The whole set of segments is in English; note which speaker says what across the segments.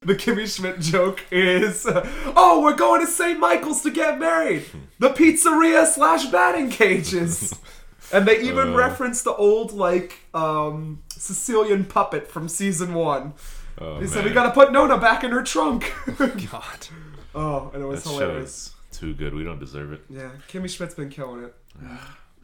Speaker 1: The Kimmy Schmidt joke is, uh, oh, we're going to St. Michael's to get married. The pizzeria slash batting cages. And they even
Speaker 2: Uh.
Speaker 1: reference the old, like, um, Sicilian puppet from season one.
Speaker 2: Oh,
Speaker 1: They said, we
Speaker 2: man.
Speaker 1: gotta put Nona back in her trunk.
Speaker 2: God.
Speaker 1: oh, and it was
Speaker 2: That
Speaker 1: hilarious.
Speaker 2: show's too good. We don't deserve it.
Speaker 1: Yeah, Kimmy Schmidt's been killing it.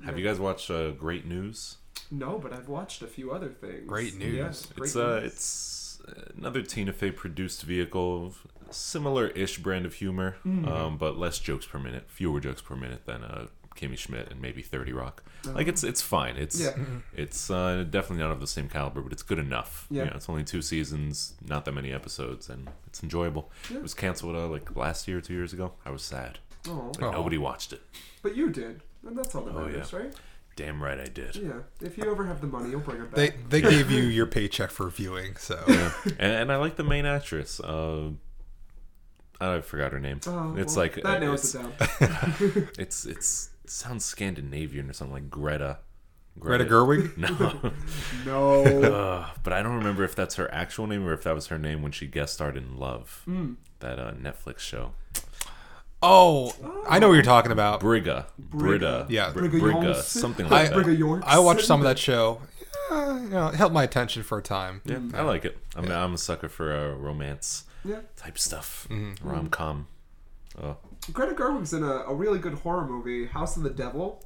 Speaker 2: Have you guys watched uh, Great News?
Speaker 1: No, but I've watched a few other things.
Speaker 3: Great news.
Speaker 1: Yes, great
Speaker 2: it's uh,
Speaker 1: news.
Speaker 2: it's another Tina Fey produced vehicle, similar-ish brand of humor,
Speaker 1: Hmm.
Speaker 2: um, but less jokes per minute, fewer jokes per minute than uh, Kimmy Schmidt and maybe Thirty Rock. Like it's it's fine. It's
Speaker 1: Uh-huh. Yeah.
Speaker 2: it's uh, definitely not of the same caliber, but it's good enough.
Speaker 1: Yeah.
Speaker 2: You know, it's only two seasons, not that many episodes, and it's enjoyable. It was canceled uh, like last year, two years ago. I was sad.
Speaker 1: Oh,
Speaker 2: But
Speaker 3: Aw.
Speaker 2: Nobody watched it.
Speaker 1: but you did. And that's all that
Speaker 2: Oh,
Speaker 1: matters, right?
Speaker 2: Damn right I did.
Speaker 1: Yeah. If you ever have the money, you'll bring her back.
Speaker 3: They they gave you your paycheck for viewing, so
Speaker 2: and, and I like the main actress. Uh, I forgot her name.
Speaker 1: Oh,
Speaker 2: it's
Speaker 1: well,
Speaker 2: like
Speaker 1: that
Speaker 2: uh,
Speaker 1: narrows
Speaker 2: it's,
Speaker 1: it down.
Speaker 2: it's it's it sounds Scandinavian or something like Greta.
Speaker 3: Greta Gerwig.
Speaker 2: No,
Speaker 1: No.
Speaker 2: uh, but I don't remember if that's her actual name or if that was her name when she guest starred in Love,
Speaker 1: Hmm.
Speaker 2: that uh, Netflix show.
Speaker 3: Oh, I know what you're talking about.
Speaker 2: Briga, Brita,
Speaker 3: Yeah.
Speaker 2: Br-
Speaker 1: Brigga
Speaker 2: Brigga,
Speaker 1: Yonks.
Speaker 2: something
Speaker 3: I,
Speaker 2: like that.
Speaker 1: Brigga Yorks.
Speaker 3: I watched some of that show. Uh, you know, it held my attention for a time.
Speaker 2: Yeah, I like it. I'm, I'm a sucker for uh, romance
Speaker 1: Yeah.
Speaker 2: type stuff,
Speaker 3: Mm-hmm.
Speaker 2: rom com. Oh,
Speaker 1: Greta Gerwig's in a, a really good horror movie, House of the Devil.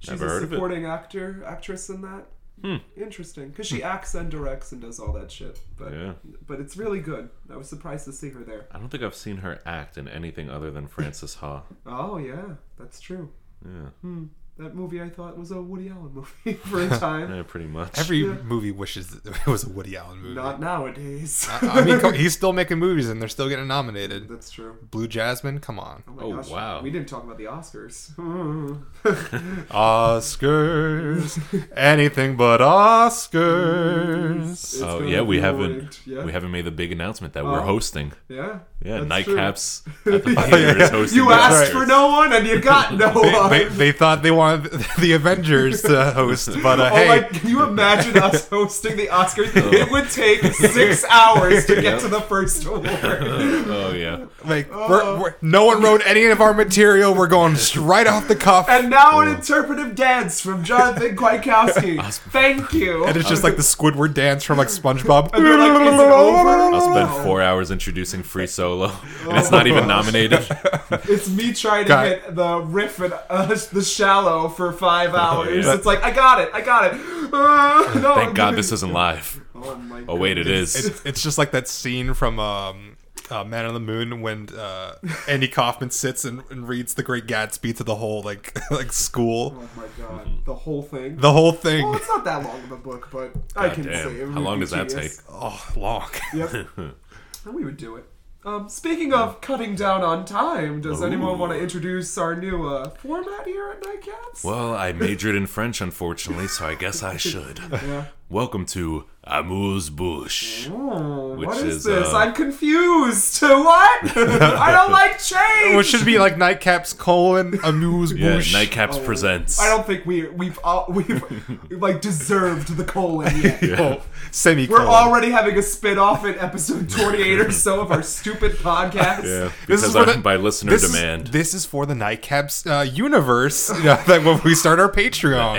Speaker 1: She's
Speaker 2: Never
Speaker 1: a
Speaker 2: heard of it.
Speaker 1: supporting actor, actress in that.
Speaker 2: Hmm.
Speaker 1: Interesting, because she acts and directs and does all that shit. But
Speaker 2: Yeah.
Speaker 1: but it's really good. I was surprised to see her there.
Speaker 2: I don't think I've seen her act in anything other than Frances Ha.
Speaker 1: Oh yeah, that's true.
Speaker 2: Yeah,
Speaker 1: That movie I thought was a Woody Allen movie for a time.
Speaker 2: yeah pretty much.
Speaker 3: Every
Speaker 1: Yeah.
Speaker 3: movie wishes it was a Woody Allen movie.
Speaker 1: Not nowadays.
Speaker 3: I I mean, come- he's still making movies and they're still getting nominated.
Speaker 1: that's true.
Speaker 3: Blue Jasmine, come on.
Speaker 1: Oh, my
Speaker 2: Oh,
Speaker 1: gosh.
Speaker 2: wow.
Speaker 1: We didn't talk about the Oscars.
Speaker 3: Oscars, anything but Oscars.
Speaker 1: It's
Speaker 2: Oh
Speaker 1: gonna
Speaker 2: yeah, we
Speaker 1: be
Speaker 2: haven't
Speaker 1: rigged, yeah.
Speaker 2: we haven't made the big announcement that we're
Speaker 1: Oh.
Speaker 2: hosting.
Speaker 1: Yeah.
Speaker 2: Yeah,
Speaker 1: that's true.
Speaker 2: Nightcaps at the
Speaker 1: Yeah.
Speaker 2: theater is hosting.
Speaker 3: You
Speaker 1: You
Speaker 2: the
Speaker 1: asked
Speaker 2: Oscars.
Speaker 1: for no one and you got no
Speaker 3: They,
Speaker 1: one.
Speaker 3: they, they thought they wanted the Avengers to host, but uh,
Speaker 1: Oh
Speaker 3: hey,
Speaker 1: my, can you imagine us hosting the Oscars? It would take six hours to get to the first award.
Speaker 2: Oh yeah,
Speaker 3: like
Speaker 1: Oh.
Speaker 3: we're, we're, no one wrote any of our material. We're going right off the cuff, and,
Speaker 1: And now an interpretive dance from Jonathan Kwiatkowski. Thank you.
Speaker 3: it's just like the Squidward dance from like SpongeBob.
Speaker 1: they're like, "Is it over?"
Speaker 2: I'll spend
Speaker 1: Wow.
Speaker 2: four hours introducing Free Solo, and it's not even nominated.
Speaker 1: It's me trying to
Speaker 3: Got it.
Speaker 1: hit the riff and uh, the shallow for five hours.
Speaker 2: Oh, yeah.
Speaker 1: It's like I got it, I got it. Uh, no,
Speaker 2: Thank
Speaker 1: I'm
Speaker 2: God
Speaker 1: gonna-
Speaker 2: this isn't live.
Speaker 1: Oh, my
Speaker 2: Oh wait, it is.
Speaker 3: It's, it's just like that scene from um, uh, Man on the Moon when uh, Andy Kaufman sits and, and reads The Great Gatsby to the whole like like school,
Speaker 1: Oh my God, the whole thing.
Speaker 3: the whole thing.
Speaker 1: well, it's not that long of a book, but I
Speaker 2: God
Speaker 1: can
Speaker 2: damn.
Speaker 1: say it.
Speaker 2: How
Speaker 1: would
Speaker 2: long
Speaker 1: be
Speaker 2: does that
Speaker 1: tedious.
Speaker 2: take?
Speaker 3: Oh, long.
Speaker 1: Yep. and we would do it. Um, speaking of cutting down on time, does anyone want to introduce our new uh, format here at Nightcaps?
Speaker 2: Well, I majored in French, unfortunately, so I guess I should.
Speaker 1: Yeah.
Speaker 2: Welcome to Amuse Bouche.
Speaker 1: Oh,
Speaker 2: Which
Speaker 1: what is,
Speaker 2: is,
Speaker 1: this?
Speaker 2: uh,
Speaker 1: I'm confused. What? I don't like change.
Speaker 3: Which should be like nightcaps colon amuse
Speaker 2: Yeah,
Speaker 3: bouche.
Speaker 2: Nightcaps presents.
Speaker 1: Oh, I don't think we we've all, we've like deserved the colon yet.
Speaker 3: Oh, semicolon.
Speaker 1: We're already having a spin-off in episode 28 or so of our stupid podcast.
Speaker 2: Yeah,
Speaker 3: This is
Speaker 2: because
Speaker 3: for
Speaker 2: I'm
Speaker 3: the-
Speaker 2: by listener
Speaker 3: this
Speaker 2: demand.
Speaker 3: Is, this is for the nightcaps uh, universe. You know, that when we start our Patreon,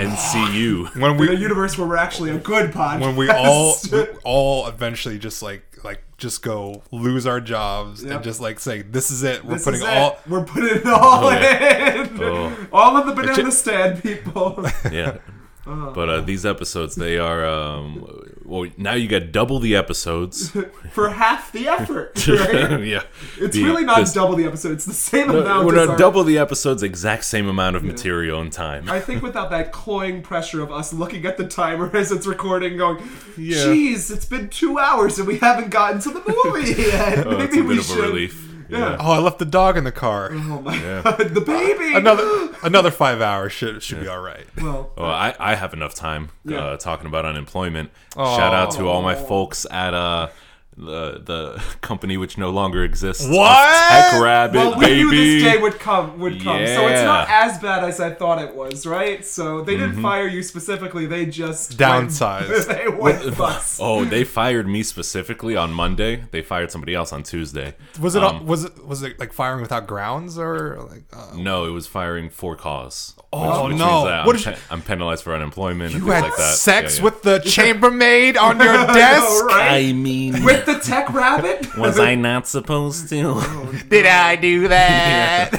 Speaker 2: NCU.
Speaker 3: when
Speaker 1: In a
Speaker 3: we
Speaker 1: universe where we're actually a good podcast.
Speaker 3: when we all we all eventually just like like just go lose our jobs
Speaker 1: Yep.
Speaker 3: and just like say this is it. We're
Speaker 1: This
Speaker 3: putting
Speaker 1: is it.
Speaker 3: all
Speaker 1: We're putting it all in.
Speaker 2: Oh.
Speaker 1: All of the banana stand people.
Speaker 2: yeah.
Speaker 1: Uh-huh.
Speaker 2: But uh, these episodes, they are um, well. Now you got double the episodes.
Speaker 1: for half the effort. Right?
Speaker 2: yeah,
Speaker 1: It's
Speaker 2: The-
Speaker 1: really not
Speaker 2: this-
Speaker 1: double the episode. It's the same amount.
Speaker 2: We're
Speaker 1: as
Speaker 2: not
Speaker 1: our-
Speaker 2: double the episodes, exact same amount of material and time.
Speaker 1: I think without that cloying pressure of us looking at the timer as it's recording, going,
Speaker 3: Yeah.
Speaker 1: "Jeez, it's been two hours and we haven't gotten to the movie yet.
Speaker 2: Oh,
Speaker 1: Maybe
Speaker 2: it's a
Speaker 1: we
Speaker 2: bit of
Speaker 1: should."
Speaker 2: a relief.
Speaker 1: Yeah.
Speaker 3: oh I left the dog in the car.
Speaker 1: Oh my god, the baby.
Speaker 3: Another another five hours should should be all right.
Speaker 1: Well,
Speaker 2: Well, I, I have enough time
Speaker 1: Yeah.
Speaker 2: uh, talking about unemployment. Shout out to all my
Speaker 1: Aw.
Speaker 2: folks at uh, the the company which no longer exists.
Speaker 3: What?
Speaker 2: Tech Rabbit,
Speaker 1: Well, we
Speaker 2: baby.
Speaker 1: knew this day would come. Would come. So it's
Speaker 2: Yeah. Mm-hmm.
Speaker 1: not as bad as I thought it was, right? So they didn't fire you specifically. They just went-
Speaker 3: Downsized.
Speaker 1: they went bust.
Speaker 2: oh, they fired me specifically on Monday. They fired somebody else on Tuesday.
Speaker 3: Was it
Speaker 2: Um,
Speaker 3: was it was it like firing without grounds or like? Uh,
Speaker 2: No, it was firing for cause.
Speaker 3: Oh,
Speaker 2: which, which
Speaker 3: no.
Speaker 2: Means that
Speaker 3: What
Speaker 2: I'm,
Speaker 3: did you-
Speaker 2: pe- I'm penalized for unemployment. and
Speaker 3: you
Speaker 2: things
Speaker 3: had
Speaker 2: Mm, like that.
Speaker 3: sex
Speaker 2: Yeah, yeah.
Speaker 3: with the chambermaid on your
Speaker 1: I know,
Speaker 3: desk.
Speaker 1: right?
Speaker 2: mean,
Speaker 1: With the tech rabbit.
Speaker 2: was I not supposed to?
Speaker 3: Did I do that?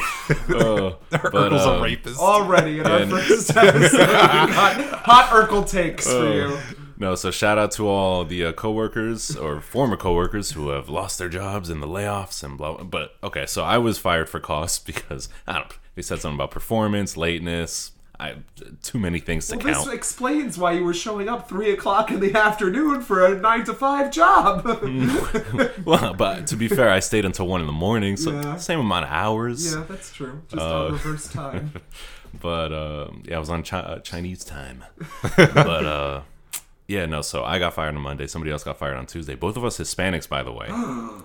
Speaker 2: Oh, but,
Speaker 3: Urkel's
Speaker 2: um,
Speaker 3: a rapist.
Speaker 1: already in our
Speaker 2: And-
Speaker 1: first episode? we got hot Urkel takes for
Speaker 2: Oh,
Speaker 1: you.
Speaker 2: No, so shout out to all the uh, coworkers or former coworkers who have lost their jobs in the layoffs and blah. But okay, so I was fired for costs because I don't. They said something about performance, lateness. I too many things to
Speaker 1: Well,
Speaker 2: count.
Speaker 1: this explains why you were showing up three o'clock in the afternoon for a nine to five job.
Speaker 2: Mm. well, but to be fair, I stayed until one in the morning, so
Speaker 1: Yeah.
Speaker 2: same amount of hours.
Speaker 1: yeah, that's true. Just
Speaker 2: Uh,
Speaker 1: on reverse time.
Speaker 2: But uh, yeah, I was on chi- uh, Chinese time. but uh, yeah, no. So I got fired on Monday. Somebody else got fired on Tuesday. Both of us Hispanics, by the way.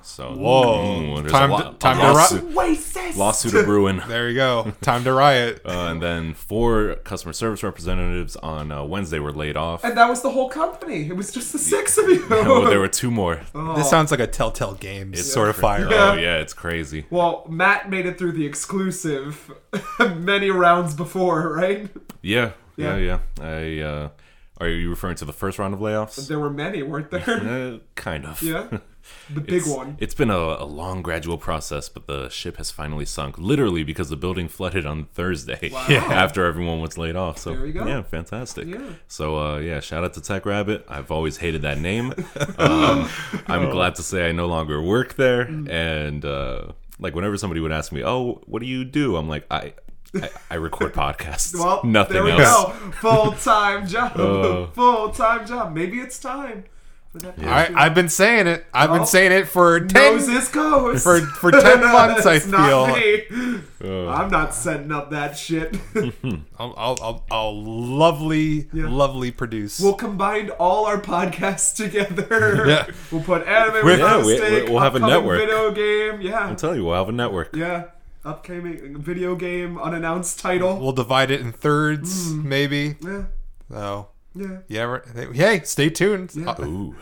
Speaker 2: So
Speaker 3: Whoa.
Speaker 2: Mm, there's
Speaker 3: Time
Speaker 2: a
Speaker 3: to-
Speaker 2: lo- a
Speaker 3: time to ru-
Speaker 2: lawsuit-
Speaker 1: Racist.
Speaker 2: lawsuit of Bruin.
Speaker 3: There you go. Time to riot.
Speaker 2: Uh, and then four customer service representatives on uh, Wednesday were laid off.
Speaker 1: And that was the whole company. It was just the six of you.
Speaker 2: Oh, there were two more.
Speaker 1: Oh.
Speaker 3: This sounds like a Telltale Games sort of fire.
Speaker 2: Oh yeah, it's crazy.
Speaker 1: Well, Matt made it through the exclusive many rounds before, right?
Speaker 2: Yeah, yeah,
Speaker 1: Yeah.
Speaker 2: yeah. I uh, are you referring to the first round of layoffs?
Speaker 1: There were many, weren't there?
Speaker 2: Uh, kind of.
Speaker 1: yeah. The big
Speaker 2: It's-
Speaker 1: one.
Speaker 2: It's been a, a long, gradual process, but the ship has finally sunk, literally because the building flooded on Thursday after everyone was laid off. So
Speaker 1: There you go.
Speaker 2: yeah, fantastic.
Speaker 1: Yeah.
Speaker 2: So uh, yeah, shout out to Tech Rabbit. I've always hated that name. um, I'm glad to say I no longer work there,
Speaker 1: Mm.
Speaker 2: and uh, like whenever somebody would ask me, "Oh, what do you do?" I'm like, I. I, I record podcasts.
Speaker 1: Well,
Speaker 2: Nothing
Speaker 1: there we
Speaker 2: else. Uh.
Speaker 1: go. Full time job. Full time job. Maybe it's time for that.
Speaker 3: I, I've been saying it. I've
Speaker 1: No.
Speaker 3: been saying it for ten.
Speaker 1: Noses goes
Speaker 3: for- for 10 months, I
Speaker 1: It's not
Speaker 3: feel.
Speaker 1: me.
Speaker 2: Uh.
Speaker 1: I'm not setting up that shit.
Speaker 3: I'll, I'll, I'll, I'll lovely, lovely produce.
Speaker 1: we'll combine all our podcasts together.
Speaker 3: Yeah.
Speaker 1: We'll put anime
Speaker 2: We're-
Speaker 1: without
Speaker 2: yeah, we-
Speaker 1: mistake.
Speaker 2: we'll have a
Speaker 1: upcoming
Speaker 2: network.
Speaker 1: Video game. Yeah.
Speaker 2: I'll tell you, we'll have a network.
Speaker 1: Yeah. Upcoming video game unannounced title.
Speaker 3: we'll divide it in thirds,
Speaker 1: Hmm.
Speaker 3: maybe.
Speaker 1: Yeah.
Speaker 3: So
Speaker 1: Yeah.
Speaker 3: yeah, right. hey, stay tuned. Uh,
Speaker 2: Ooh.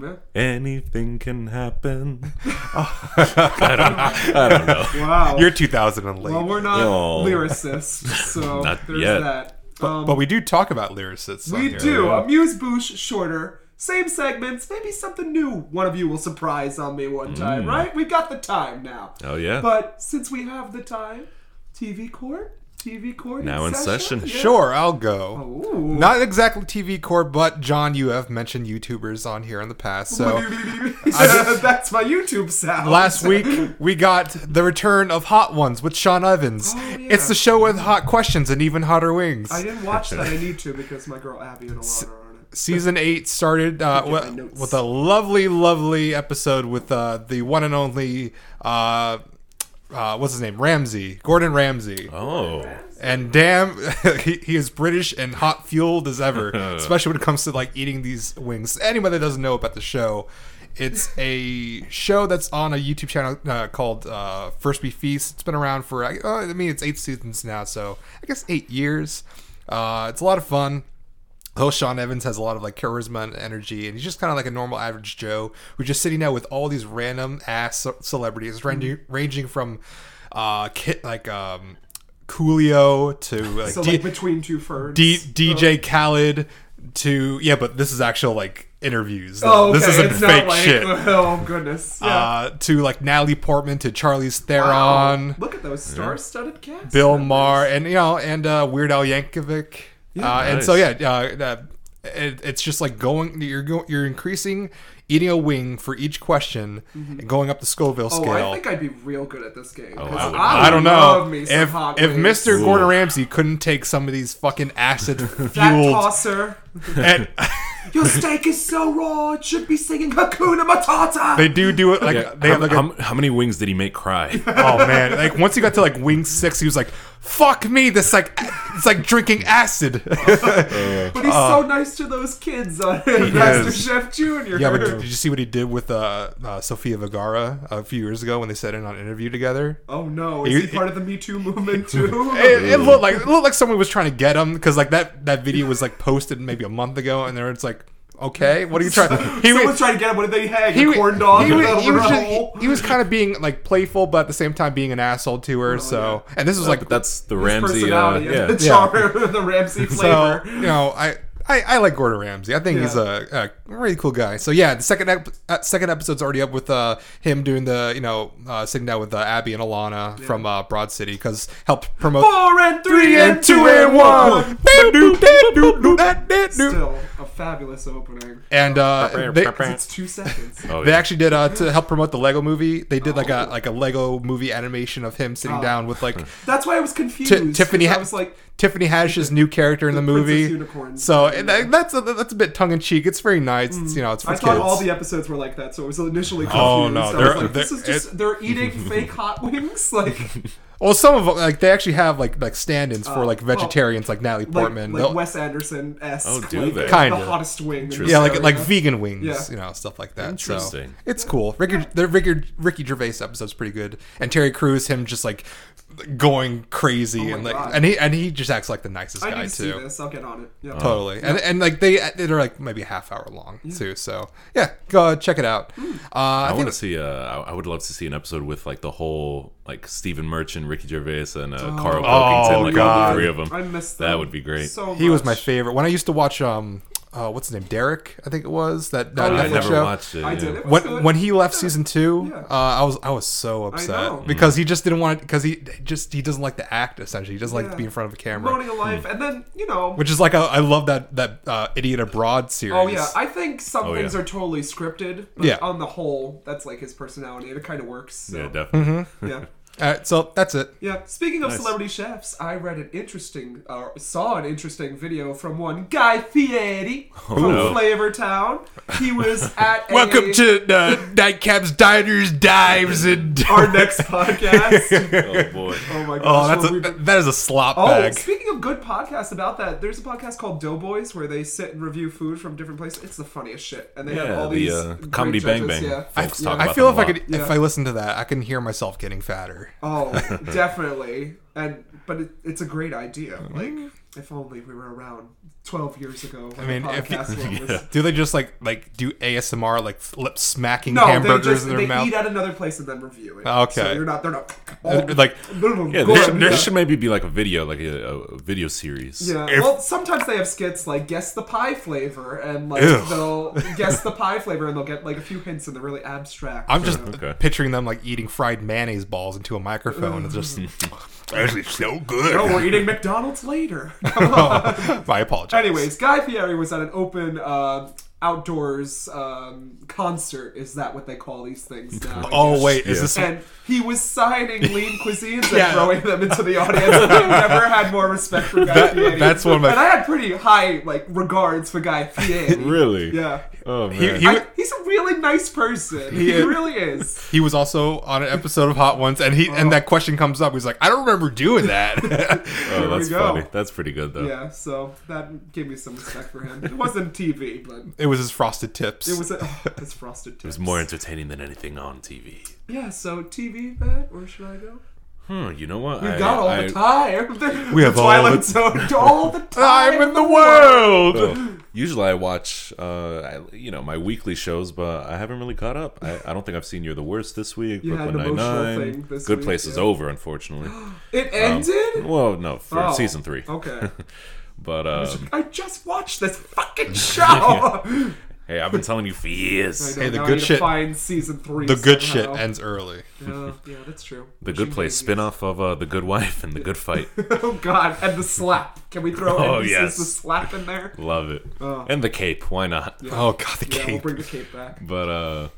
Speaker 1: yeah.
Speaker 2: Anything can happen.
Speaker 1: Wow.
Speaker 3: Uh, You're 2000 and late,
Speaker 1: well, we're not
Speaker 2: Oh.
Speaker 1: lyricists, so
Speaker 2: Not
Speaker 1: there's
Speaker 2: yet.
Speaker 1: that. Um,
Speaker 3: but we do talk about lyricists. on
Speaker 1: we
Speaker 3: here.
Speaker 1: do.
Speaker 2: yeah.
Speaker 1: Amuse Bouche, shorter. Same segments, maybe something new. One of you will surprise on me one time, right? We've got the time now.
Speaker 2: Oh yeah.
Speaker 1: But since we have the time, TV court? TV court
Speaker 2: Now in session.
Speaker 1: Yeah.
Speaker 3: Sure, I'll go.
Speaker 1: Ooh.
Speaker 3: Not exactly TV core, but John, you have mentioned YouTubers on here in the past. So
Speaker 1: That's my YouTube sound.
Speaker 3: last week we got the return of Hot Ones with Sean Evans.
Speaker 1: Oh, yeah.
Speaker 3: It's the show with hot questions and even hotter wings.
Speaker 1: I didn't watch that. I need to because my girl Abby and Alana are on it.
Speaker 3: Season eight started uh,
Speaker 1: at my
Speaker 3: wi-
Speaker 1: notes.
Speaker 3: with a lovely, lovely episode with uh, the one and only. Uh, uh, what's his name? Ramsey, Gordon Ramsey,
Speaker 2: oh.
Speaker 3: and damn, he, he is British and hot fueled as ever, especially when it comes to like eating these wings. Anyone that doesn't know about the show, it's a show that's on a YouTube channel uh, called uh, First We Feast. It's been around for, uh, I mean, it's eight seasons now, so I guess eight years. Uh, it's a lot of fun. The host Sean Evans has a lot of like charisma and energy, and he's just kind of like a normal average Joe who's just sitting out with all these random ass ce- celebrities, ranging,
Speaker 1: Mm-hmm.
Speaker 3: ranging from uh, kit like um, Coolio to like,
Speaker 1: So
Speaker 3: D-
Speaker 1: like between two ferns.
Speaker 3: D-
Speaker 1: Oh.
Speaker 3: DJ Khaled to yeah, but this is actual like interviews.
Speaker 1: oh, okay.
Speaker 3: This isn't
Speaker 1: it's
Speaker 3: fake
Speaker 1: not like,
Speaker 3: shit.
Speaker 1: Oh goodness. Yeah.
Speaker 3: Uh, to like Natalie Portman to Charlie's Theron,
Speaker 1: Wow. Look at those star-studded cast.
Speaker 3: Bill
Speaker 1: members.
Speaker 3: Maher, and you know, and uh, Weird Al Yankovic. uh, And so yeah,
Speaker 2: Nice.
Speaker 3: uh, uh, it, it's just like going. You're go, you're increasing eating a wing for each question and going up the Scoville
Speaker 1: Mm-hmm. Oh,
Speaker 3: scale. Oh,
Speaker 1: I think I'd be real good at this game. 'cause
Speaker 2: I would-
Speaker 3: I don't know
Speaker 1: love me
Speaker 3: if
Speaker 1: some
Speaker 3: if
Speaker 1: hot wings.
Speaker 3: Mr.
Speaker 2: Ooh.
Speaker 3: Gordon Ramsay couldn't take some of these fucking acid
Speaker 1: That
Speaker 3: fueled
Speaker 1: tosser.
Speaker 3: and
Speaker 1: Your steak is so raw, it should be singing Hakuna Matata.
Speaker 3: they do do it like
Speaker 2: Yeah,
Speaker 3: they
Speaker 2: how,
Speaker 3: have like a
Speaker 2: how m- how many wings did he make cry?
Speaker 3: oh man like once he got to like wing six he was like fuck me, this like it's like drinking acid.
Speaker 1: But he's
Speaker 3: Uh,
Speaker 1: so nice to those kids on
Speaker 2: is.
Speaker 1: MasterChef Junior.
Speaker 3: yeah, but did you see what he did with uh, uh, Sofia Vergara a few years ago when they sat in on an interview together?
Speaker 1: oh no, is
Speaker 3: You-
Speaker 1: he part of the Me Too movement too?
Speaker 3: It, it looked like it looked like someone was trying to get him because like that that video was like posted maybe a month ago, and there it's like, okay, what are you trying? He
Speaker 1: Someone's
Speaker 3: was
Speaker 1: trying to get him. What did they hang?
Speaker 3: he,
Speaker 1: a
Speaker 3: was-
Speaker 1: corn dog.
Speaker 3: he,
Speaker 1: with
Speaker 3: was-
Speaker 1: a
Speaker 3: he was just-
Speaker 1: roll?
Speaker 3: he- he was kind of being like playful, but at the same time being an asshole to
Speaker 1: Oh,
Speaker 3: her. so, and this was like
Speaker 2: But that's the
Speaker 1: His
Speaker 2: Ramsey. Uh,
Speaker 1: personality,
Speaker 2: yeah.
Speaker 1: the charm, the Ramsey flavor.
Speaker 3: So you know, I. I, I like Gordon Ramsay. I think he's a, a really cool guy. So yeah, the second ep- uh, second episode's already up with uh, him doing the you know uh, sitting down with uh, Abby and Alana from uh, Broad City because helped promote
Speaker 1: Four and three and two and one. Still a fabulous opening.
Speaker 3: And uh, they,
Speaker 1: It's two seconds.
Speaker 2: Oh,
Speaker 3: They
Speaker 2: yeah.
Speaker 3: actually did uh, to help promote the Lego movie. They did like a like a Lego movie animation of him sitting
Speaker 1: Oh.
Speaker 3: down with like
Speaker 1: That's why I was confused.
Speaker 3: Ti- Tiffany.
Speaker 1: 'cause I
Speaker 3: Ha-
Speaker 1: was like,
Speaker 3: Tiffany Hash's new character in the,
Speaker 1: the
Speaker 3: movie.
Speaker 1: Princess Unicorn. Mm.
Speaker 3: So and that- that's a, that's a bit tongue in cheek. It's very nice. It's, you know, it's for
Speaker 1: I
Speaker 3: kids.
Speaker 1: thought all the episodes were like that, so it was initially confused.
Speaker 3: Oh, no,
Speaker 1: I was
Speaker 3: they're-
Speaker 1: like, this
Speaker 3: they're-
Speaker 1: is just they're eating fake hot wings, like
Speaker 3: well, some of them like they actually have like like stand-ins for
Speaker 1: Oh,
Speaker 3: like
Speaker 1: well,
Speaker 3: vegetarians, like Natalie
Speaker 1: like,
Speaker 3: Portman.
Speaker 1: like
Speaker 3: They'll-
Speaker 1: Wes Anderson esque.
Speaker 2: Oh, do
Speaker 1: like,
Speaker 2: they?
Speaker 1: The
Speaker 3: Kinda.
Speaker 1: hottest wing. in
Speaker 3: yeah,
Speaker 1: this
Speaker 3: like like
Speaker 1: area.
Speaker 3: vegan wings,
Speaker 1: Yeah.
Speaker 3: you know, stuff like that.
Speaker 2: Interesting.
Speaker 3: So it's cool. Ricky, the Ricky, Ricky Gervais episode's pretty good, and Terry Crews, him just like going crazy
Speaker 1: Oh my
Speaker 3: and like,
Speaker 1: God.
Speaker 3: and he and he just acts like the nicest
Speaker 1: I
Speaker 3: guy
Speaker 1: need to
Speaker 3: too. Uh,
Speaker 1: see this. I'll get on it. Yeah.
Speaker 3: Totally, and and like they they're like maybe a half hour long too. So yeah, go check it out.
Speaker 1: Mm.
Speaker 3: Uh, I,
Speaker 2: I
Speaker 3: think
Speaker 2: want to see. Uh, I I would love to see an episode with like the whole like Stephen Merchant, Ricky Gervais, and uh, Carl Pilkington, like all
Speaker 3: Oh God.
Speaker 2: the three of them.
Speaker 1: Oh. I missed
Speaker 2: That
Speaker 1: them
Speaker 2: would be great.
Speaker 1: So
Speaker 3: he was my
Speaker 1: much.
Speaker 3: favorite when I used to watch um uh, what's his name Derek I think it was that, that
Speaker 1: Oh, yeah.
Speaker 2: I
Speaker 3: Netflix
Speaker 2: never
Speaker 3: show.
Speaker 2: watched it.
Speaker 1: I
Speaker 2: yeah.
Speaker 1: did it. was
Speaker 3: when
Speaker 1: good.
Speaker 3: when he left season two,
Speaker 1: Yeah.
Speaker 3: uh, I was I was so
Speaker 1: know.
Speaker 3: upset
Speaker 2: Mm-hmm.
Speaker 3: because he just didn't want because he just he doesn't like to act essentially he doesn't like
Speaker 1: Yeah.
Speaker 3: to be in front of a camera,
Speaker 1: Running a life, and then you know.
Speaker 3: which is like a, I love that that uh, idiot abroad series.
Speaker 1: Oh yeah, I think some
Speaker 2: Oh, yeah.
Speaker 1: things are totally scripted, but
Speaker 3: Yeah.
Speaker 1: on the whole, that's like his personality, and it kind of works. So. Mm-hmm.
Speaker 2: Yeah, definitely.
Speaker 1: yeah.
Speaker 3: Uh, so that's it.
Speaker 1: Yeah. Speaking of celebrity chefs, I read an interesting, or saw an interesting video from one Guy Fieri from
Speaker 2: Oh, no.
Speaker 1: Flavor Town. He was at a-
Speaker 3: Welcome to uh, Nightcaps, Diners, Dives, and
Speaker 1: our next podcast.
Speaker 2: Oh boy.
Speaker 1: Oh my gosh!
Speaker 3: Oh, that's
Speaker 1: where
Speaker 3: a,
Speaker 1: we've
Speaker 3: that that is a slop
Speaker 1: Oh,
Speaker 3: bag.
Speaker 1: speaking of good podcasts about that, there's a podcast called Doughboys where they sit and review food from different places. It's the funniest shit, and they have
Speaker 2: Yeah,
Speaker 1: all
Speaker 2: the,
Speaker 1: these
Speaker 2: uh,
Speaker 1: great
Speaker 2: Comedy Bang
Speaker 1: judges,
Speaker 2: Bang.
Speaker 1: Yeah.
Speaker 2: I- Folks talk
Speaker 3: I
Speaker 2: about
Speaker 3: feel
Speaker 2: them
Speaker 3: if
Speaker 2: a
Speaker 3: I
Speaker 2: lot.
Speaker 3: could,
Speaker 1: Yeah.
Speaker 3: if I listen to that, I can hear myself getting fatter.
Speaker 1: Oh, definitely. And but it, it's a great idea.
Speaker 3: Mm-hmm.
Speaker 1: Like if only we were around 12 years ago. When I
Speaker 3: mean,
Speaker 1: mean, the
Speaker 3: if you-
Speaker 1: podcast world was,
Speaker 3: Do they just like like do ASMR like lip smacking
Speaker 1: no,
Speaker 3: hamburgers
Speaker 1: they just
Speaker 3: in their
Speaker 1: they
Speaker 3: mouth? Uh,
Speaker 1: eat at another place and then review it.
Speaker 3: Okay.
Speaker 1: so you're not. They're not.
Speaker 3: Uh, like,
Speaker 2: Yeah,
Speaker 1: go
Speaker 2: there
Speaker 1: on,
Speaker 2: should, there
Speaker 1: yeah.
Speaker 2: should maybe be like a video, like a, a video series.
Speaker 1: Yeah.
Speaker 3: If-
Speaker 1: well, sometimes they have skits like guess the pie flavor, and like
Speaker 3: Ew.
Speaker 1: they'll guess the pie flavor, and they'll get like a few hints, and they're really abstract.
Speaker 3: I'm just
Speaker 2: Okay.
Speaker 3: picturing them like eating fried mayonnaise balls into a microphone. It's just actually so good.
Speaker 1: Oh, we're eating McDonald's later.
Speaker 3: I apologize.
Speaker 1: Anyways, Guy Fieri was at an open uh, outdoors um, concert. Is that what they call these things now?
Speaker 3: oh wait, is
Speaker 2: Yeah.
Speaker 3: this?
Speaker 1: And he was signing lean cuisines and
Speaker 3: Yeah.
Speaker 1: throwing them into the audience. I've never had more respect for Guy
Speaker 3: That-
Speaker 1: Fieri.
Speaker 3: that's one of my-
Speaker 1: And I had pretty high like regards for Guy Fieri.
Speaker 2: Really?
Speaker 1: Yeah.
Speaker 2: Oh man.
Speaker 3: He, he,
Speaker 1: I, he's a really nice person. He,
Speaker 3: is.
Speaker 1: really is.
Speaker 3: he was also on an episode of Hot Ones, and he
Speaker 1: Oh.
Speaker 3: and that question comes up. He's like, I don't remember doing that.
Speaker 2: oh, that's
Speaker 1: we go.
Speaker 2: funny. That's pretty good though.
Speaker 1: Yeah, so that gave me some respect for him. It wasn't TV, but
Speaker 3: it was his frosted tips.
Speaker 1: it was a, oh, it's frosted tips. It
Speaker 2: It's more entertaining than anything on TV.
Speaker 1: Yeah, so TV, man, where should I go?
Speaker 2: Hmm. You know what? We
Speaker 1: I got all the time. We
Speaker 3: have all
Speaker 1: Twilight
Speaker 3: the-
Speaker 1: Zone. All the time
Speaker 3: I'm in the world.
Speaker 2: Well, usually I watch, uh, I, you know, my weekly shows, but I haven't really caught up. I, I don't think I've seen You're the Worst this week.
Speaker 1: You had an
Speaker 2: Brooklyn Nine
Speaker 1: emotional
Speaker 2: Nine.
Speaker 1: thing this
Speaker 2: Good
Speaker 1: week,
Speaker 2: Place is
Speaker 1: yeah.
Speaker 2: over, unfortunately.
Speaker 1: It ended.
Speaker 2: well, no, for
Speaker 1: Oh.
Speaker 2: season three.
Speaker 1: Okay.
Speaker 2: But um,
Speaker 1: I just watched this fucking show.
Speaker 2: hey, I've been telling you for years.
Speaker 3: Hey, the
Speaker 1: Now I
Speaker 3: good
Speaker 1: need to
Speaker 3: shit-
Speaker 1: Find season three.
Speaker 3: The good shit
Speaker 1: somehow.
Speaker 3: ends early.
Speaker 1: yeah, yeah, that's true.
Speaker 2: The Good Place spin off of uh, The Good Wife and The Good Fight.
Speaker 1: oh God, and the slap. Can we throw
Speaker 2: Oh,
Speaker 1: emphasis
Speaker 2: yes.
Speaker 1: the slap in there?
Speaker 2: Love it.
Speaker 1: Oh.
Speaker 2: And The Cape. Why not?
Speaker 3: Oh god, the
Speaker 1: Yeah,
Speaker 3: game.
Speaker 1: we'll bring the cape back.
Speaker 2: But uh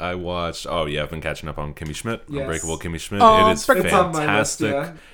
Speaker 2: I watched. Oh yeah, I've been catching up on Kimmy Schmidt,
Speaker 1: Yes.
Speaker 2: Unbreakable Kimmy Schmidt.
Speaker 3: Oh,
Speaker 2: it is
Speaker 3: Unbreakable.
Speaker 1: It's on my list,
Speaker 2: fantastic.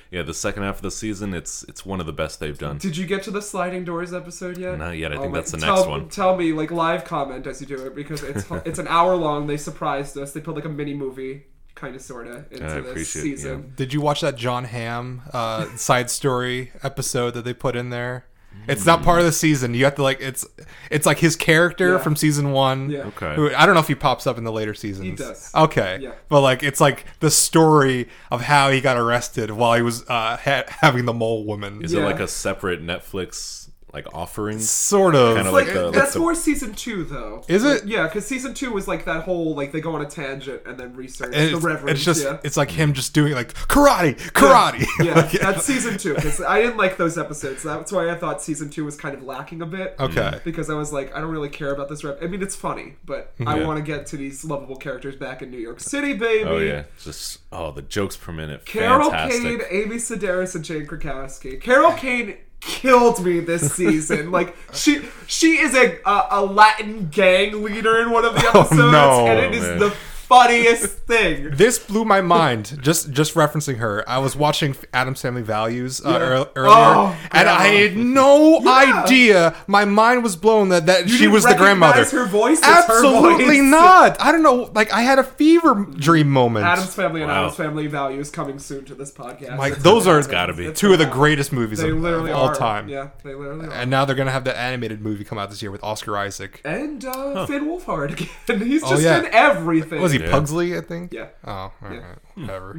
Speaker 1: yeah.
Speaker 2: yeah. the second half of the season, it's it's one of the best they've done.
Speaker 1: Did you get to the sliding doors episode yet? Oh,
Speaker 2: Not yet. I think that's the
Speaker 1: tell,
Speaker 2: next one.
Speaker 1: Tell me, like live comment as you do it because it's it's an hour long. They surprised us. They put like a mini movie. kind of sorta into
Speaker 2: I
Speaker 1: this
Speaker 2: appreciate-
Speaker 1: season.
Speaker 3: Did you watch that John Hamm uh, side story episode that they put in there? It's not part of the season. You have to like it's it's like his character
Speaker 1: Yeah.
Speaker 3: from season one.
Speaker 1: Yeah.
Speaker 2: Okay.
Speaker 3: Who, I don't know if he pops up in the later seasons.
Speaker 1: He does.
Speaker 3: Okay.
Speaker 1: Yeah.
Speaker 3: But like it's like the story of how he got arrested while he was uh, ha- having the mole woman.
Speaker 2: Is
Speaker 1: Yeah.
Speaker 2: it like a separate Netflix like offering?
Speaker 3: Sort of.
Speaker 2: Kinda
Speaker 1: like,
Speaker 2: like the-
Speaker 1: that's
Speaker 2: like the-
Speaker 1: more season two though.
Speaker 3: Is it?
Speaker 1: Yeah, because season two was like that whole like they go on a tangent and then research
Speaker 3: And
Speaker 1: the
Speaker 3: it's,
Speaker 1: reverend.
Speaker 3: it's just
Speaker 1: yeah.
Speaker 3: it's like him just doing like karate, karate.
Speaker 1: yeah,
Speaker 3: Like,
Speaker 1: that's season two because I didn't like those episodes. That's why I thought season two was kind of lacking a bit.
Speaker 2: Mm.
Speaker 3: Okay.
Speaker 1: Because I was like, I don't really care about this rep. I mean, it's funny, but I
Speaker 3: Mm-hmm.
Speaker 2: Yeah.
Speaker 1: want to get to these lovable characters back in New York City, baby.
Speaker 2: Oh yeah, just oh the jokes per minute.
Speaker 1: Carol
Speaker 2: Fantastic.
Speaker 1: Kane, Amy Sedaris, and Jane Krakowski. Carol Kane killed me this season. like she she is a, a a Latin gang leader in one of the episodes,
Speaker 3: Oh, no,
Speaker 1: and it is
Speaker 2: man.
Speaker 1: the funniest thing.
Speaker 3: This blew my mind. Just just referencing her, I was watching Adam's Family Values uh, ear- earlier,
Speaker 1: Oh,
Speaker 3: and I
Speaker 1: yeah.
Speaker 3: had no
Speaker 1: Yeah.
Speaker 3: idea. My mind was blown that that she
Speaker 1: didn't
Speaker 3: was the grandmother.
Speaker 1: recognize her voice as her
Speaker 3: Absolutely
Speaker 1: voice.
Speaker 3: not. I don't know. Like I had a fever dream moment.
Speaker 1: Adam's Family and
Speaker 2: Wow.
Speaker 1: Adam's Family Values coming soon to this podcast.
Speaker 3: like
Speaker 1: It's-
Speaker 3: those are
Speaker 2: gotta be.
Speaker 3: two of the greatest movies
Speaker 1: they
Speaker 3: of,
Speaker 1: literally
Speaker 3: of all
Speaker 1: are.
Speaker 3: time.
Speaker 1: Yeah, they literally are.
Speaker 3: And now they're gonna have the animated movie come out this year with Oscar Isaac.
Speaker 1: And uh, Finn Wolfhard again. He's just
Speaker 3: Oh, yeah.
Speaker 1: in everything.
Speaker 3: Was he
Speaker 2: Yeah.
Speaker 3: Pugsley? I think.
Speaker 1: Yeah. Hmm.
Speaker 3: Oh, all right. whatever.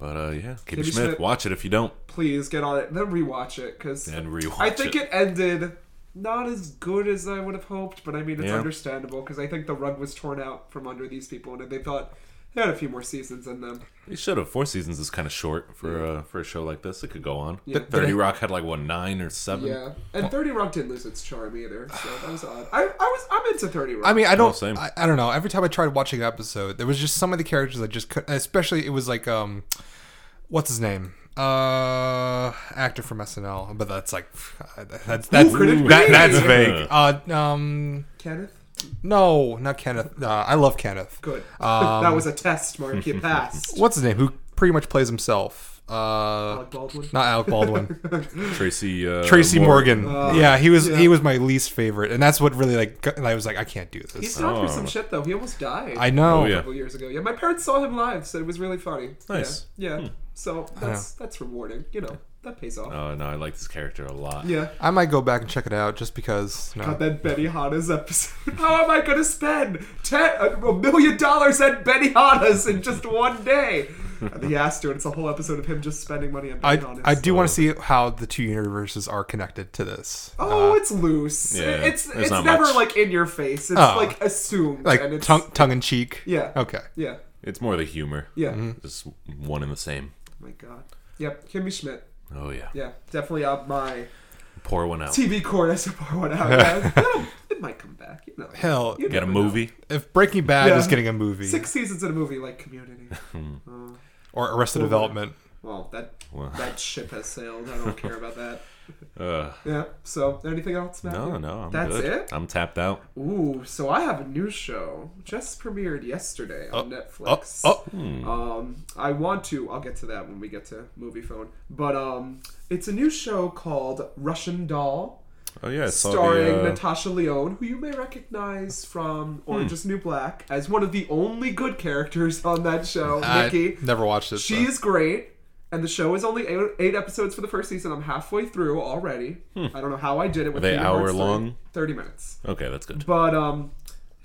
Speaker 2: But uh, yeah, Kimmy
Speaker 1: Kimmy
Speaker 2: Schmidt,
Speaker 1: Schmidt.
Speaker 2: watch it if you don't,
Speaker 1: Please get on it. Then rewatch it because
Speaker 2: and rewatch
Speaker 1: I think it. ended not as good as I would have hoped, but I mean it's
Speaker 2: Yeah.
Speaker 1: understandable because I think the rug was torn out from under these people, and they thought they had a few more seasons in them.
Speaker 2: They should have. Four seasons is kind of short for uh, for a show like this. It could go on.
Speaker 1: Yeah.
Speaker 2: Thirty Rock had like what nine or
Speaker 3: Mm.
Speaker 2: seven.
Speaker 1: Yeah, and Thirty Rock didn't lose its charm either, so that was odd. I, I was I'm into Thirty Rock.
Speaker 3: I mean, I don't.
Speaker 2: same.
Speaker 3: I, I don't know. Every time I tried watching an episode, there was just some of the characters I just could. Especially, it was like, um, what's his name? Uh, actor from SNL. But that's like, that's that's
Speaker 1: could it
Speaker 3: that,
Speaker 1: be?
Speaker 3: that's vague.
Speaker 2: Yeah.
Speaker 3: Uh, um,
Speaker 1: Kenneth,
Speaker 3: no, not Kenneth. Uh, I love Kenneth.
Speaker 1: good.
Speaker 3: Um,
Speaker 1: that was a test, Mark. You passed.
Speaker 3: What's his name? Who pretty much plays himself? Uh,
Speaker 1: Alec Baldwin.
Speaker 3: not Alec Baldwin.
Speaker 2: Tracy uh,
Speaker 3: Tracy Morgan.
Speaker 1: Uh,
Speaker 3: yeah, he was
Speaker 1: yeah.
Speaker 3: he was my least favorite, and that's what really like. got- I was like, I can't do
Speaker 1: He's
Speaker 3: this.
Speaker 1: gone through
Speaker 2: Oh.
Speaker 1: some shit though. He almost died.
Speaker 3: I know.
Speaker 2: Oh,
Speaker 1: A
Speaker 2: yeah.
Speaker 1: couple years ago. Yeah, my parents saw him live, so it was really funny.
Speaker 2: Nice. Hmm.
Speaker 1: Yeah. yeah. So that's that's rewarding. You know, that pays off.
Speaker 2: Oh no, I like this character a lot.
Speaker 1: Yeah.
Speaker 3: I might go back and check it out just because. No.
Speaker 1: God, that Benny Hanna's episode. How am I gonna spend ten, a million dollars at Benny Hanna's in just one day? And he asked her, and it's a whole episode of him just spending money on Benny
Speaker 3: I,
Speaker 1: Hanna's.
Speaker 3: I do want to see how the two universes are connected to this.
Speaker 1: Oh,
Speaker 3: Uh,
Speaker 1: it's loose.
Speaker 2: yeah,
Speaker 1: it's
Speaker 2: there's
Speaker 1: it's
Speaker 2: not
Speaker 1: never
Speaker 2: much.
Speaker 1: like in your face. It's
Speaker 3: Oh.
Speaker 1: like assumed. and
Speaker 3: like
Speaker 1: it's,
Speaker 3: tongue tongue in cheek.
Speaker 1: Yeah.
Speaker 2: Oh.
Speaker 3: Okay.
Speaker 1: Yeah.
Speaker 2: It's more the humor.
Speaker 1: Yeah. Oh
Speaker 2: Just one and the same.
Speaker 1: my God. Yep. Kimmy Schmidt.
Speaker 2: Oh yeah.
Speaker 1: Yeah. Definitely up my
Speaker 2: Pour one out.
Speaker 1: TV cord SFR one out. guys. It'll- it might come back. You know.
Speaker 3: Hell,
Speaker 1: You
Speaker 2: Get a
Speaker 1: never know.
Speaker 2: movie.
Speaker 3: if Breaking Bad
Speaker 1: Yeah.
Speaker 3: was getting a movie
Speaker 1: Six seasons in a movie like Community. Uh,
Speaker 3: or Arrested
Speaker 1: Well,
Speaker 3: Development,
Speaker 1: well, that
Speaker 2: Well.
Speaker 1: that ship has sailed. I don't care about that.
Speaker 2: Uh,
Speaker 1: Yeah. So, anything else, Matt?
Speaker 2: no, no, I'm
Speaker 1: That's
Speaker 2: good.
Speaker 1: it?
Speaker 2: I'm tapped out.
Speaker 1: Ooh, so I have a new show just premiered yesterday on
Speaker 3: oh,
Speaker 1: Netflix.
Speaker 3: oh,
Speaker 2: Hmm.
Speaker 1: Um, I want to. I'll get to that when we get to movie phone. But um, it's a new show called Russian Doll,
Speaker 2: Oh yeah, I saw
Speaker 1: starring
Speaker 2: the, uh,
Speaker 1: Natasha Leone, who you may recognize from Orange Is the New Black as one of the only good characters on that show. Nikki,
Speaker 3: I never watched it. so-
Speaker 1: She is great, and the show is only eight, eight episodes for the first season. I'm halfway through already. I don't know how I did it. With
Speaker 2: they
Speaker 1: Kingdom Hearts
Speaker 2: hour
Speaker 1: three.
Speaker 2: long?
Speaker 1: Thirty minutes.
Speaker 2: Okay, that's good.
Speaker 1: But um,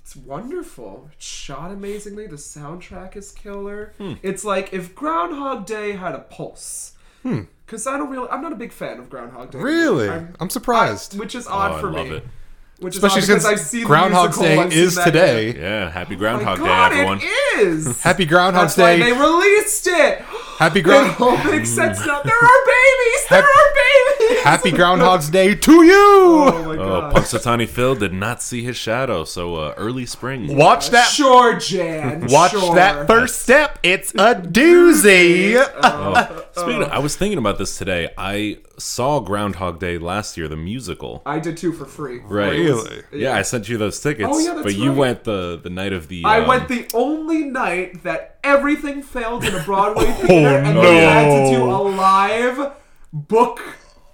Speaker 1: it's wonderful. It's shot amazingly. The soundtrack is killer. It's like if Groundhog Day had a pulse. Because I don't really, I'm not a big fan of Groundhog Day.
Speaker 3: really. I'm,
Speaker 1: I'm-
Speaker 3: surprised.
Speaker 1: which is
Speaker 2: Oh,
Speaker 1: odd
Speaker 2: I
Speaker 1: for
Speaker 2: love
Speaker 1: me.
Speaker 2: it.
Speaker 1: Which is
Speaker 3: Especially
Speaker 1: odd because
Speaker 3: since
Speaker 1: I've seen
Speaker 3: Groundhog's
Speaker 1: the musical,
Speaker 3: Day
Speaker 1: I've seen
Speaker 3: is
Speaker 1: that-
Speaker 3: today.
Speaker 2: Yeah, happy
Speaker 1: Oh My
Speaker 2: Groundhog
Speaker 1: God,
Speaker 2: Day, everyone.
Speaker 1: It is.
Speaker 3: Happy Groundhog's
Speaker 1: That's why
Speaker 3: Day.
Speaker 1: they released it.
Speaker 3: Happy
Speaker 1: It
Speaker 3: Ground.
Speaker 1: all makes
Speaker 2: Hmm.
Speaker 1: sense now. There are babies. There
Speaker 3: Hap-
Speaker 1: are babies.
Speaker 3: Happy Groundhog's Day to you.
Speaker 1: Oh my
Speaker 2: Oh,
Speaker 1: god.
Speaker 2: Punxsutawney Phil did not see his shadow, so uh, early spring.
Speaker 3: Watch that.
Speaker 1: Sure, Jan.
Speaker 3: watch
Speaker 1: sure.
Speaker 3: that first step. It's a doozy.
Speaker 1: Uh,
Speaker 2: Oh, Speaking of, I was thinking about this today. I saw Groundhog Day last year, the musical.
Speaker 1: I did two for free.
Speaker 2: Right.
Speaker 3: Really?
Speaker 2: Yeah, I sent you those tickets,
Speaker 1: Oh, yeah, that's
Speaker 2: but you
Speaker 1: right.
Speaker 2: went the the night of the.
Speaker 1: I
Speaker 2: um,
Speaker 1: went the only night that everything failed in a Broadway theater, and
Speaker 3: Oh, no.
Speaker 1: they had to do a live book.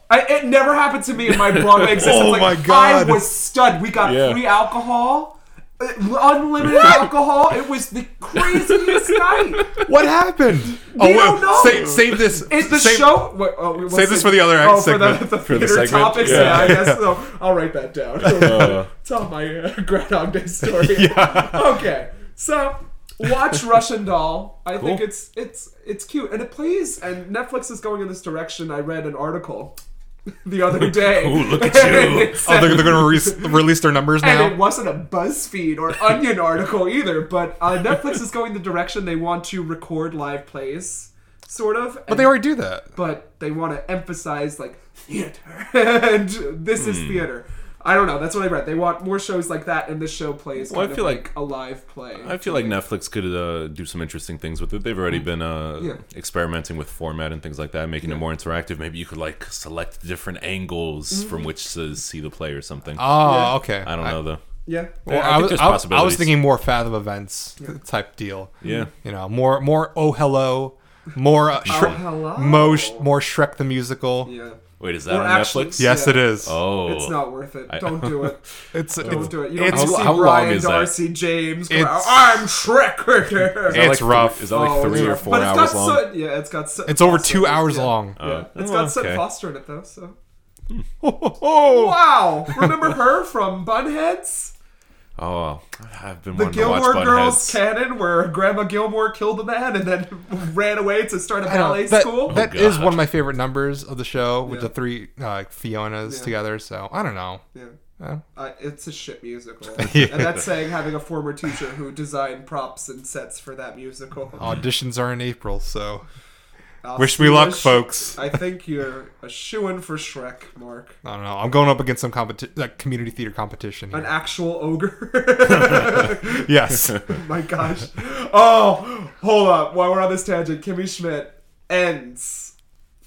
Speaker 1: I, it never happened to me in my Broadway existence.
Speaker 3: Oh
Speaker 1: like,
Speaker 3: my God.
Speaker 1: I was stunned. We got
Speaker 2: Yeah.
Speaker 1: free alcohol. uh, unlimited alcohol. It was the craziest night.
Speaker 3: What happened?
Speaker 1: We don't know.
Speaker 3: Oh, Save, save this.
Speaker 1: It's the
Speaker 3: save,
Speaker 1: show. Wait, oh, we- we'll
Speaker 3: save this
Speaker 1: save-
Speaker 3: for the other
Speaker 1: Oh,
Speaker 3: segment. Oh,
Speaker 1: for the, the
Speaker 2: For the
Speaker 1: theater
Speaker 2: segment?
Speaker 1: topics.
Speaker 2: Yeah.
Speaker 1: Yeah, I guess so. I'll write that down.
Speaker 2: Uh,
Speaker 1: it's on my uh, Groundhog Day story. Okay, so watch Russian Doll. I think it's it's it's cute and it plays. And Netflix is going in this direction. I read an article the other day.
Speaker 2: Ooh, look at you.
Speaker 1: It
Speaker 3: Oh,
Speaker 1: said-
Speaker 3: they're, they're going to re- release their numbers
Speaker 1: and
Speaker 3: now.
Speaker 1: it wasn't a BuzzFeed or Onion article either, but uh, Netflix is going the direction they want to record live plays, sort of.
Speaker 3: but they already do that.
Speaker 1: but they want to emphasize like theater, and this is
Speaker 2: Hmm.
Speaker 1: theater. I don't know. That's what I read. They want more shows like that, and this show plays
Speaker 2: Well, I
Speaker 1: kind
Speaker 2: feel
Speaker 1: of
Speaker 2: like-
Speaker 1: like, a live play.
Speaker 2: I feel like Netflix could uh, do some interesting things with it. They've already been uh,
Speaker 1: Mm. Yeah.
Speaker 2: experimenting with format and things like that, making it more interactive. Maybe you could like select different angles
Speaker 1: Mm-hmm.
Speaker 2: from which to see the play or something.
Speaker 3: Oh,
Speaker 1: Yeah.
Speaker 3: okay.
Speaker 2: I don't know though.
Speaker 1: yeah.
Speaker 3: Well,
Speaker 2: I
Speaker 3: I,
Speaker 2: think
Speaker 3: was,
Speaker 2: there's
Speaker 3: I, I was
Speaker 2: possibilities.
Speaker 3: thinking more Fathom Events type deal.
Speaker 2: Yeah.
Speaker 3: You know, more more Oh Hello, more uh, Shre-
Speaker 1: Oh Hello.
Speaker 3: Mo- more Shrek the Musical.
Speaker 1: Yeah.
Speaker 2: Wait, is that
Speaker 1: Or
Speaker 2: on
Speaker 1: actually-
Speaker 2: Netflix?
Speaker 3: Yes,
Speaker 1: Yeah.
Speaker 3: it is.
Speaker 2: Oh,
Speaker 1: It's not worth it.
Speaker 2: I-
Speaker 1: Don't do it.
Speaker 3: It's, it's
Speaker 1: Don't do it. You don't
Speaker 3: it's-
Speaker 1: have to see
Speaker 2: how long
Speaker 1: Brian
Speaker 2: is that?
Speaker 1: Darcy James. Go,
Speaker 3: It's-
Speaker 1: I'm Shrek. Oh,
Speaker 2: Is that,
Speaker 3: It's
Speaker 2: like,
Speaker 3: rough.
Speaker 2: Three, is that like
Speaker 1: three
Speaker 2: three or four hours long?
Speaker 1: yeah, it's got. Sut
Speaker 3: it's over
Speaker 1: Foster
Speaker 3: two
Speaker 1: in it.
Speaker 3: hours
Speaker 1: Yeah.
Speaker 3: long.
Speaker 1: Yeah.
Speaker 2: Uh,
Speaker 1: It's
Speaker 2: well,
Speaker 1: got Sut
Speaker 2: okay.
Speaker 1: Foster in it though. So.
Speaker 3: Oh,
Speaker 1: Wow! Remember her from Bunheads?
Speaker 2: Oh, I've been
Speaker 1: The
Speaker 2: wanting
Speaker 1: Gilmore
Speaker 2: to watch
Speaker 1: Girls
Speaker 2: Bunheads.
Speaker 1: canon, where Grandma Gilmore killed a man and then ran away to start a
Speaker 3: I know.
Speaker 1: ballet
Speaker 3: that,
Speaker 1: school.
Speaker 3: that
Speaker 2: Oh,
Speaker 3: is
Speaker 2: God.
Speaker 3: one of my favorite numbers of the show with
Speaker 1: Yeah.
Speaker 3: the three uh, Fionas
Speaker 1: Yeah.
Speaker 3: together. So I don't know.
Speaker 1: yeah.
Speaker 3: Uh,
Speaker 1: Uh, it's a shit musical,
Speaker 3: Yeah.
Speaker 1: and that's saying having a former teacher who designed props and sets for that musical.
Speaker 3: auditions are in April, so
Speaker 1: I'll
Speaker 3: wish
Speaker 1: see
Speaker 3: me
Speaker 1: you
Speaker 3: luck,
Speaker 1: as-
Speaker 3: folks.
Speaker 1: I think you're a shoo in for Shrek, Mark.
Speaker 3: I don't know. I'm going up against some competi- like community theater competition.
Speaker 1: An
Speaker 3: Here.
Speaker 1: actual ogre.
Speaker 3: yes.
Speaker 1: my gosh. Oh, hold up. While we're on this tangent, Kimmy Schmidt ends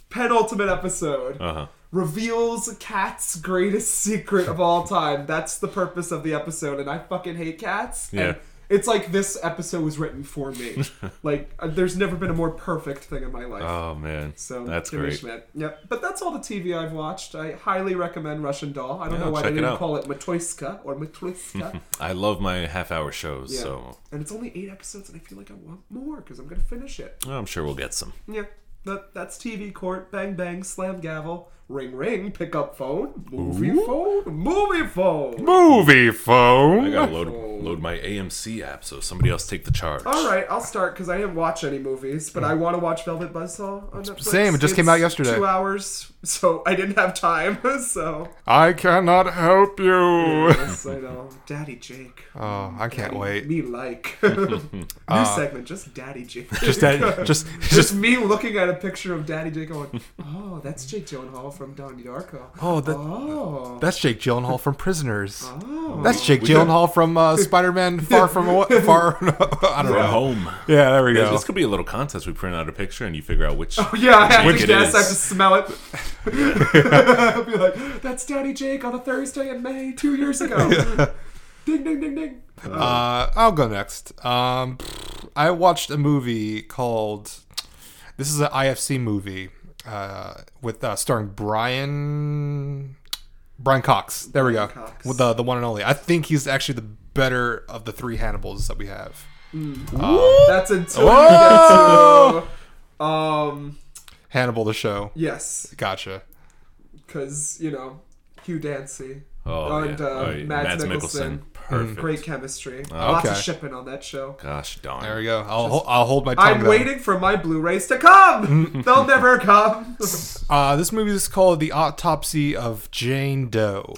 Speaker 1: penultimate episode.
Speaker 2: Uh-huh.
Speaker 1: Reveals Cat's greatest secret of all time. That's the purpose of the episode, and I fucking hate cats. and
Speaker 2: Yeah.
Speaker 1: it's like this episode was written for me. like, uh, there's never been a more perfect thing in my life.
Speaker 2: Oh man,
Speaker 1: So
Speaker 2: that's
Speaker 1: Kimmy
Speaker 2: great.
Speaker 1: Schmidt. Yep. But that's all the TV I've watched. I highly recommend Russian Doll. I don't
Speaker 2: Yeah,
Speaker 1: know why
Speaker 2: check
Speaker 1: they
Speaker 2: it
Speaker 1: didn't
Speaker 2: out.
Speaker 1: call it Matoyska or Matoyska.
Speaker 2: I love my half-hour shows,
Speaker 1: Yeah.
Speaker 2: so
Speaker 1: and it's only eight episodes, and I feel like I want more because I'm gonna finish it.
Speaker 2: I'm sure we'll get some.
Speaker 1: Yeah, that that's TV court. Bang bang, slam gavel, ring ring, pick up phone, movie phone, movie phone.
Speaker 3: Movie
Speaker 2: I
Speaker 3: phone.
Speaker 2: gotta load load my AMC app so somebody else take the charge.
Speaker 1: All right, I'll start because I didn't watch any movies, but I want to watch Velvet Buzzsaw on Netflix.
Speaker 3: Same, it just came out
Speaker 1: It's
Speaker 3: yesterday.
Speaker 1: Two hours, so I didn't have time. So
Speaker 3: I cannot help you.
Speaker 1: yes, I know, Daddy Jake.
Speaker 3: Oh, I can't wait.
Speaker 1: Me like new segment, just Daddy Jake.
Speaker 3: Uh, Just that. Just
Speaker 1: just
Speaker 3: just.
Speaker 1: me looking at a picture of Daddy Jake going, "Oh, that's Jake Gyllenhaal from Donnie Darko."
Speaker 3: Oh, that-
Speaker 1: oh,
Speaker 3: That's Jake Gyllenhaal from Prisoners.
Speaker 1: oh.
Speaker 3: That's Jake Gyllenhaal from uh, Spider-Man: Far From Awa- Far. I don't
Speaker 2: We're
Speaker 3: know.
Speaker 2: home.
Speaker 3: Yeah, there we
Speaker 2: This-
Speaker 3: go.
Speaker 2: This could be a little contest. We print out a picture and you figure out which. oh,
Speaker 1: yeah, I have
Speaker 2: Which
Speaker 1: to
Speaker 2: it
Speaker 1: guess. I have
Speaker 2: is.
Speaker 1: to smell it. I'll be like, "That's Daddy Jake on a Thursday in May two years ago." Ding ding ding ding.
Speaker 3: Uh, I'll go next. Um, I watched a movie called. This is an IFC movie uh, with uh, starring Brian Brian Cox. There we go.
Speaker 1: Brian Cox.
Speaker 3: With the the one and only. I think he's actually the better of the three Hannibals that we have.
Speaker 1: That's until we get to. Um.
Speaker 3: Hannibal the show.
Speaker 1: Yes,
Speaker 3: Gotcha.
Speaker 1: because you know Hugh Dancy.
Speaker 2: Oh,
Speaker 1: And,
Speaker 2: yeah.
Speaker 1: uh,
Speaker 2: Oh, yeah.
Speaker 1: Mads Mikkelsen. Mm-hmm.
Speaker 2: Perfect.
Speaker 1: Great chemistry. Lots of
Speaker 3: Okay.
Speaker 1: shipping on that show.
Speaker 2: Gosh darn.
Speaker 3: There we go. I'll hol- I'll hold my tongue.
Speaker 1: I'm
Speaker 3: then.
Speaker 1: waiting for my Blu-rays to come. They'll never come.
Speaker 3: Uh, this movie is called The Autopsy of Jane Doe.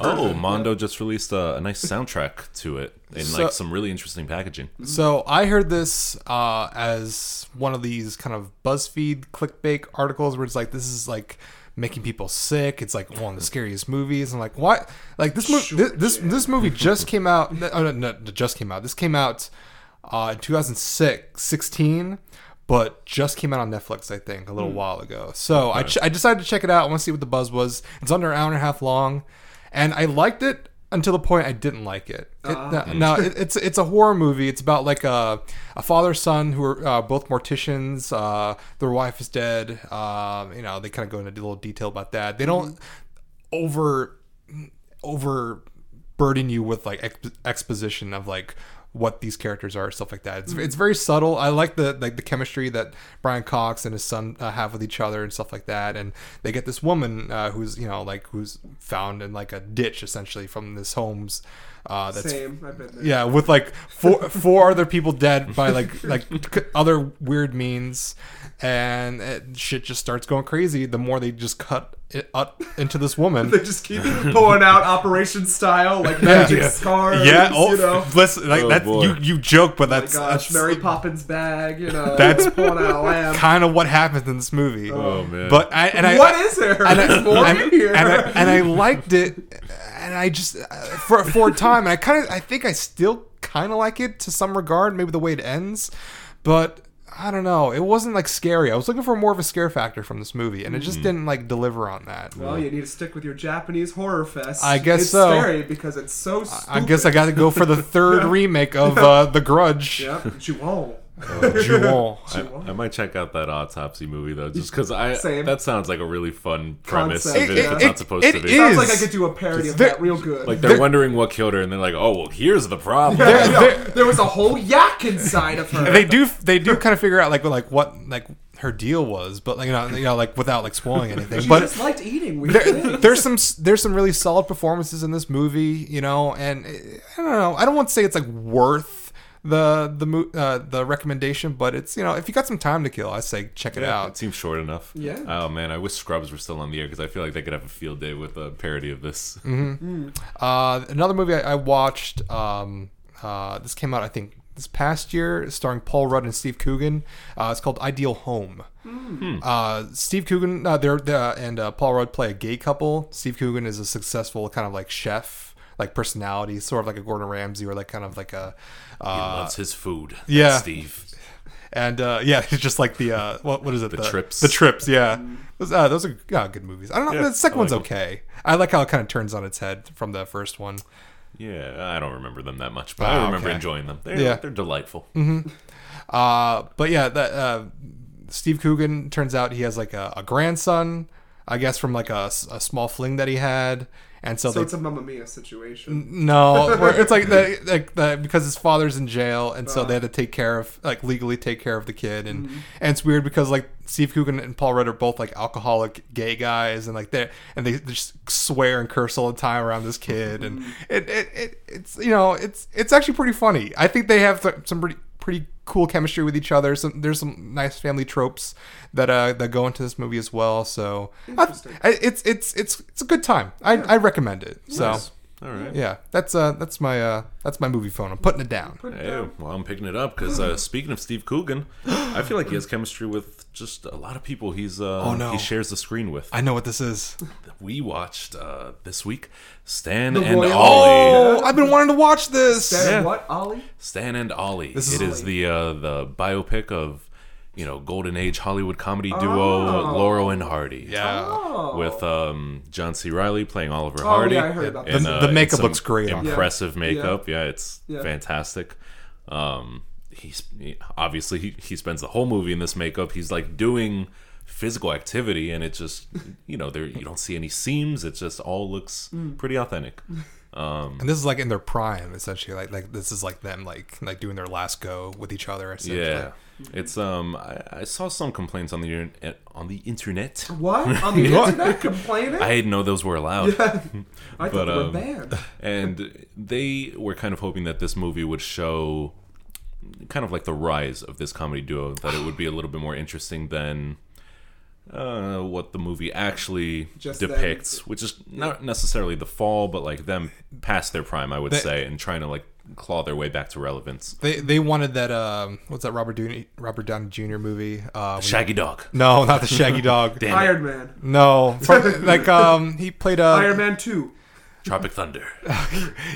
Speaker 2: Oh, Mondo just released a, a nice soundtrack to it in
Speaker 3: So-
Speaker 2: like some really interesting packaging.
Speaker 3: So I heard this uh, as one of these kind of BuzzFeed clickbait articles where it's like this is like making people sick. It's like one of the scariest movies. I'm like, what? Like this movie, this, this this movie just came out. Oh, no, no, no, just came out. This came out uh, in 2006, 16, but just came out on Netflix, I think, a little while ago. So I, ch- I decided to check it out. I want to see what the buzz was. It's under an hour and a half long, and I liked it until the point I didn't like it. it now- now it, it's it's a horror movie. It's about like a a father son who are uh, both morticians. Uh, their wife is dead. Um, you know they kind of go into a little detail about that. They don't over over burden you with like exp- exposition of like what these characters are stuff like that it's, it's very subtle i like the like the chemistry that brian cox and his son uh, have with each other and stuff like that and they get this woman uh, who's you know like who's found in like a ditch essentially from this homes uh, that's
Speaker 1: Same. I've been there.
Speaker 3: yeah, with like four four other people dead by like like c- other weird means, and it, shit just starts going crazy. The more they just cut it up into this woman,
Speaker 1: They just keep pulling out Operation Style, like magic scars.
Speaker 3: yeah.
Speaker 1: you
Speaker 3: Oh,
Speaker 1: know. Oh
Speaker 3: listen, like
Speaker 2: Oh,
Speaker 3: that's
Speaker 2: boy.
Speaker 3: you you joke, but
Speaker 1: my
Speaker 3: that's
Speaker 1: gosh,
Speaker 3: that's
Speaker 1: Mary Poppins bag, you know.
Speaker 3: That's-
Speaker 1: pulling out a lamp.
Speaker 3: kind of what happens in this movie.
Speaker 2: Oh, man.
Speaker 3: But I, and I
Speaker 1: What is there?
Speaker 3: and I,
Speaker 1: There's more
Speaker 3: and-
Speaker 1: in here.
Speaker 3: and I, and I liked it, and I just uh, for for a time, and I kind of I think I still kind of like it to some regard, maybe the way it ends, but I don't know. It wasn't like scary. I was looking for more of a scare factor from this movie, and it
Speaker 2: Hmm.
Speaker 3: just didn't like deliver on that.
Speaker 1: well, you need to stick with your Japanese horror fest.
Speaker 3: I guess
Speaker 1: it's
Speaker 3: so.
Speaker 1: scary because it's so stupid.
Speaker 3: I guess I got to go for the third remake of uh, The Grudge.
Speaker 1: Yep, Ju-on.
Speaker 2: Oh.
Speaker 3: Jewel.
Speaker 2: I, I might check out that autopsy movie though, just because I
Speaker 1: Same.
Speaker 2: that sounds like a really fun premise,
Speaker 1: Concept,
Speaker 2: even if
Speaker 1: yeah.
Speaker 2: it's
Speaker 3: It-
Speaker 2: not supposed
Speaker 3: it-
Speaker 2: to
Speaker 3: it
Speaker 2: be.
Speaker 3: is.
Speaker 1: Sounds like I could do a parody of
Speaker 3: There-
Speaker 1: that real good.
Speaker 2: Like they're wondering what killed her, and they're like, "Oh, well, here's the problem."
Speaker 1: I know,
Speaker 3: there-
Speaker 1: there was a whole yak inside of her.
Speaker 3: they do they do kind of figure out like what- like what like her deal was, but like you know, you know like without like spoiling anything.
Speaker 1: she
Speaker 3: but
Speaker 1: just liked eating weird
Speaker 3: there,
Speaker 1: things.
Speaker 3: there's some there's some really solid performances in this movie, you know, and eh, I don't know. I don't want to say it's like worth the the mo- uh, the recommendation, but it's you know if you got some time to kill, I say check it
Speaker 2: Yeah, it
Speaker 3: out.
Speaker 2: seems short enough.
Speaker 1: Yeah.
Speaker 2: Oh man, I wish Scrubs were still on the air because I feel like they could have a field day with a parody of this.
Speaker 3: Mm-hmm. Uh, another movie I, I watched. Um, uh, this came out I think this past year, starring Paul Rudd and Steve Coogan. Uh, it's called Ideal Home.
Speaker 2: Hmm.
Speaker 3: Uh, Steve Coogan uh, they're, they're- and uh, Paul Rudd play a gay couple. Steve Coogan is a successful kind of like chef, like personality, sort of like a Gordon Ramsay or like kind of like a.
Speaker 2: He
Speaker 3: Uh,
Speaker 2: loves his food. That's
Speaker 3: yeah.
Speaker 2: Steve.
Speaker 3: and uh, yeah, it's just like the uh, what what is it? The,
Speaker 2: Trips. Mm-hmm.
Speaker 3: The trips. Yeah, those, uh, those are uh, good movies. I don't know.
Speaker 2: Yeah,
Speaker 3: the second
Speaker 2: I like
Speaker 3: one's okay. I like how it kind of turns on its head from the first one.
Speaker 2: Yeah, I don't remember them that much, but
Speaker 3: Ah,
Speaker 2: I remember
Speaker 3: okay.
Speaker 2: enjoying them. They're,
Speaker 3: Yeah. Mm-hmm.
Speaker 2: they're delightful.
Speaker 3: Uh, but yeah, that uh, Steve Coogan turns out he has like a, a grandson, I guess, from like a, s- a small fling that he had, and so,
Speaker 1: so
Speaker 3: they,
Speaker 1: it's a Mamma Mia
Speaker 3: Mm.
Speaker 1: situation.
Speaker 3: no, where it's like the, like the, because his father's in jail, and so they had to take care of like legally take care of the kid, and and it's weird because like Steve Coogan and Paul Rudd are both like alcoholic gay guys, and like they and they they just swear and curse all the time around this kid, and it, it, it it's you know it's it's actually pretty funny. I think they have th- some pretty pretty cool chemistry with each other. Some there's some nice family tropes that uh that go into this movie as well. So I,
Speaker 1: Interesting.
Speaker 3: I- it's it's it's it's a good time. I I recommend it. So.
Speaker 2: Nice. All right.
Speaker 3: Yeah, that's uh, that's my uh, that's my movie phone. I'm putting it down.
Speaker 2: Hey, well, I'm picking it up because uh, speaking of Steve Coogan, I feel like he has chemistry with just a lot of people. He's uh,
Speaker 3: Oh, no.
Speaker 2: he shares the screen with.
Speaker 3: I know what this is.
Speaker 2: we watched uh, this week Stan
Speaker 1: The
Speaker 2: and
Speaker 1: Royal-
Speaker 2: Ollie.
Speaker 3: Oh, I've been wanting to watch this.
Speaker 1: Then
Speaker 2: Yeah.
Speaker 1: what, Ollie?
Speaker 2: Stan and Ollie. It
Speaker 3: This
Speaker 2: is
Speaker 3: is
Speaker 2: the uh, the biopic of you know golden age Hollywood comedy duo
Speaker 1: Oh.
Speaker 2: Laurel and Hardy.
Speaker 3: Yeah,
Speaker 1: Oh.
Speaker 2: Uh, With um, John C. Riley playing Oliver
Speaker 1: oh,
Speaker 2: Hardy.
Speaker 1: yeah, I heard about
Speaker 3: Yeah.
Speaker 1: that.
Speaker 3: The- the makeup looks great on her.
Speaker 2: Impressive
Speaker 1: Yeah.
Speaker 2: makeup. Yeah, it's
Speaker 1: Yeah.
Speaker 2: fantastic. Um, he's he, obviously he, he spends the whole movie in this makeup. He's like doing physical activity, and it just you know there you don't see any seams. It just all looks
Speaker 1: Mm.
Speaker 2: pretty authentic.
Speaker 3: and this is like in their prime, essentially. Like like this is like them like like doing their last go with each other. Essentially.
Speaker 2: Yeah, it's um I, I saw some complaints on the internet on the internet.
Speaker 1: What? On the internet complaining?
Speaker 2: I didn't know those were allowed.
Speaker 1: I
Speaker 2: but,
Speaker 1: thought they were
Speaker 2: um,
Speaker 1: banned.
Speaker 2: and they were kind of hoping that this movie would show kind of like the rise of this comedy duo, that it would be a little bit more interesting than uh, what the movie actually
Speaker 1: Just them.
Speaker 2: depicts, which is not necessarily the fall, but like them past their prime, I would say, and trying to like claw their way back to relevance.
Speaker 3: They they wanted that um what's that Robert Downey Robert Downey Jr. movie? Um,
Speaker 2: Shaggy Dog.
Speaker 3: no, not the Shaggy Dog.
Speaker 2: Damn it.
Speaker 1: Iron Man.
Speaker 3: No, From- like um he played a
Speaker 1: Iron Man 2.
Speaker 2: Tropic Thunder.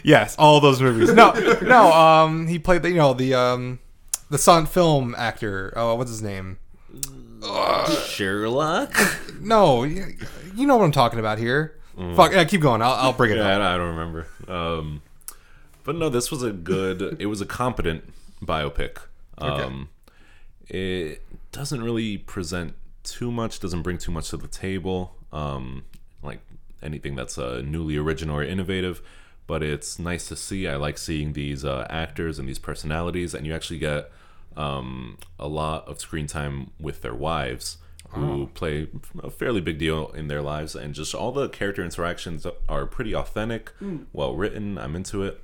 Speaker 3: yes all those movies. No no um he played the you know the um the silent film actor. Oh, what's his name?
Speaker 2: Sherlock?
Speaker 3: No, you, you know what I'm talking about here. Fuck, yeah, keep going. I'll, I'll bring it
Speaker 2: Mm. Yeah,
Speaker 3: up.
Speaker 2: I don't- I don't remember. Um, but no, this was a good. it was a competent biopic. Um, It doesn't really present too much. Doesn't bring too much to the table. Um, like anything that's uh, newly original or innovative. but it's nice to see. I like seeing these uh, actors and these personalities, and you actually get um, a lot of screen time with their wives, who play a fairly big deal in their lives, and just all the character interactions are pretty authentic,
Speaker 1: Hmm.
Speaker 2: well written. I'm into it.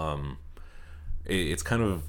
Speaker 2: Um, it. It's kind of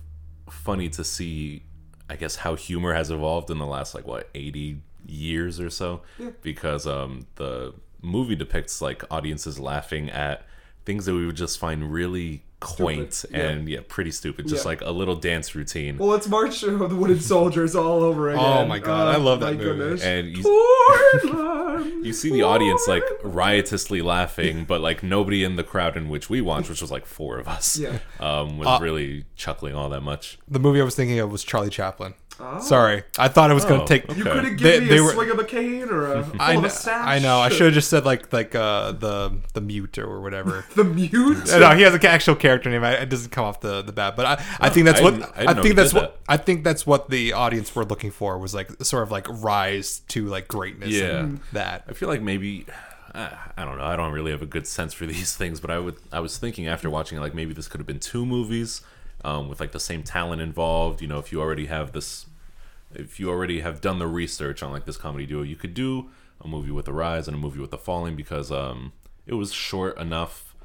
Speaker 2: funny to see, I guess, how humor has evolved in the last like what 80 years or so, because um, the movie depicts like audiences laughing at things that we would just find really quaint
Speaker 1: yeah.
Speaker 2: and yeah, pretty stupid, just
Speaker 1: Yeah.
Speaker 2: like a little dance routine.
Speaker 1: Well, it's March of the Wooden Soldiers all over again.
Speaker 3: Oh my God, I love that
Speaker 1: uh, my
Speaker 3: movie.
Speaker 1: Goodness.
Speaker 2: and you,
Speaker 1: Portland.
Speaker 2: you see the audience like riotously laughing, but like nobody in the crowd in which we watched, which was like four of us,
Speaker 1: Yeah.
Speaker 2: um, was really chuckling all that much.
Speaker 3: The movie I was thinking of was Charlie Chaplin. Sorry, I thought it was
Speaker 2: Oh,
Speaker 3: gonna take.
Speaker 2: okay.
Speaker 1: Oh. you could have given
Speaker 3: They-
Speaker 1: me
Speaker 3: they
Speaker 1: a
Speaker 3: were-
Speaker 1: swing of a cane or a pull
Speaker 3: I
Speaker 1: of
Speaker 3: know,
Speaker 1: a sash.
Speaker 3: I know. I should have just said like like uh, the the mute or whatever.
Speaker 1: The mute.
Speaker 3: Uh, no, he has an actual character name. I- It doesn't come off the the bat, but I, I think that's
Speaker 2: Oh, I
Speaker 3: what
Speaker 2: didn't- I
Speaker 3: I,
Speaker 2: didn't know he
Speaker 3: think that's
Speaker 2: did
Speaker 3: what I think that's what the audience were looking for was like sort of like rise to like greatness.
Speaker 2: Yeah.
Speaker 1: Mm.
Speaker 3: and that
Speaker 2: I feel like maybe I, I don't know. I don't really have a good sense for these things, but I would I was thinking after watching it, like maybe this could have been two movies um, with like the same talent involved. You know, if you already have this, if you already have done the research on like this comedy duo, you could do a movie with the rise and a movie with the falling because um, it was short enough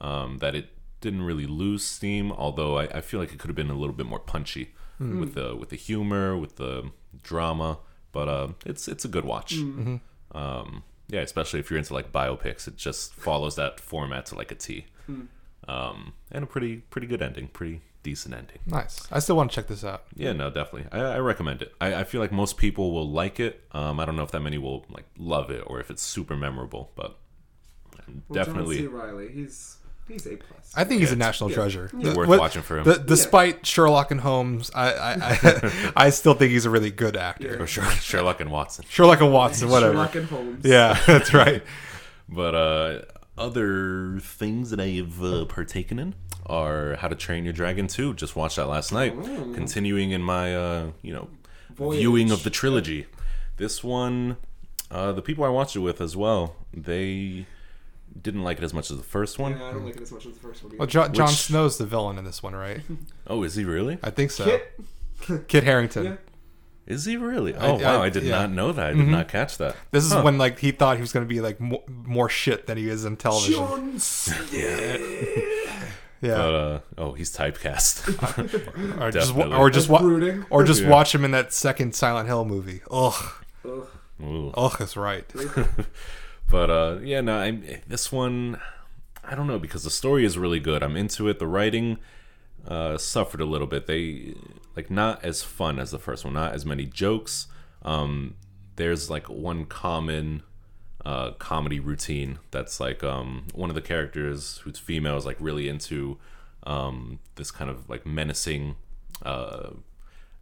Speaker 2: um, that it didn't really lose steam. Although I, I feel like it could have been a little bit more punchy with the with the humor, with the drama. But uh, it's it's a good watch. Um, yeah, especially if you're into like biopics, it just follows that format to like a T.
Speaker 1: Hmm.
Speaker 2: Um, and a pretty pretty good ending, pretty decent ending.
Speaker 3: nice. I still want to check this out.
Speaker 2: Yeah, no, definitely. I, I recommend it. I, I feel like most people will like it. Um, I don't know if that many will like love it or if it's super memorable, but
Speaker 1: Well, John C.
Speaker 2: definitely.
Speaker 1: Riley. He's he's a plus.
Speaker 3: I think he's a national treasure. The-
Speaker 2: Worth
Speaker 3: what-
Speaker 2: watching for him.
Speaker 3: the- despite Sherlock and Holmes, I I, I I still think he's a really good actor.
Speaker 2: Or Sher- Sherlock and Watson.
Speaker 3: Sherlock and Watson, whatever.
Speaker 1: Sherlock and Holmes.
Speaker 3: Yeah, that's right.
Speaker 2: But uh, other things that I have uh, partaken in are How to Train Your Dragon 2. Just watched that last night.
Speaker 3: Mm.
Speaker 2: Continuing in my, uh, you know,
Speaker 1: Voyage.
Speaker 2: viewing of the trilogy. This one, uh, the people I watched it with as well, they didn't like it as much as the first one.
Speaker 1: Yeah, I don't like it as much as the first one.
Speaker 3: Well,
Speaker 1: Either.
Speaker 3: jo- John
Speaker 2: Which-
Speaker 3: Snow's the villain in this one, right?
Speaker 2: Oh, is he really?
Speaker 3: I think so. Kit,
Speaker 1: Kit.
Speaker 3: Harrington.
Speaker 1: Yeah.
Speaker 2: Is he really? Oh,
Speaker 3: I-
Speaker 2: wow.
Speaker 3: I-
Speaker 2: I did
Speaker 3: yeah. Mm-hmm.
Speaker 2: not know that. I did not catch that.
Speaker 3: This is
Speaker 2: Huh.
Speaker 3: when like he thought he was going to be like mo- more shit than he is in television.
Speaker 1: John Snow.
Speaker 3: Yeah.
Speaker 2: But, uh, oh, he's typecast.
Speaker 3: or just wa-
Speaker 2: Oh, Definitely.
Speaker 3: or just wa-
Speaker 1: Brooding.
Speaker 3: or just
Speaker 2: Yeah.
Speaker 3: watch him in that second Silent Hill movie. Ugh,
Speaker 1: Ugh.
Speaker 2: Ooh.
Speaker 3: ugh, that's right.
Speaker 2: But uh, yeah, no, I, this one, I don't know because the story is really good. I'm into it. The writing uh, suffered a little bit. They like not as fun as the first one. Not as many jokes. Um, there's like one common uh, comedy routine that's like um, one of the characters who's female is like really into um, this kind of like menacing uh,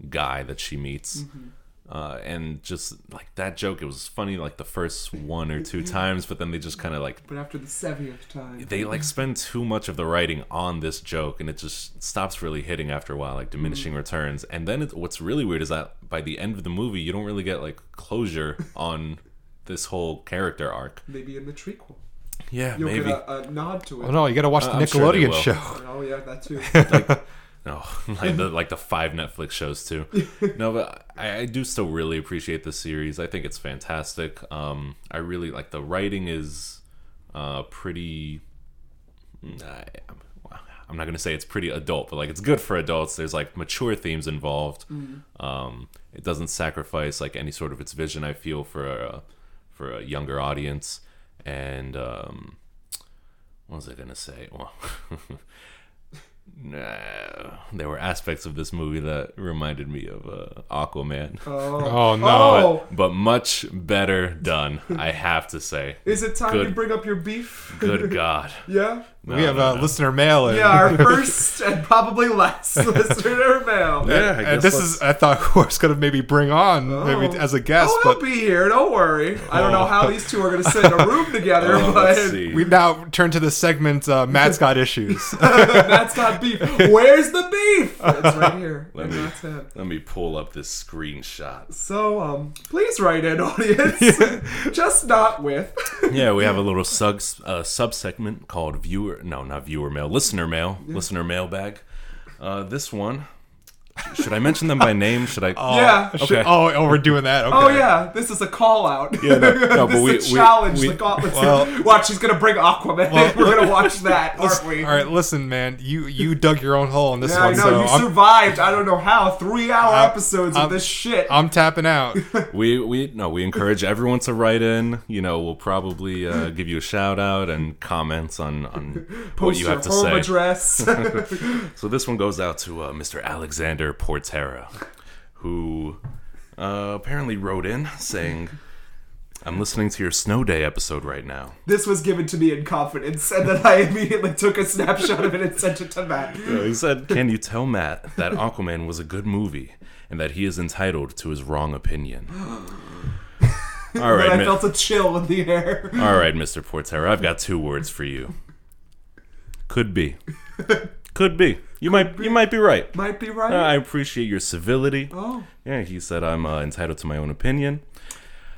Speaker 2: guy that she meets uh, and just like that joke it was funny like the first one or two times but then they just kind of like
Speaker 1: But after the seventieth time,
Speaker 2: they like spend too much of the writing on this joke and it just stops really hitting after a while like diminishing returns and then it, what's really weird is that by the end of the movie you don't really get like closure on this whole character arc
Speaker 1: maybe in the trequel,
Speaker 2: yeah
Speaker 1: you'll
Speaker 2: maybe
Speaker 1: get a, a nod to it.
Speaker 3: Oh no, you got to watch the
Speaker 2: I'm sure they
Speaker 3: Nickelodeon
Speaker 2: will.
Speaker 3: show.
Speaker 1: Oh yeah, that too.
Speaker 2: No, like the like the five Netflix shows too. No, but I, I do still really appreciate the series. I think it's fantastic. Um, I really like the writing is uh pretty. mm, I, I'm not gonna say it's pretty adult, but like it's good for adults. There's like mature themes involved. Um, it doesn't sacrifice like any sort of its vision. I feel for a for a younger audience, and um, what was I gonna say? Well. Nah, there were aspects of this movie that reminded me of uh, Aquaman,
Speaker 1: Oh.
Speaker 3: Oh no,
Speaker 1: Oh.
Speaker 2: but much better done. I have to say,
Speaker 1: Is it time
Speaker 2: Good.
Speaker 1: you bring up your beef?
Speaker 2: good God,
Speaker 1: yeah?
Speaker 2: No,
Speaker 3: we have
Speaker 2: no,
Speaker 3: a
Speaker 2: no.
Speaker 3: listener mail. in.
Speaker 1: Yeah, our first and probably last listener mail.
Speaker 2: Yeah, I
Speaker 3: and
Speaker 2: guess
Speaker 3: this
Speaker 2: let's-
Speaker 3: is I thought who I was going to maybe bring on maybe
Speaker 1: Oh.
Speaker 3: as a guest,
Speaker 1: oh, I'll
Speaker 3: but
Speaker 1: be here. Don't worry. I don't know how these two are going to sit in a room together,
Speaker 2: Oh,
Speaker 1: but
Speaker 2: let's see.
Speaker 3: we now turn to the segment. Uh, Matt's got issues.
Speaker 1: Matt's got have beef. Where's the beef? It's right here.
Speaker 2: Let
Speaker 1: and
Speaker 2: me-
Speaker 1: that's it.
Speaker 2: Let me pull up this screenshot.
Speaker 1: So, um, please write in, audience. Just not with.
Speaker 2: Yeah, we have a little sub uh, sub segment called viewer. No, not viewer mail. Listener mail. Listener mailbag. Uh, this one. Should I mention them by name? Should I?
Speaker 1: yeah.
Speaker 3: Shit.
Speaker 2: Oh, Okay.
Speaker 3: Oh, oh, we're doing that. Okay.
Speaker 1: Oh yeah, this is a call out.
Speaker 2: Yeah, no, no,
Speaker 1: this
Speaker 2: but we-
Speaker 1: is a
Speaker 2: we-
Speaker 1: challenge.
Speaker 2: we-
Speaker 1: the call,
Speaker 3: well-
Speaker 1: watch, she's gonna bring Aquaman. We're gonna watch that, aren't we?
Speaker 3: All right, listen, man. You you dug your own hole in this
Speaker 1: Yeah, I
Speaker 3: one,
Speaker 1: know
Speaker 3: so
Speaker 1: you
Speaker 3: I'm,
Speaker 1: survived. I don't know how. Three hour
Speaker 3: I'm-
Speaker 1: episodes
Speaker 3: I'm-
Speaker 1: of this shit.
Speaker 3: I'm tapping out.
Speaker 2: We we no. We encourage everyone to write in. You know, we'll probably uh, give you a shout out and comments on on what
Speaker 1: Post
Speaker 2: you
Speaker 1: your
Speaker 2: have to
Speaker 1: home
Speaker 2: say.
Speaker 1: address.
Speaker 2: So this one goes out to uh, Mr. Alexander Portera, who uh, apparently wrote in saying, "I'm listening to your snow day episode right now."
Speaker 1: this was given to me in confidence, and then I immediately took a snapshot of it and sent it to Matt.
Speaker 2: He said, "Can you tell Matt that Aquaman was a good movie and that he is entitled to his wrong opinion?" All
Speaker 1: But
Speaker 2: right,
Speaker 1: I
Speaker 2: mi-
Speaker 1: felt a chill in the air.
Speaker 2: all right, Mr. Portera, I've got two words for you. Could be, could be. You might, you might be right.
Speaker 1: Might be right.
Speaker 2: Uh, I appreciate your civility.
Speaker 1: oh,
Speaker 2: Yeah, he said I'm uh, entitled to my own opinion.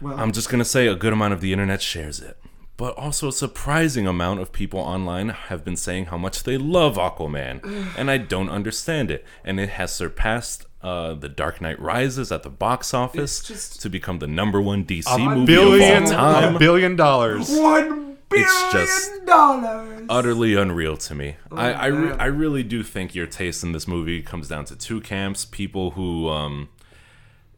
Speaker 1: well.
Speaker 2: I'm just gonna say a good amount of the internet shares it, but also a surprising amount of people online have been saying how much they love Aquaman, and I don't understand it. And it has surpassed uh, the Dark Knight Rises at the box office
Speaker 1: It's just-
Speaker 2: to become the number one DC movie
Speaker 3: billion,
Speaker 2: of all
Speaker 3: a
Speaker 2: time.
Speaker 3: billion dollars.
Speaker 1: One billion
Speaker 2: It's just
Speaker 1: dollars.
Speaker 2: Utterly unreal to me. I I, re-
Speaker 1: man.
Speaker 2: I really do think your taste in this movie comes down to two camps: people who um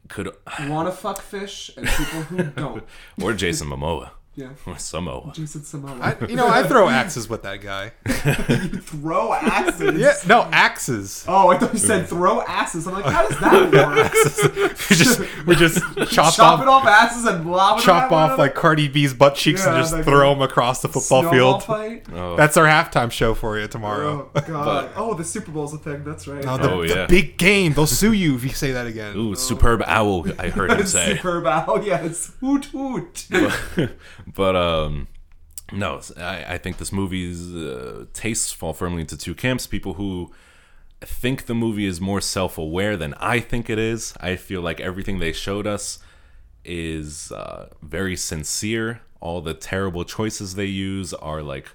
Speaker 2: could,
Speaker 1: Wanna fuck fish and people who don't.
Speaker 2: or Jason Momoa,
Speaker 1: Yeah.
Speaker 2: Samoa.
Speaker 1: Jason Samoa.
Speaker 3: You know, I throw axes with that guy.
Speaker 1: you throw asses.
Speaker 3: Yeah, no axes.
Speaker 1: Oh, I thought you said throw asses. I'm like, how does that work?
Speaker 3: We just we just chop
Speaker 1: Chopping
Speaker 3: off
Speaker 1: off asses and lobbing
Speaker 3: chop
Speaker 1: them at
Speaker 3: off
Speaker 1: one
Speaker 3: like Cardi B's butt cheeks
Speaker 1: Yeah,
Speaker 3: and just
Speaker 1: like
Speaker 3: throw them across the
Speaker 1: another.
Speaker 3: football
Speaker 1: Snowball
Speaker 3: field.
Speaker 1: Fight.
Speaker 2: Oh,
Speaker 3: That's our halftime show for you tomorrow.
Speaker 1: Oh god. oh, the Super Bowl's a thing. That's right.
Speaker 3: Now the,
Speaker 2: Oh,
Speaker 3: the
Speaker 2: yeah.
Speaker 3: big game. They'll sue you if you say that again.
Speaker 2: Ooh, superb owl! I heard him say.
Speaker 1: Superb owl. Yes. Hoot hoot.
Speaker 2: but um no i, I think this movie's uh, tastes fall firmly into two camps people who think the movie is more self-aware than i think it is i feel like everything they showed us is uh, very sincere all the terrible choices they use are like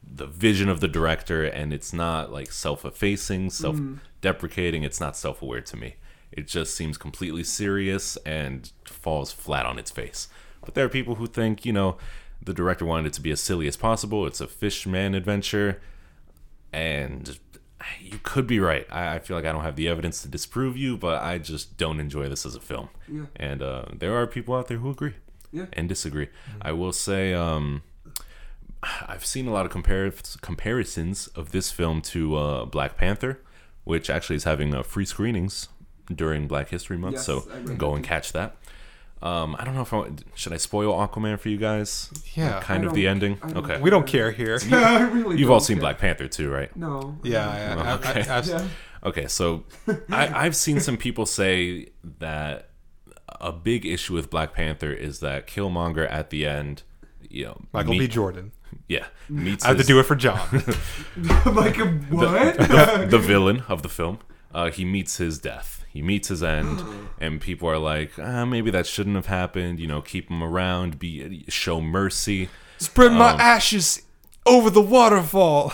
Speaker 2: the vision of the director and it's not like self-effacing self-deprecating it's not self-aware to me it just seems completely serious and falls flat on its face but there are people who think you know the director wanted it to be as silly as possible it's a fishman adventure and you could be right i, I feel like i don't have the evidence to disprove you but i just don't enjoy this as a film
Speaker 1: Yeah.
Speaker 2: and uh, there are people out there who agree
Speaker 1: Yeah.
Speaker 2: and disagree i will say um, I've seen a lot of compar- comparisons of this film to uh, Black Panther, which actually is having uh, free screenings during Black History Month.
Speaker 1: Yes,
Speaker 2: so
Speaker 1: I read
Speaker 2: go and catch that. Um, I don't know if I should I spoil Aquaman for you guys.
Speaker 3: Yeah.
Speaker 2: Like, kind
Speaker 1: I
Speaker 2: of the
Speaker 1: don't-
Speaker 2: ending.
Speaker 1: I don't
Speaker 2: Okay,
Speaker 1: know.
Speaker 3: We don't care here.
Speaker 1: I really
Speaker 2: you've
Speaker 1: don't
Speaker 2: all seen
Speaker 1: care.
Speaker 2: Black Panther too, right?
Speaker 1: No.
Speaker 3: Yeah, I, I,
Speaker 2: Okay.
Speaker 3: I, I,
Speaker 1: Yeah.
Speaker 2: Okay, so I, I've seen some people say that a big issue with Black Panther is that Killmonger at the end, you know,
Speaker 3: Michael B.
Speaker 2: meet-
Speaker 3: Jordan.
Speaker 2: yeah, meets
Speaker 3: I have to
Speaker 2: his-
Speaker 3: do it for John.
Speaker 1: I'm like, what?
Speaker 2: the, the villain of the film. Uh, he meets his death. He meets his end, and people are like, ah, maybe that shouldn't have happened. You know, keep him around, be show mercy,
Speaker 3: Spread my
Speaker 2: Um,
Speaker 3: ashes over the waterfall.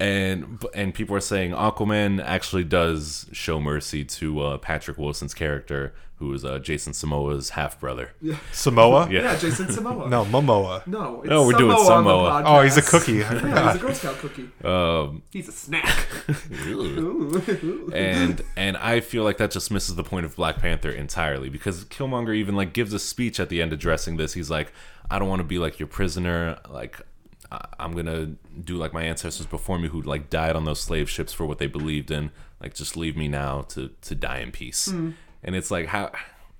Speaker 2: and and people are saying Aquaman actually does show mercy to uh, Patrick Wilson's character, who is uh, Jason Samoa's half brother.
Speaker 3: Samoa?
Speaker 2: Yeah.
Speaker 1: yeah, Jason Samoa.
Speaker 3: No, Momoa.
Speaker 1: No, it's
Speaker 2: No, we're doing
Speaker 1: Samoa on the
Speaker 2: Samoa.
Speaker 1: podcast.
Speaker 3: Oh, he's a cookie. I
Speaker 1: Yeah,
Speaker 3: forgot.
Speaker 1: he's a Girl Scout cookie.
Speaker 2: Um,
Speaker 1: He's a snack. Ooh.
Speaker 2: and and I feel like that just misses the point of Black Panther entirely because Killmonger even like gives a speech at the end addressing this. He's like, I don't want to be like your prisoner. Like, I- I'm gonna do like my ancestors before me who like died on those slave ships for what they believed in. Like, just leave me now to to die in peace. And it's like how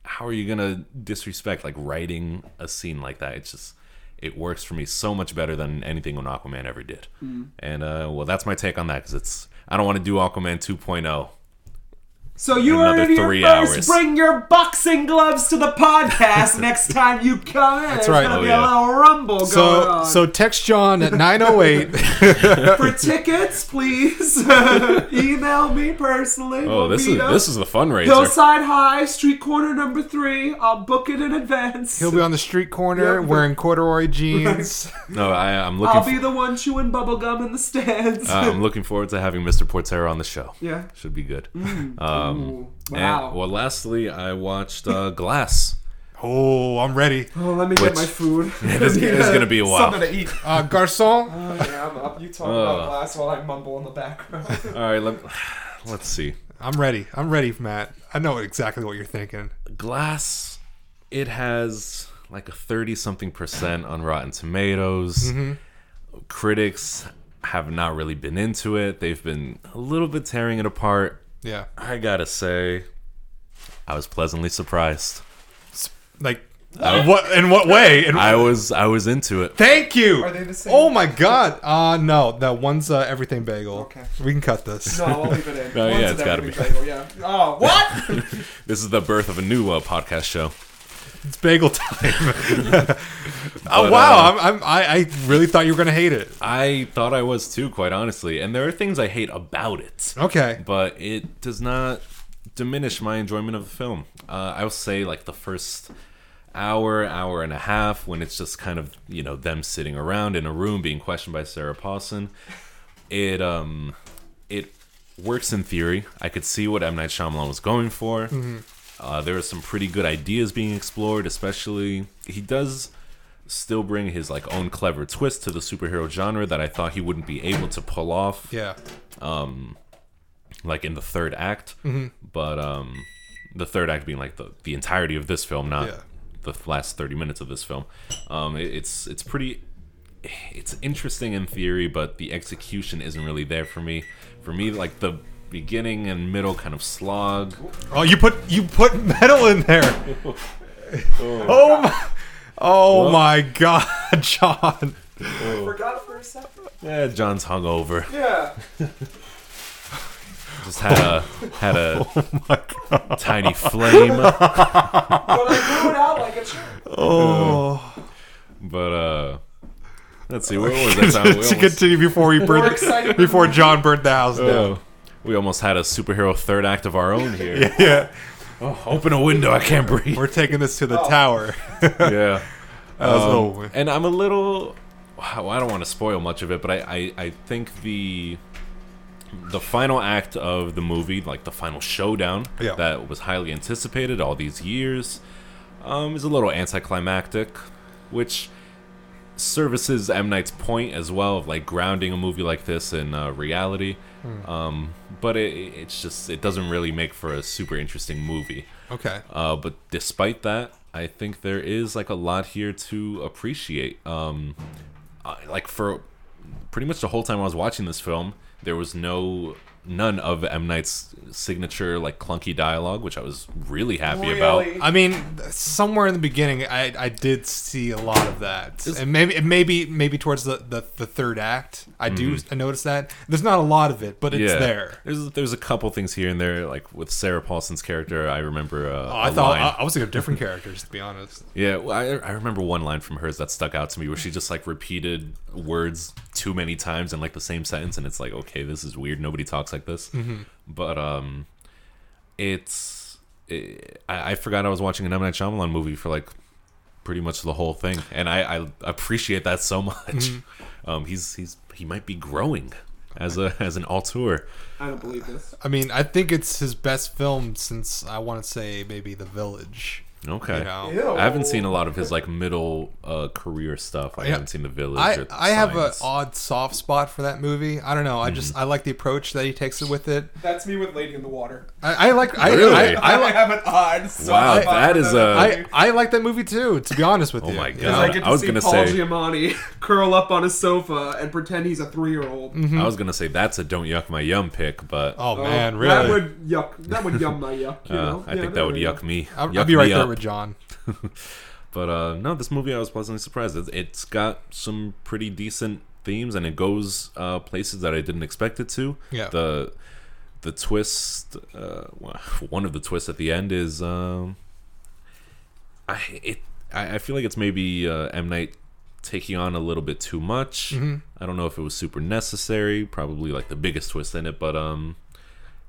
Speaker 2: how are you gonna disrespect like writing a scene like that? It's just it works for me so much better than anything on Aquaman ever did.
Speaker 1: Mm.
Speaker 2: oh. And uh, well, that's my take on that because it's I don't want to do Aquaman 2.0.
Speaker 1: So you
Speaker 2: Another
Speaker 1: heard it here
Speaker 2: three
Speaker 1: first.
Speaker 2: hours.
Speaker 1: Bring your boxing gloves to the podcast next time you come in. That's
Speaker 3: right.
Speaker 1: It's gonna
Speaker 2: Oh,
Speaker 1: be
Speaker 2: yeah.
Speaker 1: a little rumble going
Speaker 3: So
Speaker 1: on.
Speaker 3: so text John at 908.
Speaker 1: for tickets, please email me personally. We'll
Speaker 2: Oh, this is
Speaker 1: meet up.
Speaker 2: this is the fundraiser.
Speaker 1: Hillside High, street corner number three. I'll book it in advance.
Speaker 3: He'll be on the street corner
Speaker 1: Yep.
Speaker 3: wearing corduroy jeans.
Speaker 2: No, I, I'm looking.
Speaker 1: I'll
Speaker 2: f-
Speaker 1: be the one chewing bubblegum in the stands.
Speaker 2: uh, I'm looking forward to having Mr. Portera on the show.
Speaker 1: yeah.
Speaker 2: Should be good. Um,
Speaker 1: Ooh,
Speaker 2: and-
Speaker 1: wow.
Speaker 2: well, lastly, I watched uh, Glass.
Speaker 3: Oh, I'm ready.
Speaker 1: oh, let me
Speaker 2: which-
Speaker 1: get my food.
Speaker 2: this-
Speaker 1: Yeah,
Speaker 2: this is gonna be a while.
Speaker 1: Something to eat.
Speaker 3: Uh, Garcon,
Speaker 1: Oh, yeah, I'm up. You talk
Speaker 2: Ugh.
Speaker 1: about glass while I mumble in the background.
Speaker 2: All right, let, let's see.
Speaker 3: I'm ready. I'm ready, Matt. I know exactly what you're thinking.
Speaker 2: Glass, it has like a 30 something percent on Rotten Tomatoes.
Speaker 3: Mm-hmm.
Speaker 2: Critics have not really been into it. They've been a little bit tearing it apart.
Speaker 3: Yeah.
Speaker 2: I gotta say, I was pleasantly surprised.
Speaker 3: Like what in what way? In-
Speaker 2: Oh. I was I was into it.
Speaker 3: Thank you.
Speaker 1: Are they the same?
Speaker 3: Oh my god. Uh no, that one's uh, everything bagel.
Speaker 1: Okay.
Speaker 3: We can cut this.
Speaker 1: No, I'll leave it in.
Speaker 2: No,
Speaker 1: Once
Speaker 2: yeah,
Speaker 1: in
Speaker 2: it's gotta
Speaker 1: every
Speaker 2: be.
Speaker 1: bagel, yeah. Oh, what?
Speaker 2: This is the birth of a new uh, podcast show.
Speaker 3: It's bagel time. oh
Speaker 2: But,
Speaker 3: wow,
Speaker 2: uh,
Speaker 3: I'm, I'm I, I really thought you were gonna hate it.
Speaker 2: I thought I was too, quite honestly. And there are things I hate about it,
Speaker 3: Okay.
Speaker 2: but it does not diminish my enjoyment of the film. Uh, I'll say like the first hour, hour and a half, when it's just kind of you know them sitting around in a room being questioned by Sarah Paulson. It um, it works in theory. I could see what M Night Shyamalan was going for. Uh, there are some pretty good ideas being explored, especially he does still bring his like own clever twist to the superhero genre that I thought he wouldn't be able to pull off
Speaker 3: Yeah.
Speaker 2: like in the third act, but um, the third act being like the, the entirety of this film, not
Speaker 3: Yeah.
Speaker 2: the last thirty minutes of this film. Um, it- it's it's pretty, it's interesting in theory, but the execution isn't really there for me. For me, like the beginning and middle kind of slog.
Speaker 3: Oh you put you put metal in there. oh my Oh my god, John.
Speaker 1: Forgot for a second.
Speaker 2: Yeah, John's hungover.
Speaker 1: Yeah.
Speaker 2: Just had a had a tiny flame.
Speaker 1: But I blew it out like a champ.
Speaker 3: Oh
Speaker 2: But uh let's see, where was that time? We
Speaker 3: to continue before he burned
Speaker 1: excited.
Speaker 3: before John burned the house down.
Speaker 2: almost, we almost had a superhero third act of our own here.
Speaker 3: Yeah.
Speaker 2: Open a window, I can't breathe.
Speaker 3: We're taking this to the
Speaker 1: Oh.
Speaker 3: tower.
Speaker 2: yeah.
Speaker 3: That was a
Speaker 2: Um,
Speaker 3: little-
Speaker 2: and I'm a little wow, I don't want to spoil much of it, but I, I, I think the the final act of the movie, like the final showdown
Speaker 3: Yeah.
Speaker 2: that was highly anticipated all these years, um, is a little anticlimactic, which services M Night's point as well of like grounding a movie like this in uh, reality. Um, but it, it's just it doesn't really make for a super interesting movie.
Speaker 3: Okay.
Speaker 2: Uh, but despite that, I think there is like a lot here to appreciate. Um, I, like for pretty much the whole time I was watching this film, there was no none of M Night's signature like clunky dialogue, which I was really happy about.
Speaker 1: Really?
Speaker 3: I mean, somewhere in the beginning, I, I did see a lot of that, and maybe and maybe maybe towards the, the, the third act, I
Speaker 2: Mm-hmm.
Speaker 3: do I noticed that. There's not a lot of it, but it's there.
Speaker 2: There's there's a couple things here and there, like with Sarah Paulson's character. I remember. Uh,
Speaker 3: Oh, I
Speaker 2: a
Speaker 3: thought
Speaker 2: line.
Speaker 3: I, I was thinking of different characters, to be honest.
Speaker 2: Yeah, well, I, I remember one line from hers that stuck out to me where she just like repeated words too many times in like the same sentence, and it's like, okay, this is weird. Nobody talks like this.
Speaker 3: Mm-hmm.
Speaker 2: But um, it's it, I, I forgot I was watching an M Night Shyamalan movie for like pretty much the whole thing, and I, I appreciate that so much.
Speaker 3: Mm-hmm.
Speaker 2: Um, he's he's he might be growing as a as an auteur.
Speaker 1: I don't believe this.
Speaker 3: I mean, I think it's his best film since I want to say maybe The Village.
Speaker 2: Okay.
Speaker 3: You know,
Speaker 1: Ew.
Speaker 2: I haven't seen a lot of his like middle uh, career stuff. I
Speaker 3: Yeah.
Speaker 2: haven't seen The Village.
Speaker 3: I
Speaker 2: or
Speaker 3: I have an
Speaker 2: Signs. Mm-hmm.
Speaker 3: odd soft spot for that movie. I don't know. I just I like the approach that he takes with it.
Speaker 1: That's me with Lady in the Water.
Speaker 3: I, I like I,
Speaker 2: Really?
Speaker 3: I, I like.
Speaker 1: have an odd. soft
Speaker 2: Wow,
Speaker 1: spot
Speaker 2: that
Speaker 1: for
Speaker 2: is
Speaker 1: that.
Speaker 2: a-
Speaker 3: I, I like that movie too. To be honest with you,
Speaker 2: Oh my
Speaker 3: You
Speaker 2: God.
Speaker 3: know?
Speaker 1: I get to
Speaker 2: I was
Speaker 1: see
Speaker 2: gonna
Speaker 1: Paul
Speaker 2: say-
Speaker 1: Giamatti curl up on a sofa and pretend he's a three-year-old.
Speaker 2: I was gonna say that's a don't yuck my yum pick, but
Speaker 3: Oh,
Speaker 1: Oh, That
Speaker 3: man, really?
Speaker 1: would yuck. That would yum my yuck. You
Speaker 2: uh,
Speaker 1: know?
Speaker 2: I
Speaker 1: Yeah,
Speaker 2: think that would
Speaker 1: really
Speaker 2: yuck me.
Speaker 3: I'll,
Speaker 2: yuck
Speaker 3: I'll be right
Speaker 2: me
Speaker 3: there
Speaker 2: up.
Speaker 3: with John.
Speaker 2: But uh, no, this movie I was pleasantly surprised. It's, it's got some pretty decent themes, and it goes uh, places that I didn't expect it to.
Speaker 3: Yeah.
Speaker 2: The the twist, uh, one of the twists at the end is, um, I it I, I feel like it's maybe uh, M Night taking on a little bit too much. I don't know if it was super necessary. Probably like the biggest twist in it, but um,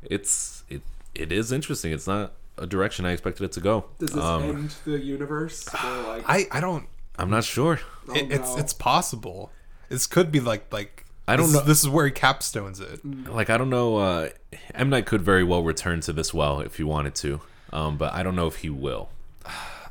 Speaker 2: it's it it is interesting. It's not a direction I expected it to go.
Speaker 1: Does this
Speaker 2: Um,
Speaker 1: end the universe? Or like,
Speaker 3: I I don't.
Speaker 2: I'm not sure.
Speaker 1: oh,
Speaker 3: It, it's
Speaker 1: no.
Speaker 3: it's possible. This could be like like.
Speaker 2: I don't
Speaker 3: this,
Speaker 2: know-
Speaker 3: This is where he capstones it.
Speaker 1: Mm.
Speaker 2: Like I don't know. Uh, M Night could very well return to this well if he wanted to, um, but I don't know if he will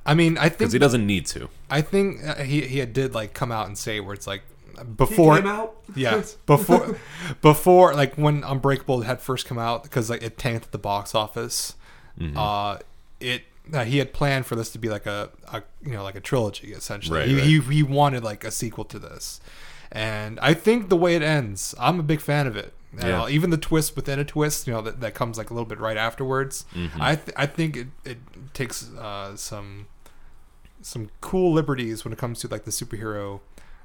Speaker 3: I mean, I think
Speaker 2: because he doesn't need to.
Speaker 3: I think uh, he he did like come out and say where it's like
Speaker 1: he
Speaker 3: before
Speaker 1: came out.
Speaker 3: Yeah, before, before like when Unbreakable had first come out because like it tanked at the box office.
Speaker 2: Mm-hmm.
Speaker 3: Uh, it uh, he had planned for this to be like a, a you know like a trilogy essentially.
Speaker 2: Right,
Speaker 3: he,
Speaker 2: right.
Speaker 3: he he wanted like a sequel to this, and I think the way it ends, I'm a big fan of it. And
Speaker 2: Yeah.
Speaker 3: I'll- Even the twist within a twist, you know that, that comes like a little bit right afterwards.
Speaker 2: Mm-hmm.
Speaker 3: I th- I think it it takes uh, some some cool liberties when it comes to like the superhero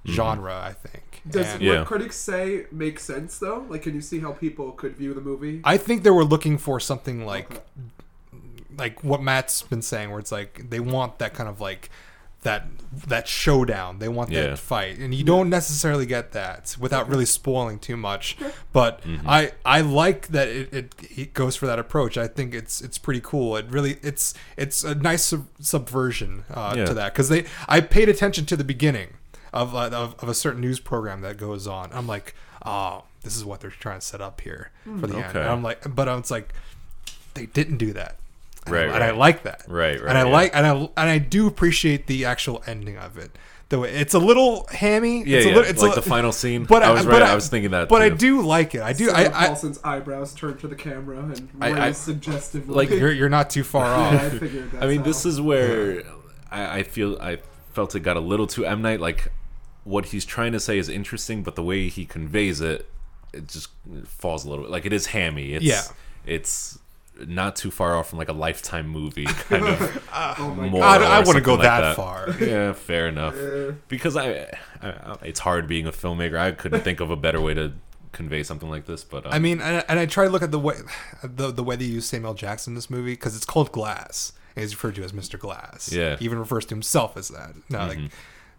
Speaker 2: Mm-hmm.
Speaker 3: genre. I think.
Speaker 1: Does
Speaker 3: And-
Speaker 1: what
Speaker 2: Yeah.
Speaker 1: critics say make sense though? Like, can you see how people could view the movie?
Speaker 3: I think they were looking for something like like what Matt's been saying where it's like they want that kind of like that that showdown. They want
Speaker 2: Yeah.
Speaker 3: that fight. And you don't necessarily get that without really spoiling too much. But
Speaker 2: Mm-hmm.
Speaker 3: I I like that it, it it goes for that approach. I think it's it's pretty cool. It really it's it's a nice sub- subversion uh,
Speaker 2: Yeah.
Speaker 3: to that cuz they I paid attention to the beginning of, uh, of of a certain news program that goes on. I'm like, "Oh, this is what they're trying to set up here for the end."
Speaker 2: Okay.
Speaker 3: And I'm like, but I was like, they didn't do that. And I-
Speaker 2: Right,
Speaker 3: And I
Speaker 2: right.
Speaker 3: like that.
Speaker 2: Right, right,
Speaker 3: And I
Speaker 2: yeah.
Speaker 3: like, and I and I do appreciate the actual ending of it. Though it's a little hammy.
Speaker 2: Yeah,
Speaker 3: it's a
Speaker 2: yeah,
Speaker 3: little, it's
Speaker 2: like
Speaker 3: a,
Speaker 2: the final scene.
Speaker 3: But
Speaker 2: I was
Speaker 3: but
Speaker 2: right. I, was thinking that.
Speaker 3: But I
Speaker 2: too.
Speaker 3: do like it. I do.
Speaker 1: Sarah
Speaker 3: I, I
Speaker 1: Paulson's eyebrows turned to the camera and
Speaker 2: I-
Speaker 1: raised
Speaker 2: I-
Speaker 1: suggestively.
Speaker 2: like,
Speaker 3: you're you're not too far
Speaker 1: yeah, I
Speaker 3: off.
Speaker 1: figured. That's
Speaker 2: I mean,
Speaker 1: how.
Speaker 2: this is where I, I feel I felt it got a little too M Night. Like what he's trying to say is interesting, but the way he conveys it, it just falls a little bit. Like it is hammy. It's,
Speaker 3: Yeah.
Speaker 2: it's not too far off from like a lifetime movie kind of.
Speaker 1: Oh my
Speaker 2: more
Speaker 1: god.
Speaker 3: I,
Speaker 2: or
Speaker 3: I wouldn't
Speaker 2: something
Speaker 3: go
Speaker 2: like
Speaker 3: that,
Speaker 2: that.
Speaker 3: far.
Speaker 2: yeah, fair enough.
Speaker 1: Yeah.
Speaker 2: Because I, I, I, it's hard being a filmmaker. I couldn't think of a better way to convey something like this. But um,
Speaker 3: I mean, and, and I try to look at the way the the way they use Samuel Jackson in this movie because it's called Glass. And he's referred to as Mr. Glass.
Speaker 2: Yeah. Mm-hmm.
Speaker 3: He even refers to himself as that. No, like,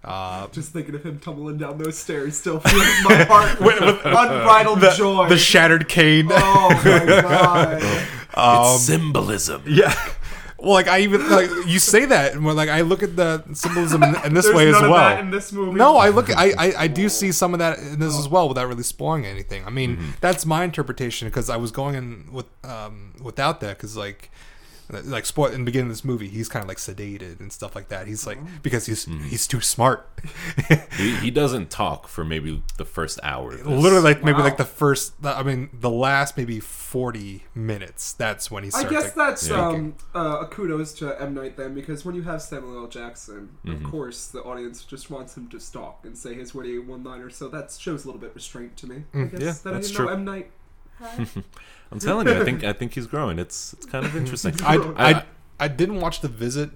Speaker 3: uh,
Speaker 1: Just thinking of him tumbling down those stairs still fills my heart with, unbridled joy.
Speaker 3: uh, the shattered cane.
Speaker 1: oh my god.
Speaker 3: Um,
Speaker 2: it's symbolism.
Speaker 3: Yeah. Well, like I even like you say that, and we're like I look at the symbolism in, in this
Speaker 1: There's
Speaker 3: way as
Speaker 1: none
Speaker 3: well.
Speaker 1: of that in this movie.
Speaker 3: no, I look, I, I, I do see some of that in this as well, without really spoiling anything. I mean,
Speaker 1: Mm-hmm.
Speaker 3: that's my interpretation because I was going in with um without that because like. Like spoil in the beginning of this movie, he's kind of like sedated and stuff like that. He's like
Speaker 1: Oh.
Speaker 3: because he's
Speaker 1: Mm-hmm.
Speaker 3: he's too smart.
Speaker 2: He, he doesn't talk for maybe the first hour. of this.
Speaker 3: Literally, like maybe
Speaker 1: Wow.
Speaker 3: like the first, I mean, the last maybe forty minutes. That's when he
Speaker 1: I
Speaker 3: starts.
Speaker 1: guess
Speaker 3: like,
Speaker 1: that's
Speaker 3: thinking.
Speaker 1: um, uh, a kudos to M Night then, because when you have Samuel L. Jackson,
Speaker 3: Mm-hmm.
Speaker 1: of course the audience just wants him to stalk and say his witty one-liner. So that shows a little bit restraint to me. I
Speaker 3: Mm,
Speaker 1: guess that
Speaker 2: yeah, that's
Speaker 1: I didn't know
Speaker 2: true.
Speaker 1: M Night.
Speaker 2: I'm telling you, I think I think he's growing. It's it's kind of interesting.
Speaker 3: I,
Speaker 2: I-
Speaker 3: I, I didn't watch The Visit,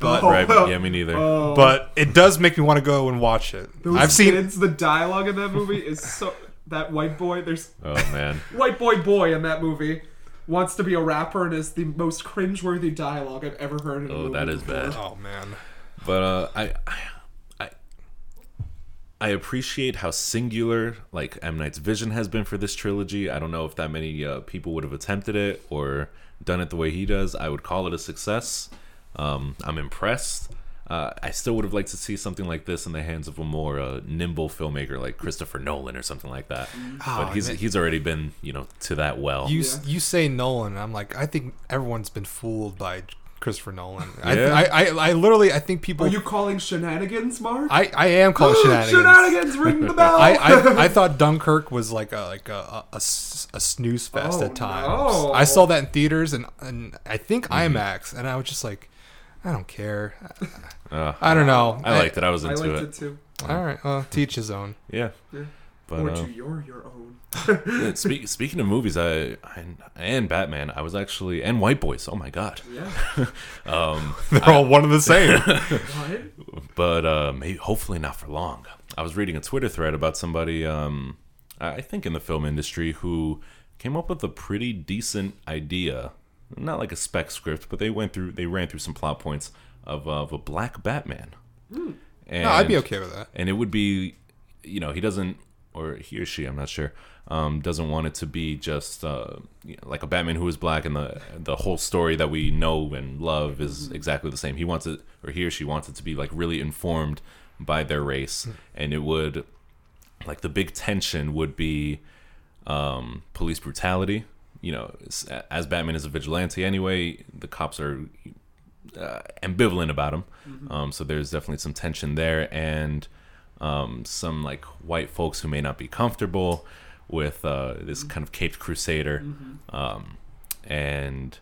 Speaker 3: but
Speaker 1: Oh.
Speaker 2: right? Yeah, me neither.
Speaker 1: Oh,
Speaker 3: but it does make me want to go and watch it.
Speaker 1: those
Speaker 3: I've seen
Speaker 1: kids, the dialogue in that movie is so that white boy. There's
Speaker 2: oh man,
Speaker 1: white boy boy in that movie wants to be a rapper and is the most cringeworthy dialogue I've ever heard in a
Speaker 2: oh
Speaker 1: movie.
Speaker 2: that is bad.
Speaker 3: Oh man,
Speaker 2: But uh, I, I, I appreciate how singular like M Night's vision has been for this trilogy. I don't know if that many uh, people would have attempted it or done it the way he does. I would call it a success. Um, I'm impressed. Uh, I still would have liked to see something like this in the hands of a more uh, nimble filmmaker like Christopher Nolan or something like that.
Speaker 1: Oh,
Speaker 2: but he's he's already been you know to that well.
Speaker 3: you
Speaker 1: Yeah.
Speaker 3: you say Nolan, and I'm like, I think everyone's been fooled by Christopher Nolan. I,
Speaker 2: Yeah.
Speaker 3: I, I, I literally, I think people.
Speaker 1: Are you calling shenanigans, Mark?
Speaker 3: I, I am calling shenanigans.
Speaker 1: Shenanigans, ring the bell.
Speaker 3: I, I, I thought Dunkirk was like a like a, a, a s- a snooze fest
Speaker 1: Oh,
Speaker 3: at times.
Speaker 1: no.
Speaker 3: I saw that in theaters and and I think IMAX, and I was just like, I don't care.
Speaker 2: Uh,
Speaker 3: I don't know.
Speaker 2: I liked it. I was
Speaker 1: I
Speaker 2: into
Speaker 1: liked
Speaker 2: it.
Speaker 1: it too.
Speaker 3: All right, well, teach his own.
Speaker 2: Yeah.
Speaker 1: Yeah.
Speaker 2: But,
Speaker 1: or
Speaker 2: uh,
Speaker 1: to your your own.
Speaker 2: Yeah, Speak, speaking of movies, I, I and Batman, I was actually and White Boys. Oh my god!
Speaker 1: Yeah.
Speaker 2: Um,
Speaker 3: They're all one of the same.
Speaker 1: What?
Speaker 2: but uh, maybe hopefully not for long. I was reading a Twitter thread about somebody, um, I I think in the film industry, who came up with a pretty decent idea. Not like a spec script, but they went through, they ran through some plot points of, of a black Batman. And,
Speaker 3: Hmm. No, I'd be okay with that.
Speaker 2: And it would be, you know, he doesn't, or he or she, I'm not sure, um, doesn't want it to be just uh, you know, like a Batman who is black and the the whole story that we know and love is exactly the same. He wants it, or he or she wants it to be like really informed by their race, and it would, like, the big tension would be um, police brutality. You know, s- as Batman is a vigilante anyway, the cops are uh, ambivalent about him. Um, so there's definitely some tension there, and um, some like white folks who may not be comfortable with uh, this kind of caped crusader, um, and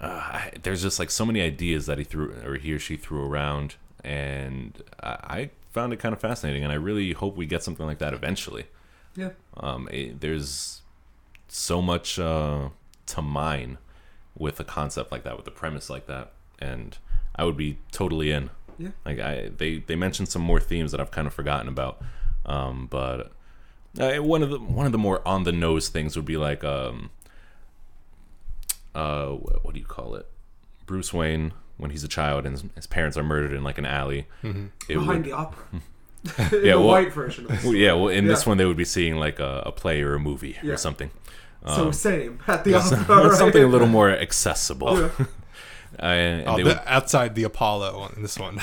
Speaker 2: uh, I, there's just like so many ideas that he threw or he or she threw around, and I, I found it kind of fascinating, and I really hope we get something like that eventually.
Speaker 1: Yeah.
Speaker 2: Um, it, there's so much uh, to mine with a concept like that, with a premise like that, and I would be totally in.
Speaker 1: Yeah.
Speaker 2: Like I, they they mentioned some more themes that I've kind of forgotten about, um, but uh, one of the one of the more on the nose things would be like, um, uh, wh- what do you call it? Bruce Wayne when he's a child and his, his parents are murdered in like an alley.
Speaker 3: Mm-hmm.
Speaker 2: It would-
Speaker 1: Behind the opera. In
Speaker 2: Yeah,
Speaker 1: the
Speaker 2: well-
Speaker 1: white version of
Speaker 2: well,
Speaker 1: it.
Speaker 2: yeah, well, in this
Speaker 1: Yeah.
Speaker 2: one they would be seeing like a, a play or a movie
Speaker 1: Yeah.
Speaker 2: or something.
Speaker 1: So same at the
Speaker 2: So-
Speaker 1: opera. right?
Speaker 2: uh, something a little more accessible.
Speaker 1: Yeah.
Speaker 2: and, and
Speaker 3: Oh,
Speaker 2: they
Speaker 3: the-
Speaker 2: would,
Speaker 3: outside the Apollo on this one.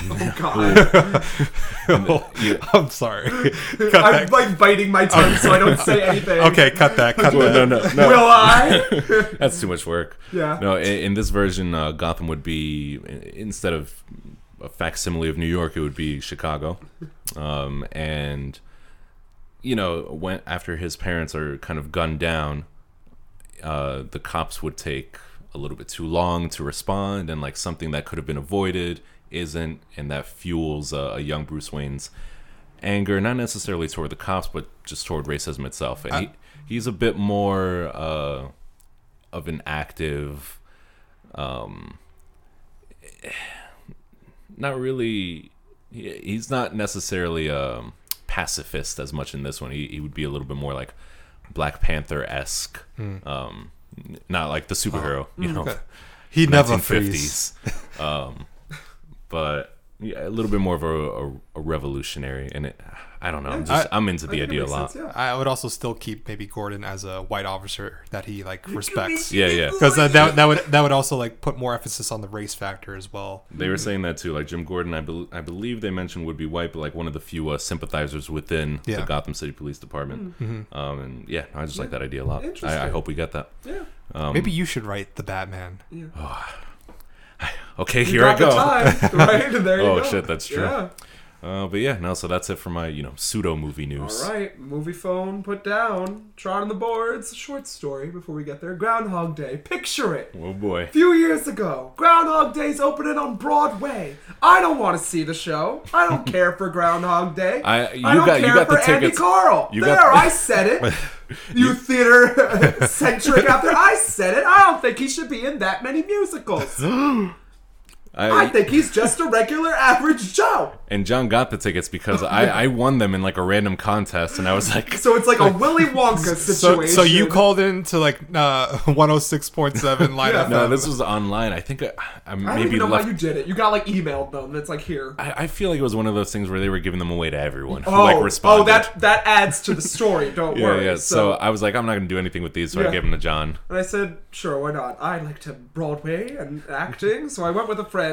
Speaker 1: Oh god.
Speaker 3: I'm sorry. Cut
Speaker 1: I'm
Speaker 3: that.
Speaker 1: like biting my tongue so I don't say anything.
Speaker 3: Okay, cut that. Cut that.
Speaker 2: no, no, no.
Speaker 1: Will I?
Speaker 2: That's too much work.
Speaker 1: Yeah.
Speaker 2: No, in, in this version, uh, Gotham would be i- instead of a facsimile of New York, it would be Chicago, um, and you know, when after his parents are kind of gunned down, uh, the cops would take a little bit too long to respond, and like something that could have been avoided isn't, and that fuels uh, a young Bruce Wayne's anger, not necessarily toward the cops, but just toward racism itself. And he, he's a bit more uh, of an active, um, not really. he- He's not necessarily a pacifist as much in this one. He, he would be a little bit more like Black Panther esque. Um, n- not like the superhero, you know,
Speaker 3: He never frees.
Speaker 2: 1950s. um, but yeah, a little bit more of a, a, a revolutionary, and it, I don't know. I'm just I, am into the
Speaker 1: That
Speaker 2: idea a
Speaker 1: makes
Speaker 2: lot.
Speaker 1: sense, yeah.
Speaker 3: I would also still keep maybe Gordon as a white officer that he like respects.
Speaker 2: Yeah, yeah.
Speaker 3: Because that, that that would that would also like put more emphasis on the race factor as well.
Speaker 2: They were saying that too. Like Jim Gordon, I, bel I believe they mentioned would be white, but like one of the few uh, sympathizers within
Speaker 3: Yeah.
Speaker 2: the Gotham City Police Department. Um, and yeah, I just like that idea a lot.
Speaker 1: Mm-hmm. Interesting.
Speaker 2: I, I hope we get that.
Speaker 1: Yeah.
Speaker 2: Um,
Speaker 3: maybe you should write the Batman.
Speaker 2: Okay,
Speaker 1: You
Speaker 2: here
Speaker 1: got
Speaker 2: I
Speaker 1: the
Speaker 2: go.
Speaker 1: time, right? There you
Speaker 2: Oh,
Speaker 1: go.
Speaker 2: shit, that's true.
Speaker 1: Yeah.
Speaker 2: Uh, but yeah, no. So that's it for my you know pseudo movie news.
Speaker 1: All right, movie phone put down. Trot on the boards. Short story before we get there. Groundhog Day. Picture it.
Speaker 2: Oh boy.
Speaker 1: few years ago, Groundhog Day's opening on Broadway. I don't want to see the show. I don't care for Groundhog Day.
Speaker 2: I- you
Speaker 1: don't
Speaker 2: got- you
Speaker 1: care
Speaker 2: got
Speaker 1: for
Speaker 2: the
Speaker 1: Andy
Speaker 2: tickets.
Speaker 1: Carl.
Speaker 2: You
Speaker 1: there,
Speaker 2: got-
Speaker 1: I said it. You theater centric out there, I said it. I don't think he should be in that many musicals. I think he's just a regular average Joe.
Speaker 2: and John got the tickets because I, I won them in like a random contest, and I was like,
Speaker 1: So it's like a Willy Wonka
Speaker 3: So,
Speaker 1: situation.
Speaker 3: so you called in to like uh, 106.7 line
Speaker 1: Yeah.
Speaker 3: FM.
Speaker 2: no, this was online. I think I, I
Speaker 1: I don't
Speaker 2: maybe
Speaker 1: even know
Speaker 2: left.
Speaker 1: how you did it. You got like emailed them. It's like here.
Speaker 2: I, I feel like it was one of those things where they were giving them away to everyone who
Speaker 1: Oh,
Speaker 2: like responded.
Speaker 1: oh, that that adds to the story. Don't
Speaker 2: yeah,
Speaker 1: worry.
Speaker 2: yeah. So I was like, I'm not gonna do anything with these, so
Speaker 1: Yeah.
Speaker 2: I gave them to John.
Speaker 1: And I said, sure, why not? I like to Broadway and acting. So I went with a friend,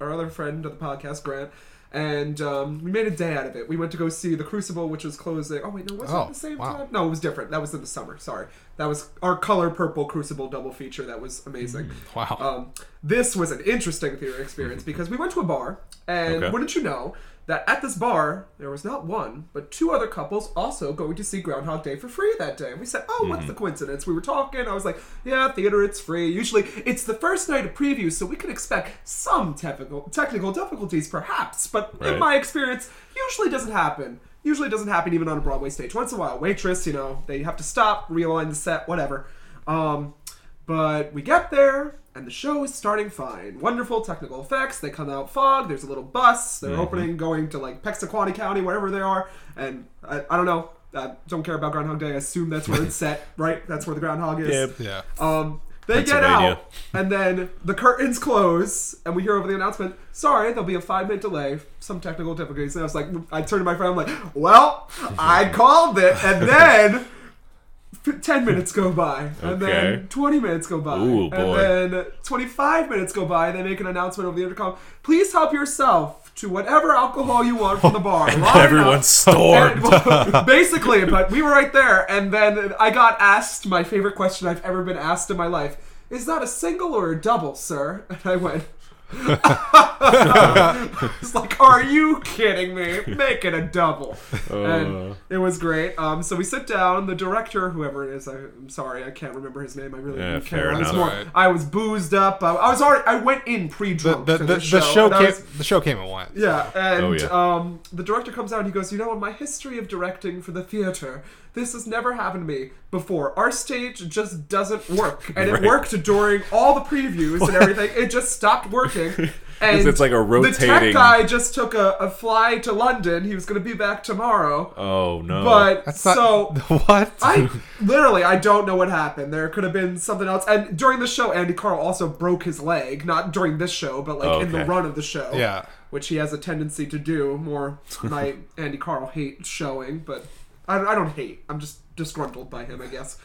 Speaker 1: our other friend of the podcast, Grant, and um, we made a day out of it. We went to go see The Crucible, which was closing. Oh, wait, no, was it
Speaker 3: Oh,
Speaker 1: at the same
Speaker 3: wow.
Speaker 1: time? No, it was different. That was in the summer, sorry. That was our color purple Crucible double feature. That was amazing.
Speaker 2: Mm.
Speaker 3: wow.
Speaker 1: Um, this was an interesting theater experience because we went to a bar, and
Speaker 2: Okay.
Speaker 1: wouldn't you know that at this bar there was not one but two other couples also going to see Groundhog Day for free that day. And we said, "Oh,
Speaker 2: Mm-hmm.
Speaker 1: what's the coincidence?" We were talking. I was like, "Yeah, theater, it's free. Usually, it's the first night of previews, so we can expect some technical technical difficulties, perhaps. But in
Speaker 2: Right.
Speaker 1: my experience, usually doesn't happen." Usually doesn't happen even on a Broadway stage. Once in a while, waitress, you know, they have to stop, realign the set, whatever. Um, but we get there, and the show is starting fine. Wonderful technical effects. They come out fog. There's a little bus. They're opening, going to like Pexaquani County, wherever they are. And I, I don't know. I don't care about Groundhog Day. I assume that's where it's set, right? That's where the groundhog is.
Speaker 2: Yep.
Speaker 3: Yeah.
Speaker 1: Um, they get
Speaker 2: Pennsylvania.
Speaker 1: out, and then the curtains close, and we hear over the announcement, "Sorry, there'll be a five minute delay, some technical difficulties." And I was like, I turned to my friend, I'm like, "Well, I called it," and then. f- 10 minutes go by and
Speaker 2: Okay.
Speaker 1: then 20 minutes go by
Speaker 2: Ooh,
Speaker 1: and
Speaker 2: boy.
Speaker 1: then 25 minutes go by they make an announcement over the intercom please help yourself to whatever alcohol you want from the bar Line up."
Speaker 2: Everyone
Speaker 1: And-
Speaker 2: stormed.
Speaker 1: well, basically, but we were right there, and then I got asked my favorite question I've ever been asked in my life: "Is that a single or a double, sir?" And I went. it's like, are you kidding me? Make it a double,
Speaker 2: Uh.
Speaker 1: and it was great. Um, so we sit down. The director, whoever it is, I, I'm sorry, I can't remember his name. I really
Speaker 2: Yeah,
Speaker 1: didn't
Speaker 2: fair
Speaker 1: care. I was,
Speaker 2: enough.
Speaker 1: more,
Speaker 3: Alright.
Speaker 1: I was boozed up. I, I was already. I went in
Speaker 3: The,
Speaker 1: pre-drunk
Speaker 3: the,
Speaker 1: to
Speaker 3: Oh, the,
Speaker 1: the,
Speaker 3: the show
Speaker 1: and I
Speaker 3: came.
Speaker 1: was-
Speaker 3: The show came and went.
Speaker 1: yeah, and
Speaker 2: Oh, yeah.
Speaker 1: Um, the director comes out and he goes, You know, in my history of directing for the theater, this has never happened to me before. Our stage just doesn't work. And
Speaker 2: Right.
Speaker 1: it worked during all the previews and everything. It just stopped working. And
Speaker 2: it's like a
Speaker 1: The tech
Speaker 2: rotating-
Speaker 1: guy just took a, a fly to London. He was going to be back tomorrow.
Speaker 2: Oh no.
Speaker 1: but
Speaker 3: That's not.
Speaker 1: so.
Speaker 3: what?
Speaker 1: I literally, I don't know what happened. There could have been something else. And during the show, Andy Carl also broke his leg. Not during this show, but like in the
Speaker 2: Oh, Okay.
Speaker 1: run of the show
Speaker 3: yeah.
Speaker 1: which he has a tendency to do more my andy carl hate showing but i, I don't hate i'm just disgruntled by him i guess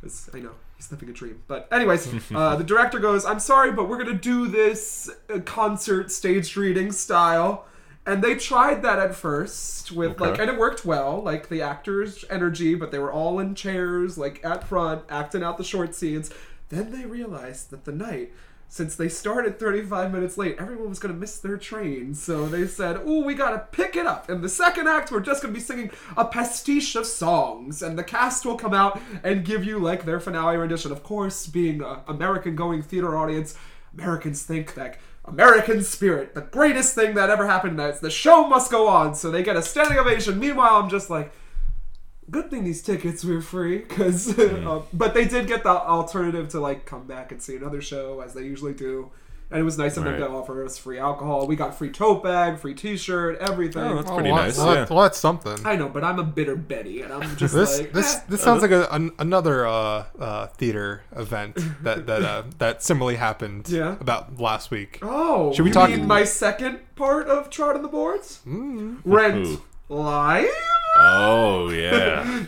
Speaker 1: because i know he's living a dream but anyways uh, the director goes i'm sorry but we're gonna do this uh, concert stage reading style and they tried that at first with like
Speaker 2: Okay.
Speaker 1: and it worked well like the actors energy but they were all in chairs like at front acting out the short scenes then they realized that the night since they started 35 minutes late everyone was going to miss their train so they said oh we gotta pick it up in the second act we're just going to be singing a pastiche of songs and the cast will come out and give you like their finale rendition of course being a american going theater audience Americans think that American spirit, the greatest thing that ever happened tonight. The show must go on, so they get a standing ovation. Meanwhile, I'm just like, good thing these tickets were free, because.
Speaker 3: Mm-hmm.
Speaker 1: but they did get the alternative to like come back and see another show as they usually do, and it was nice of them
Speaker 2: Right.
Speaker 1: to offer us free alcohol. We got free tote bag, free T-shirt, everything.
Speaker 2: Oh, that's pretty
Speaker 3: well,
Speaker 2: nice,
Speaker 3: Well,
Speaker 2: yeah.
Speaker 3: that's- well, that's something.
Speaker 1: I know, but I'm a bitter Betty, and I'm just
Speaker 3: This
Speaker 1: like
Speaker 3: this
Speaker 1: eh.
Speaker 3: this sounds like a, an, another uh, uh, theater event that that uh, that similarly happened
Speaker 1: Yeah.
Speaker 3: about last week.
Speaker 1: Oh,
Speaker 3: Should we
Speaker 1: you
Speaker 3: talk-
Speaker 1: mean my second part of Chart on the Boards?
Speaker 3: Mm-hmm.
Speaker 1: Rent
Speaker 2: Ooh.
Speaker 1: live.
Speaker 2: Oh yeah.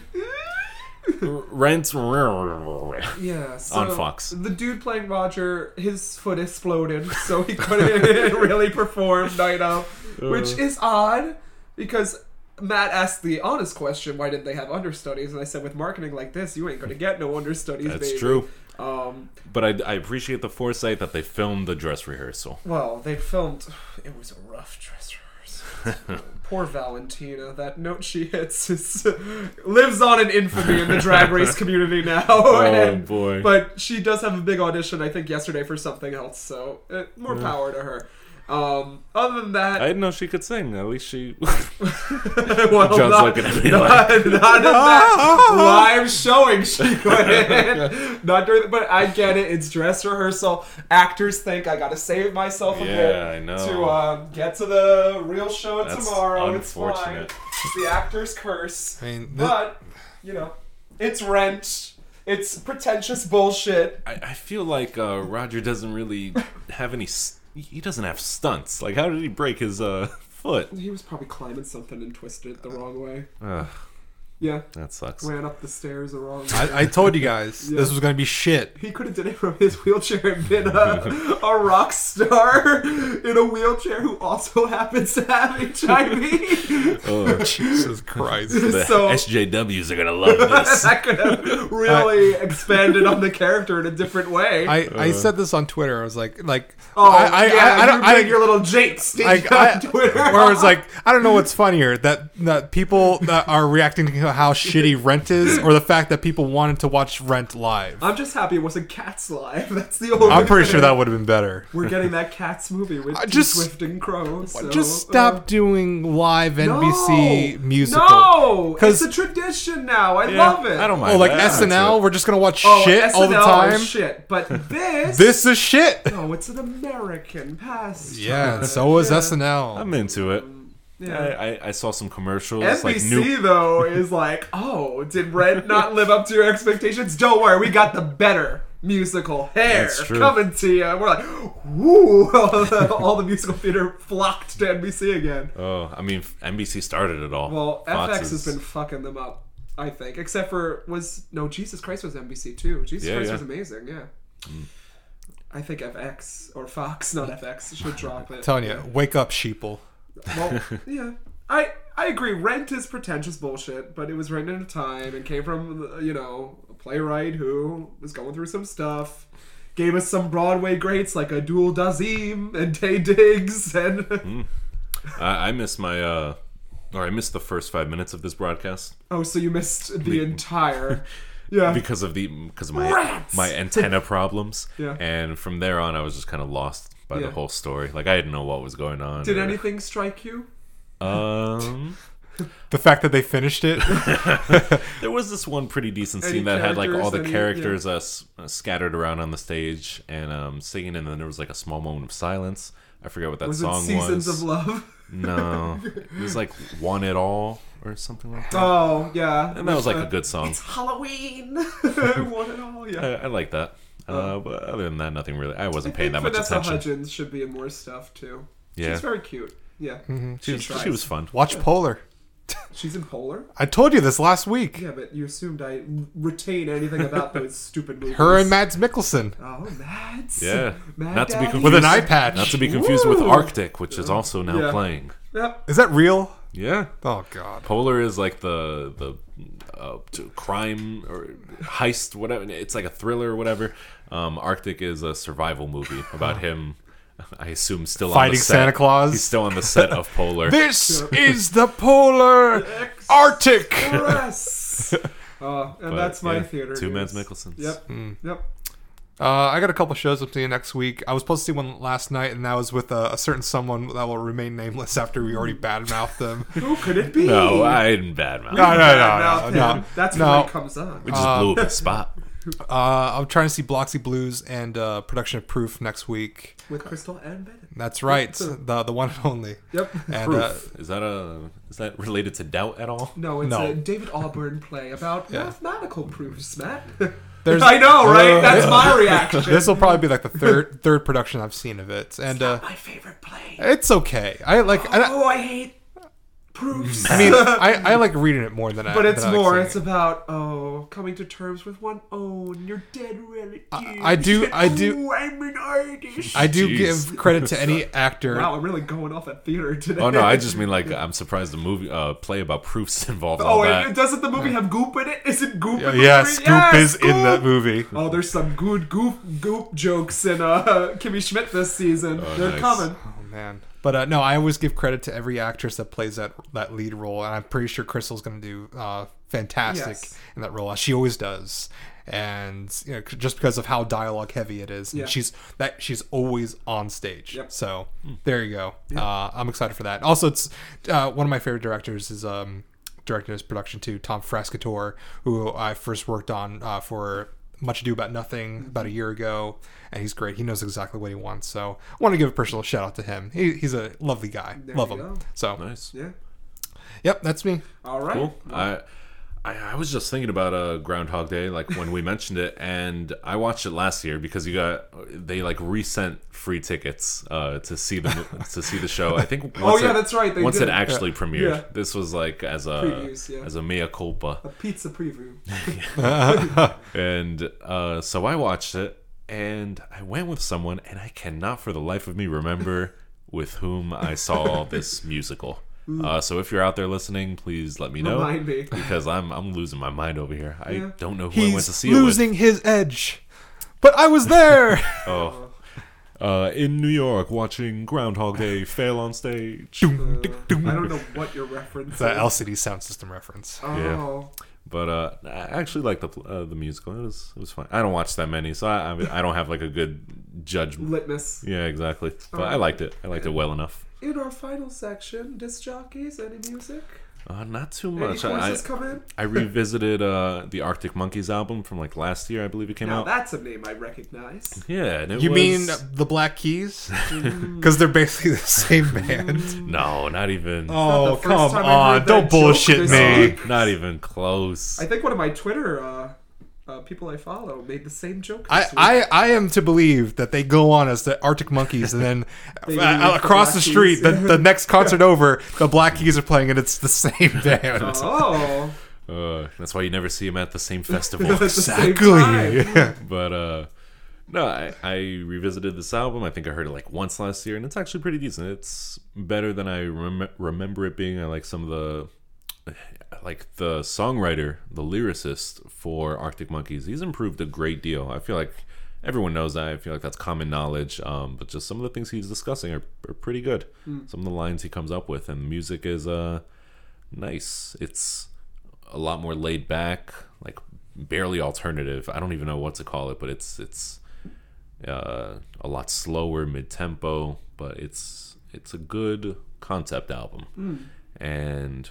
Speaker 2: Rent
Speaker 1: Yeah, so
Speaker 2: On Fox.
Speaker 1: The dude playing Roger, his foot exploded, so he couldn't really perform Night Out,
Speaker 2: Uh.
Speaker 1: which is odd because Matt asked the honest question: Why didn't they have understudies? And I said, with marketing like this, you ain't gonna get no understudies.
Speaker 2: That's
Speaker 1: baby."
Speaker 2: true.
Speaker 1: Um,
Speaker 2: But I, I appreciate the foresight that they filmed the dress rehearsal.
Speaker 1: well, they filmed. It was a rough dress rehearsal. Poor Valentina. That note she hits is, lives on in infamy in the drag race community now.
Speaker 2: Oh
Speaker 1: and-
Speaker 2: boy.
Speaker 1: But she does have a big audition, I think, yesterday for something else. So uh, more power to her. Um, other than that,
Speaker 2: I didn't know she could sing. At least she.
Speaker 1: well,
Speaker 2: John's
Speaker 1: not,
Speaker 2: looking at me
Speaker 1: not,
Speaker 2: like-
Speaker 1: not in that live showing she couldn't. not during, the, but I get it. It's dress rehearsal. Actors think I gotta save myself a
Speaker 2: Yeah, I
Speaker 1: bit
Speaker 2: know.
Speaker 1: to um, get to the real show
Speaker 2: That's
Speaker 1: tomorrow. It's fine.
Speaker 2: unfortunate.
Speaker 1: It's the actor's curse.
Speaker 3: I mean, thi-
Speaker 1: But you know, it's rent. It's pretentious bullshit.
Speaker 2: I, I feel like uh, Roger doesn't really have any. s- He doesn't have stunts. Like, how did he break his uh, foot?
Speaker 1: He was probably climbing something and twisted it the wrong way.
Speaker 2: Ugh,
Speaker 1: Yeah,
Speaker 2: that sucks.
Speaker 1: ran up the stairs the wrong way.
Speaker 3: I, I told you guys
Speaker 1: Yeah.
Speaker 3: this was gonna be shit.
Speaker 1: He could have did it from his wheelchair and been a, a rock star in a wheelchair who also happens to have HIV.
Speaker 2: Ugh.
Speaker 3: Jesus Christ!
Speaker 2: the
Speaker 1: So-
Speaker 2: SJWs are gonna love this.
Speaker 1: that could have really expanded on the character in a different way.
Speaker 3: I, I said this on Twitter. I was like, like,
Speaker 1: oh,
Speaker 3: I, I,
Speaker 1: yeah,
Speaker 3: I, I don't,
Speaker 1: you're being
Speaker 3: I,
Speaker 1: your little Jake stage
Speaker 3: like,
Speaker 1: on
Speaker 3: I,
Speaker 1: Twitter.
Speaker 3: where it's like, I don't know what's funnier that that people that are reacting to how shitty Rent is, or the fact that people wanted to watch Rent live.
Speaker 1: I'm just happy it wasn't Cats Live. That's the only.
Speaker 3: I'm pretty sure
Speaker 1: thing.
Speaker 3: that would have been better.
Speaker 1: we're getting that Cats movie with
Speaker 3: I
Speaker 1: T.
Speaker 3: just-
Speaker 1: Swift and Crow. So,
Speaker 3: Just stop
Speaker 1: uh,
Speaker 3: doing live NBC
Speaker 1: no,
Speaker 3: musical.
Speaker 1: No, it's
Speaker 3: 'Cause-
Speaker 1: a tradition now. I
Speaker 2: Yeah,
Speaker 1: love it.
Speaker 2: I don't mind.
Speaker 3: Oh, like
Speaker 2: that.
Speaker 3: SNL, we're just gonna watch
Speaker 1: Oh,
Speaker 3: shit all the
Speaker 1: SNL is
Speaker 3: time.
Speaker 1: Shit, but this
Speaker 3: This is shit.
Speaker 1: No, it's an American past.
Speaker 3: Yeah, and so is
Speaker 1: Yeah.
Speaker 3: SNL.
Speaker 2: I'm into it.
Speaker 1: Yeah.
Speaker 2: I, I, I saw some commercials.
Speaker 1: NBC
Speaker 2: like new,
Speaker 1: though is like, oh, did Red not live up to your expectations? Don't worry, we got the better musical hair
Speaker 2: That's true.
Speaker 1: coming to you. And we're like, woo! all the- all the musical theater flocked to NBC again.
Speaker 2: oh, I mean, NBC started it all.
Speaker 1: Well,
Speaker 2: Fox
Speaker 1: FX has
Speaker 2: is-
Speaker 1: been fucking them up, I think. Except for was no Jesus Christ was NBC too. Jesus
Speaker 2: Yeah,
Speaker 1: Christ
Speaker 2: yeah. Mm.
Speaker 1: was amazing. Yeah. I think FX or Fox, not FX, should drop it.
Speaker 3: telling you, wake up, sheeple.
Speaker 1: Well, yeah. I I agree. Rent is pretentious bullshit, but it was written at a time and came from you know a playwright who was going through some stuff. Gave us some Broadway greats like Adul Dazim and Tay Diggs and
Speaker 2: Mm. I, I missed my, uh, or I missed the first five minutes of this broadcast
Speaker 1: oh, so you missed the entire yeah.
Speaker 2: because of the because of my
Speaker 1: Rats!
Speaker 2: my antenna problems.
Speaker 1: Yeah.
Speaker 2: And from there on, I was just kind of lost by
Speaker 1: Yeah.
Speaker 2: the whole story. Like I didn't know what was going on.
Speaker 1: Did
Speaker 2: or-
Speaker 1: anything strike you?
Speaker 2: Um,
Speaker 3: The fact that they finished it.
Speaker 2: there was this one pretty decent
Speaker 1: Any
Speaker 2: scene that had like all
Speaker 1: characters,
Speaker 2: the
Speaker 1: any- yeah.
Speaker 2: characters uh, s- uh, scattered around on the stage and um, singing, and then there was like a small moment of silence. I forget what that
Speaker 1: Was it
Speaker 2: song
Speaker 1: Seasons of
Speaker 2: was.
Speaker 1: Love?
Speaker 2: No, it was like "One It All" or something like that.
Speaker 1: Oh yeah,
Speaker 2: and that was like
Speaker 1: Uh,
Speaker 2: a good song.
Speaker 1: It's Halloween. One and all, yeah.
Speaker 2: I, I like that. Uh, but other than that, nothing really. I wasn't paying that much
Speaker 1: Vanessa
Speaker 2: attention.
Speaker 1: Hudgens should be in more stuff too.
Speaker 2: Yeah. Mm-hmm.
Speaker 1: she's very cute. Yeah,
Speaker 2: She, was,
Speaker 1: tries.
Speaker 2: she was fun.
Speaker 3: Watch Polar.
Speaker 1: She's in Polar.
Speaker 3: I told you this last week.
Speaker 1: Yeah, but you assumed I retain anything about those stupid movies.
Speaker 3: Her and Mads Mikkelsen
Speaker 1: Oh, Mads.
Speaker 2: Yeah.
Speaker 1: Mad
Speaker 2: Not to be
Speaker 1: Daddy.
Speaker 2: confused
Speaker 3: with an eye
Speaker 2: He's-
Speaker 3: patch.
Speaker 2: Not to be confused with
Speaker 1: Woo!
Speaker 2: Arctic, which is also now
Speaker 1: Yeah.
Speaker 2: playing.
Speaker 1: Yep.
Speaker 3: Is that real?
Speaker 2: Yeah.
Speaker 3: Oh God.
Speaker 2: Polar is like the the uh, t- crime or heist, whatever. It's like a thriller or whatever. Um, Arctic is a survival movie about him. I assume still on
Speaker 3: Fighting
Speaker 2: the set.
Speaker 3: Santa Claus?
Speaker 2: He's still on the set of Polar.
Speaker 3: This is the Polar Arctic.
Speaker 1: Yes. Uh, and
Speaker 2: But,
Speaker 1: that's my
Speaker 2: yeah,
Speaker 1: theater.
Speaker 2: Two
Speaker 1: news.
Speaker 2: Mads Hmm. Mickelsons.
Speaker 1: Yep. Yep.
Speaker 3: Uh, I got a couple shows up to you next week. I was supposed to see one last night, and that was with a, a certain someone that will remain nameless after we already badmouthed them.
Speaker 1: Who could it be?
Speaker 2: No, I didn't badmouth.
Speaker 3: No, no, no, no,
Speaker 1: Badmouth
Speaker 3: no.
Speaker 1: him. That's
Speaker 3: no.
Speaker 1: when it comes on.
Speaker 2: We just blew up the spot.
Speaker 3: Uh, I'm trying to see Bloxy Blues and uh, Production of Proof next week.
Speaker 1: With Crystal and Bennett.
Speaker 3: That's right, the the one and only.
Speaker 1: Yep.
Speaker 3: And uh,
Speaker 2: Proof. is that a is that related to doubt at all?
Speaker 1: No, it's
Speaker 3: No.
Speaker 1: a David Auburn play about
Speaker 3: Yeah.
Speaker 1: mathematical proofs, Matt.
Speaker 3: There's-
Speaker 1: I know, right? That's my
Speaker 3: this
Speaker 1: reaction.
Speaker 3: will probably be like the third third production I've seen of it, and uh,
Speaker 1: my favorite play.
Speaker 3: it's okay. I like. I,
Speaker 1: Oh, I hate proofs.
Speaker 3: I mean, I, I like reading it more than I.
Speaker 1: but it's
Speaker 3: than I like
Speaker 1: more.
Speaker 3: seeing
Speaker 1: It's about oh, coming to terms with one own your dead relative.
Speaker 3: I do- I do-
Speaker 1: Oh, I'm an artist.
Speaker 3: I do
Speaker 2: Jeez.
Speaker 3: give credit to any actor.
Speaker 1: wow, I'm really going off at theater today.
Speaker 2: Oh no, I just mean like I'm surprised the movie uh, play about proofs involved. all
Speaker 1: Oh,
Speaker 2: that.
Speaker 1: and doesn't the movie have goop in it? Isn't goop? in the
Speaker 3: Yeah,
Speaker 1: movie?
Speaker 3: Scoop
Speaker 1: Yeah,
Speaker 3: is in that
Speaker 1: Scoop!
Speaker 3: movie.
Speaker 1: Oh, there's some good goop goop jokes in uh, Kimmy Schmidt this season. They're
Speaker 2: nice.
Speaker 1: coming.
Speaker 3: Oh man! But uh, no, I always give credit to every actress that plays that that lead role, and I'm pretty sure Crystal's going to do uh, fantastic
Speaker 1: Yes.
Speaker 3: in that role. as She always does, and you know, c- just because of how dialogue heavy it is, and
Speaker 1: Yeah.
Speaker 3: she's that she's always on stage.
Speaker 1: Yep.
Speaker 3: So there you go. Uh, I'm excited for that. Also, it's uh, one of my favorite directors is. Um, Directed his production to Tom Frascator, who I first worked on uh, for Much Ado About Nothing
Speaker 1: Mm-hmm.
Speaker 3: about a year ago, and he's great. He knows exactly what he wants, so I want to give a personal shout out to him. He, he's a lovely guy,
Speaker 1: There
Speaker 3: love
Speaker 1: you
Speaker 3: him.
Speaker 1: go.
Speaker 3: So,
Speaker 2: nice.
Speaker 1: Yeah.
Speaker 3: yep, that's me.
Speaker 1: All right.
Speaker 2: Cool. I, I I was just thinking about uh, Groundhog Day, like when we mentioned it, and I watched it last year because you got they like resent free tickets uh, to see the mo- to see the show. I think. Once
Speaker 1: Oh, yeah,
Speaker 2: it-
Speaker 1: that's right, they
Speaker 2: once
Speaker 1: did.
Speaker 2: it actually premiered,
Speaker 1: Yeah.
Speaker 2: this was like as a
Speaker 1: Previews, yeah.
Speaker 2: as a mea culpa.
Speaker 1: A pizza preview.
Speaker 2: And uh, so I watched it, and I went with someone, and I cannot for the life of me remember with whom I saw this musical. Uh, so if you're out there listening, please let me know
Speaker 1: Remind me.
Speaker 2: because I'm I'm losing my mind over here. I
Speaker 1: Yeah.
Speaker 2: don't know who I went to
Speaker 3: He's
Speaker 2: see it
Speaker 3: losing his edge, but I was there.
Speaker 2: with. Oh. Uh, in New York, watching Groundhog Day fail on stage.
Speaker 3: Doom,
Speaker 1: Uh,
Speaker 3: dick,
Speaker 1: I
Speaker 3: doom.
Speaker 1: don't know what your reference
Speaker 3: It's an
Speaker 1: is.
Speaker 3: LCD sound system reference.
Speaker 1: Oh,
Speaker 2: But uh, I actually like the pl- uh, the musical. It was it was fun. I don't watch that many, so I I, I don't have like a good judge.
Speaker 1: litmus.
Speaker 2: Yeah, exactly. But I liked it. I liked it well enough.
Speaker 1: In our final section, disc jockeys, any music?
Speaker 2: Uh, not too
Speaker 1: Any
Speaker 2: much. I, I,
Speaker 1: choices come in?
Speaker 2: I revisited uh, the Arctic Monkeys album from like last year, I believe it came
Speaker 1: Now
Speaker 2: out.
Speaker 1: that's a name I recognize.
Speaker 2: yeah, and it
Speaker 3: You
Speaker 2: was-
Speaker 3: mean the Black Keys? Because they're basically the same band.
Speaker 2: no? Not even.
Speaker 1: the
Speaker 3: Oh,
Speaker 1: first
Speaker 3: come
Speaker 1: time I heard
Speaker 3: on.
Speaker 1: that
Speaker 3: Don't
Speaker 1: joke
Speaker 3: bullshit
Speaker 1: this
Speaker 2: Uh,
Speaker 3: me.
Speaker 1: week.
Speaker 2: not even close.
Speaker 1: I think one of my Twitter uh, uh, people I follow made the same joke.
Speaker 3: I,
Speaker 1: this week.
Speaker 3: I, I am to believe that they go on as the Arctic Monkeys, and then
Speaker 1: They
Speaker 3: uh,
Speaker 1: leave the
Speaker 3: across the,
Speaker 1: Black
Speaker 3: street,
Speaker 1: Keys.
Speaker 3: the, the next concert over, the Black Keys are playing, and it's the same band.
Speaker 1: oh,
Speaker 2: Uh, that's why you never see them at the same festival.
Speaker 1: at the same
Speaker 3: Exactly.
Speaker 1: time.
Speaker 3: Yeah.
Speaker 2: but uh, no, I, I revisited this album. I think I heard it like once last year, and it's actually pretty decent. It's better than I rem- remember it being. I like some of the. Like the songwriter, the lyricist for Arctic Monkeys, he's improved a great deal. I feel like everyone knows that. I feel like that's common knowledge. Um, but just some of the things he's discussing are, are pretty good. Some of the lines he comes up with, and the music is uh, nice. It's a lot more laid back, like barely alternative. I don't even know what to call it, but it's it's uh, a lot slower, mid tempo, but it's it's a good concept album. And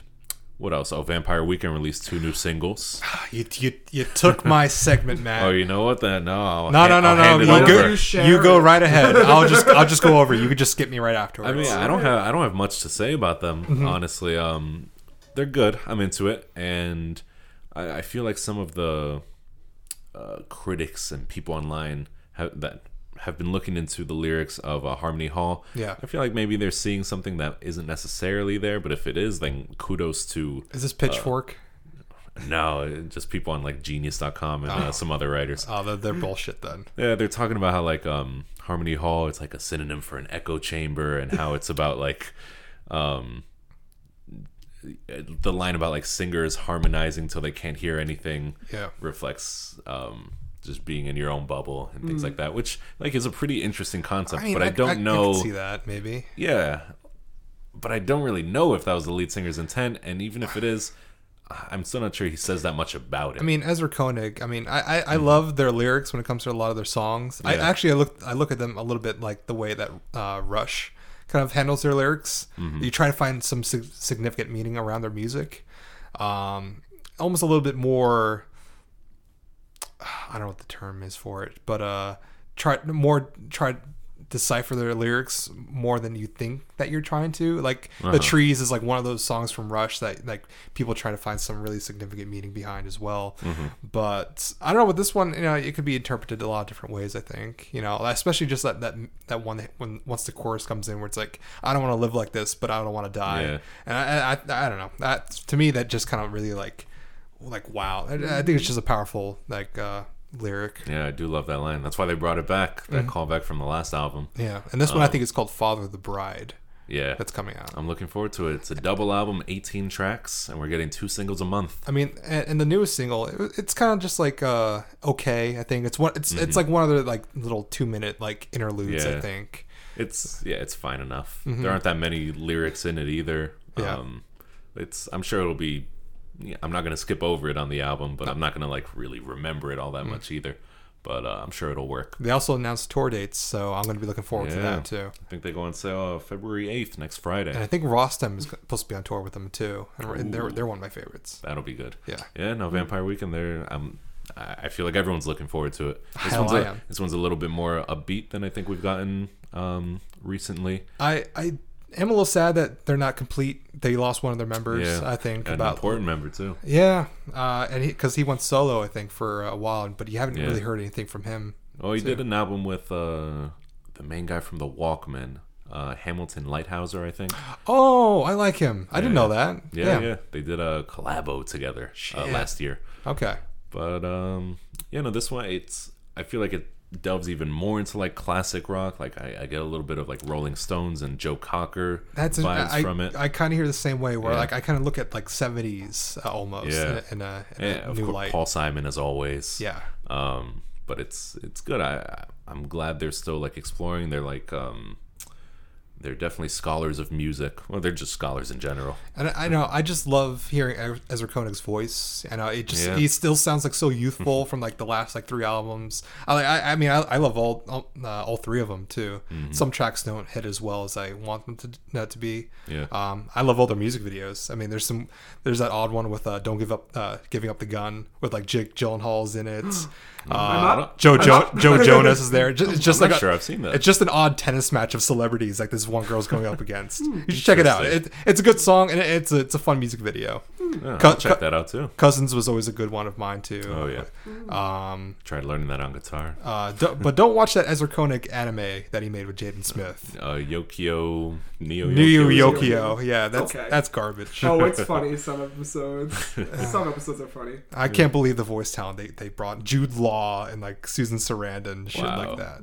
Speaker 2: what else? Oh, Vampire Weekend released two new singles.
Speaker 3: You, you, you took my segment, Matt.
Speaker 2: Oh, you know what? Then no, I'll
Speaker 3: No,
Speaker 2: ha-
Speaker 3: no, no,
Speaker 2: I'll hand
Speaker 3: no.
Speaker 2: it
Speaker 3: You
Speaker 2: over.
Speaker 3: go,
Speaker 1: You share
Speaker 3: you go
Speaker 1: it.
Speaker 3: right ahead. I'll just, I'll just go over. You could just skip me right afterwards.
Speaker 2: I mean, I don't have I don't have much to say about them, honestly. Um, they're good. I'm into it, and I, I feel like some of the uh, critics and people online have, that have been looking into the lyrics of uh, Harmony Hall.
Speaker 3: Yeah.
Speaker 2: I feel like maybe they're seeing something that isn't necessarily there, but if it is, then kudos to
Speaker 3: Is this Pitchfork?
Speaker 2: no, just people on like Genius.com and uh, some other writers.
Speaker 3: oh, they're, they're bullshit then.
Speaker 2: Yeah, they're talking about how like um Harmony Hall it's like a synonym for an echo chamber and how it's about like um the line about like singers harmonizing till they can't hear anything
Speaker 3: Yeah.
Speaker 2: reflects um just being in your own bubble and
Speaker 3: Mm.
Speaker 2: things like that, which like is a pretty interesting concept, but I, don't know
Speaker 3: could see that maybe.
Speaker 2: yeah. But I don't really know if that was the lead singer's intent and even if it is I'm still not sure he says that much about it.
Speaker 3: I mean, Ezra Koenig. I mean, I I, I love their lyrics when it comes to a lot of their songs. I
Speaker 2: Hmm. Yeah.
Speaker 3: actually I look I look at them a little bit like the way that uh, Rush kind of handles their lyrics.
Speaker 2: Mm-hmm.
Speaker 3: You try to find some sig- significant meaning around their music. Um, almost a little bit more. I don't know what the term is for it, but uh, try more try to decipher their lyrics more than you think that you're trying to. Like the trees is like one of those songs from Rush that like people try to find some really significant meaning behind as well. But I don't know with this one, you know, it could be interpreted a lot of different ways. I think you know, especially just that that that one that when once the chorus comes in where it's like I don't want to live like this, but I don't want to die.
Speaker 2: Yeah.
Speaker 3: And I, I- I I don't know that to me that just kind of really like like wow I, I think it's just a powerful like uh lyric
Speaker 2: yeah, I do love that line. That's why they brought it back.
Speaker 3: Mm.
Speaker 2: That callback from the last album.
Speaker 3: yeah and this one
Speaker 2: Um,
Speaker 3: i think is called father of the bride
Speaker 2: Yeah.
Speaker 3: that's coming out
Speaker 2: I'm looking forward to it. It's a double album, 18 tracks, and we're getting two singles a month.
Speaker 3: i mean and, and the newest single it, it's kind of just like uh okay i think it's one it's it's like one of the like little two minute like interludes i
Speaker 2: Mm-hmm. Yeah.
Speaker 3: think
Speaker 2: It's yeah, it's fine enough. There aren't that many lyrics in it either.
Speaker 3: Mm-hmm. Yeah.
Speaker 2: Um, it's I'm sure it'll be. Yeah, I'm not gonna skip over it on the album, but I'm not gonna like really remember it all
Speaker 3: Mm.
Speaker 2: that much either. But uh, I'm sure it'll work.
Speaker 3: they also announced tour dates so i'm going to be looking forward to
Speaker 2: Yeah.
Speaker 3: that too
Speaker 2: I think they go on sale uh, February 8th next
Speaker 3: and i
Speaker 2: Friday.
Speaker 3: think rostam is supposed to be on tour with them too and they're, they're one of my favorites
Speaker 2: That'll be good.
Speaker 3: Yeah. Mm.
Speaker 2: Yeah. No Vampire Weekend. There. I'm. I I feel like everyone's looking forward to it. This
Speaker 3: Hell,
Speaker 2: one's
Speaker 3: I
Speaker 2: a-
Speaker 3: am.
Speaker 2: this one's a little bit more upbeat than I think we've gotten um, recently.
Speaker 3: I I am a little sad that they're not complete. They lost one of their members. I think
Speaker 2: an
Speaker 3: about
Speaker 2: important member too.
Speaker 3: yeah, uh, and because he, went solo, I think for a while, but you haven't
Speaker 2: Yeah.
Speaker 3: really heard anything from him.
Speaker 2: Oh, he did an album with uh, the main guy from the Walkmen, uh, Hamilton Lighthouser, I think.
Speaker 3: Oh, I like him. I didn't know that.
Speaker 2: Yeah, yeah, They did a collabo together uh,
Speaker 3: Shit.
Speaker 2: last year.
Speaker 3: Okay.
Speaker 2: But um, you know, this one it's I feel like it delves even more into like classic rock. Like I, I get a little bit of like Rolling Stones and Joe Cocker
Speaker 3: That's
Speaker 2: vibes
Speaker 3: I,
Speaker 2: from it.
Speaker 3: I kind of hear the same way where
Speaker 2: Yeah.
Speaker 3: like I kind of look at like 70s uh, almost
Speaker 2: Yeah.
Speaker 3: in, a, in a, in a
Speaker 2: yeah, of
Speaker 3: new
Speaker 2: course,
Speaker 3: light.
Speaker 2: Paul Simon as always.
Speaker 3: Yeah.
Speaker 2: um but it's it's good i I- i'm glad they're still like exploring they're like um They're definitely scholars of music. Well, they're just scholars in general.
Speaker 3: And I, I know I just love hearing Ez- Ezra Koenig's voice. I know it just
Speaker 2: Yeah.
Speaker 3: he still sounds like so
Speaker 1: Mm-hmm.
Speaker 3: youthful from like the last like three albums. I like I, I mean I, I love all all, uh, all three of them too.
Speaker 1: Mm-hmm.
Speaker 3: Some tracks don't hit as well as I want them to uh, to be.
Speaker 2: Yeah.
Speaker 3: Um, I love all their music videos. I mean, there's some there's that odd one with uh, "Don't Give Up," uh, giving up the gun with like Jake Gyllenhaal's in it.
Speaker 1: I'm
Speaker 3: uh,
Speaker 1: not-
Speaker 3: Joe
Speaker 1: I'm
Speaker 3: jo-
Speaker 1: not-
Speaker 3: Joe Jonas is there. Just, it's just
Speaker 2: I'm
Speaker 3: like
Speaker 2: not
Speaker 3: a-
Speaker 2: sure I've seen that.
Speaker 3: It's just an odd tennis match of celebrities like this one girl's going up against. you should check it out. It,
Speaker 2: Hmm, Interesting.
Speaker 3: it's a good song and it, it's a, it's a fun music video.
Speaker 2: Yeah,
Speaker 3: Cu-
Speaker 2: I'll check
Speaker 3: cu-
Speaker 2: that out too.
Speaker 3: Cousins was always a good one of mine too.
Speaker 2: Oh yeah,
Speaker 3: Um,
Speaker 2: tried learning that on guitar.
Speaker 3: uh, do- but don't watch that Ezra Koenig anime that he made with Jaden Smith.
Speaker 2: Uh, Yokio Neo
Speaker 3: New
Speaker 2: Yokio. is-
Speaker 3: Yokio, yeah, that's
Speaker 1: Okay.
Speaker 3: that's garbage.
Speaker 1: Oh, it's funny. Some episodes. some episodes are funny.
Speaker 3: I can't believe the voice talent they, they brought Jude Law and like Susan Sarandon and shit
Speaker 2: Wow.
Speaker 3: like that.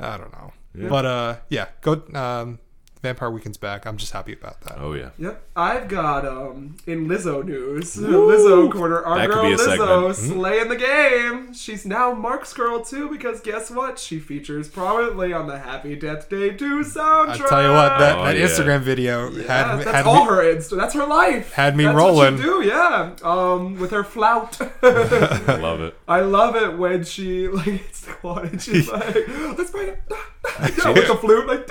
Speaker 3: I don't know, but uh, yeah, go. Um, Vampire Weekend's back. I'm just happy about that.
Speaker 2: Oh yeah.
Speaker 1: Yep, I've got um in Lizzo news, Lizzo corner. Our
Speaker 2: That could
Speaker 1: girl
Speaker 2: be a
Speaker 1: Lizzo
Speaker 2: segment.
Speaker 3: Mm-hmm.
Speaker 1: slaying the game. She's now Mark's girl too because guess what? She features prominently on the Happy Death Day 2 soundtrack.
Speaker 3: I tell you what, that,
Speaker 2: Oh,
Speaker 3: that
Speaker 2: yeah.
Speaker 3: Instagram video
Speaker 1: Yeah,
Speaker 3: had me-
Speaker 1: that's
Speaker 3: had
Speaker 1: all
Speaker 3: me,
Speaker 1: her insta. That's her life.
Speaker 3: had me
Speaker 1: That's
Speaker 3: rolling.
Speaker 1: What you do yeah, um, with her flout.
Speaker 2: I love it.
Speaker 1: I love it when she like hits the quad and she's like, "Let's play it." yeah, with the flute, like.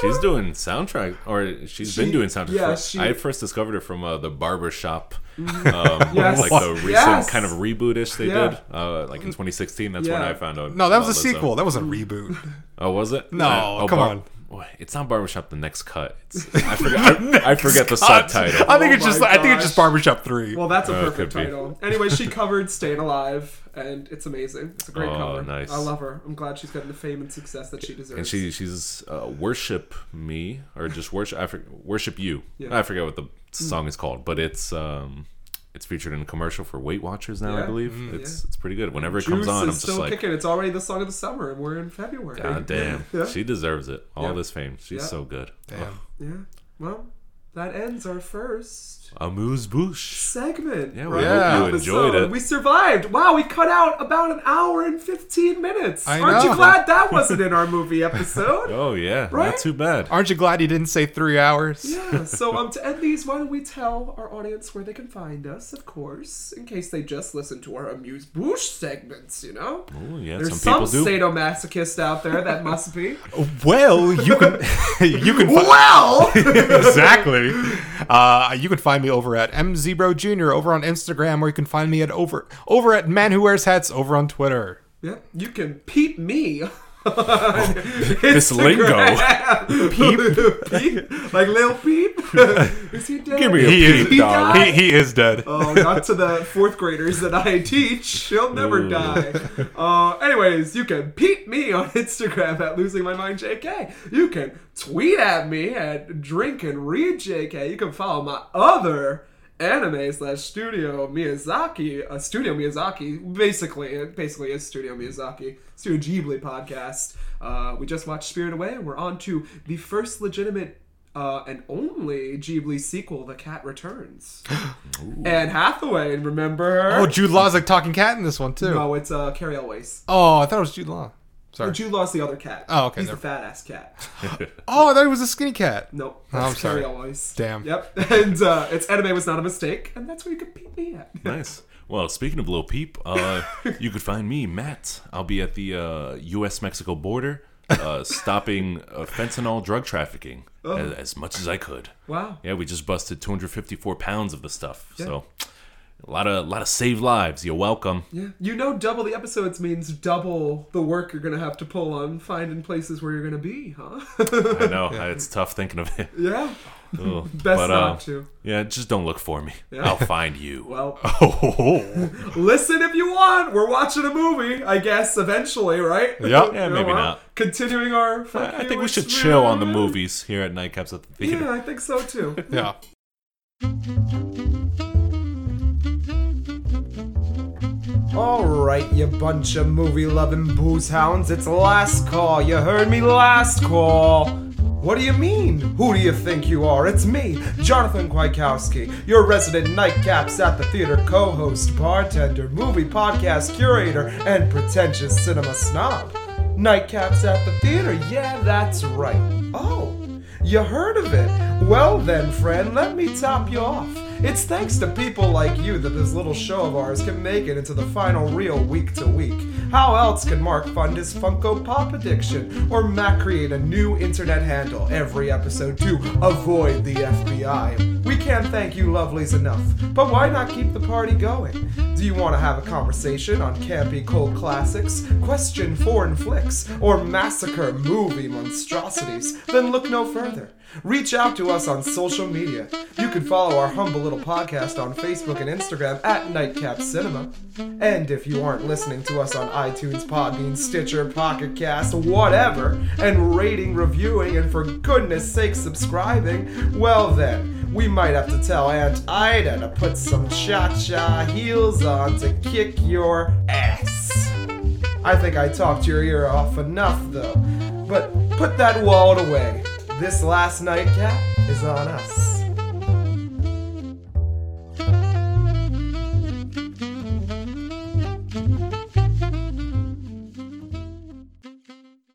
Speaker 2: She's doing soundtrack, or she's
Speaker 1: She-
Speaker 2: been doing soundtrack.
Speaker 1: yeah,
Speaker 2: for-
Speaker 1: she- Mm-hmm.
Speaker 2: I first discovered her from uh, the barber shop, um,
Speaker 1: Yes.
Speaker 2: like the recent
Speaker 1: Yes.
Speaker 2: kind of reboot-ish they
Speaker 1: Yeah.
Speaker 2: did, uh, like in 2016. That's when
Speaker 1: Yeah.
Speaker 2: I found out.
Speaker 3: No, that was a
Speaker 2: about Lizzo.
Speaker 3: sequel. That was a reboot.
Speaker 2: Oh, was it?
Speaker 3: No,
Speaker 2: Uh, oh,
Speaker 3: come
Speaker 2: Bar-
Speaker 3: on.
Speaker 2: Boy, It's not barbershop. The next cut. It's, I forget. I, I forget the subtitle.
Speaker 3: I think
Speaker 1: Oh
Speaker 3: it's just.
Speaker 1: my
Speaker 3: I think it's just
Speaker 1: gosh.
Speaker 3: Barbershop Three.
Speaker 1: Well, that's a
Speaker 2: Uh,
Speaker 1: perfect
Speaker 2: could be.
Speaker 1: title. Anyway, she covered "Staying Alive," and it's amazing. It's a great
Speaker 2: Oh,
Speaker 1: cover.
Speaker 2: nice.
Speaker 1: I love her. I'm glad she's gotten the fame and success that she deserves.
Speaker 2: and she she's uh, worship me or just worship I for, worship you.
Speaker 1: Yeah.
Speaker 2: I forget what the song is called, but it's um it's featured in a commercial for Weight Watchers now, I
Speaker 1: Yeah.
Speaker 2: believe. it's it's pretty good. Whenever it
Speaker 1: Juice
Speaker 2: comes on, I'm
Speaker 1: is
Speaker 2: just
Speaker 1: still
Speaker 2: like,
Speaker 1: kicking. It's already the song of the summer, and we're in February.
Speaker 2: God damn,
Speaker 1: Yeah.
Speaker 2: she deserves it. All
Speaker 1: Yeah.
Speaker 2: this fame, she's
Speaker 1: Yeah.
Speaker 2: so good.
Speaker 3: Damn.
Speaker 1: Yeah. Well, that ends our first
Speaker 2: Oh, Amuse bouche.
Speaker 1: segment.
Speaker 2: Yeah, we
Speaker 3: Yeah.
Speaker 2: hope you enjoyed
Speaker 1: episode.
Speaker 2: it.
Speaker 1: We survived. Wow, we cut out about an hour and 15 minutes.
Speaker 3: I
Speaker 1: Aren't you
Speaker 3: know.
Speaker 1: glad that wasn't in our movie episode?
Speaker 2: oh yeah,
Speaker 1: Right?
Speaker 2: not too bad.
Speaker 3: Aren't you glad you didn't say three hours?
Speaker 1: Yeah, so um, to end these, why don't we tell our audience where they can find us, of course, in case they just listen to our Amuse Bouche segments, you know?
Speaker 2: Ooh, yeah,
Speaker 1: There's some,
Speaker 2: some people do.
Speaker 1: sadomasochist out there that must be.
Speaker 3: Well, you can. you can. fi-
Speaker 1: well!
Speaker 3: exactly. Uh, you can find me over at mzbro jr. over on Instagram, or you can find me at over over at man who wears hats over on Twitter.
Speaker 1: yeah, you can peep me.
Speaker 2: Oh, this lingo.
Speaker 1: peep. peep. Like Lil Peep. Is he dead?
Speaker 2: Give me a
Speaker 3: He is-
Speaker 2: peep, dog.
Speaker 1: died?
Speaker 3: He, he is dead.
Speaker 1: Oh, not to the fourth graders that I teach. He'll never die. Uh, anyways, you can peep me on Instagram at losing my mind JK. You can tweet at me at drink and read JK. You can follow my other anime slash studio Miyazaki, uh, Studio Miyazaki. Basically, it basically is Studio Miyazaki, Studio Ghibli podcast. Uh, we just watched Spirit Away, and we're on to the first legitimate uh, and only Ghibli sequel, The Cat Returns. Anne Hathaway, remember her?
Speaker 3: Oh, Jude Law's like talking cat in this one too.
Speaker 1: no, it's uh, Carrie Elways.
Speaker 3: Oh, I thought it was Jude Law.
Speaker 1: Or
Speaker 3: Sorry.
Speaker 1: Jude Law's the other cat.
Speaker 3: Oh, okay,
Speaker 1: He's the
Speaker 3: never-
Speaker 1: fat ass cat.
Speaker 3: Oh, I thought it was a skinny cat.
Speaker 1: Nope.
Speaker 3: Oh,
Speaker 1: That's
Speaker 3: I'm sorry.
Speaker 1: Carrie Elways.
Speaker 3: Damn.
Speaker 1: Yep. And uh, it's anime was not a mistake, and that's where you could beat me at.
Speaker 2: Nice. Well, speaking of Lil Peep, uh, you could find me, Matt. I'll be at the uh, U.S. Mexico border uh, stopping uh, fentanyl drug trafficking
Speaker 1: Oh.
Speaker 2: as, as much as I could.
Speaker 1: Wow.
Speaker 2: Yeah, we just busted 254 pounds of the stuff. So a lot of lot of saved lives. You're welcome.
Speaker 1: Yeah. You know, double the episodes means double the work you're gonna have to pull on finding places where you're gonna be, huh?
Speaker 2: I know it's tough thinking of it.
Speaker 1: yeah.
Speaker 2: Ugh.
Speaker 1: Best
Speaker 2: but,
Speaker 1: not
Speaker 2: uh,
Speaker 1: to.
Speaker 2: Yeah, just don't look for me.
Speaker 1: Yeah.
Speaker 2: I'll find you.
Speaker 1: Well,
Speaker 3: Oh,
Speaker 1: listen if you want. We're watching a movie, I guess, eventually, right?
Speaker 3: Yep.
Speaker 2: Yeah,
Speaker 1: You know
Speaker 2: maybe
Speaker 1: what?
Speaker 2: not.
Speaker 1: Continuing our. fuck
Speaker 2: I
Speaker 1: you
Speaker 2: think we should chill on the
Speaker 1: experiment.
Speaker 2: movies here at Nightcaps at the theater.
Speaker 1: Yeah, I think so too.
Speaker 3: yeah.
Speaker 4: All right, you bunch of movie loving booze hounds, it's last call. You heard me last call. What do you mean? Who do you think you are? It's me, Jonathan Kwiatkowski, your resident nightcaps at the theater co host, bartender, movie podcast curator, and pretentious cinema snob. Nightcaps at the theater, yeah, that's right. Oh,
Speaker 1: You heard of it? Well, then, friend, let me top you off. It's thanks to people like you that this little show of ours can make it into the final reel week to week. How else could Mark fund his Funko Pop addiction or Matt create a new internet handle every episode to avoid the FBI? We can't thank you lovelies enough, but why not keep the party going? Do you want to have a conversation on campy cold classics, question foreign flicks, or massacre movie monstrosities? Then look no further. Reach out to us on social media. You can follow our humble little podcast on Facebook and Instagram at Nightcap Cinema. And if you aren't listening to us on iTunes, Podbean, Stitcher, Pocket Cast, whatever, and rating, reviewing, and for goodness sake subscribing, well then, we might have to tell Aunt Ida to put some cha cha heels on to kick your ass. I think I talked your ear off enough though, but put that wallet away. This last nightcap is on us.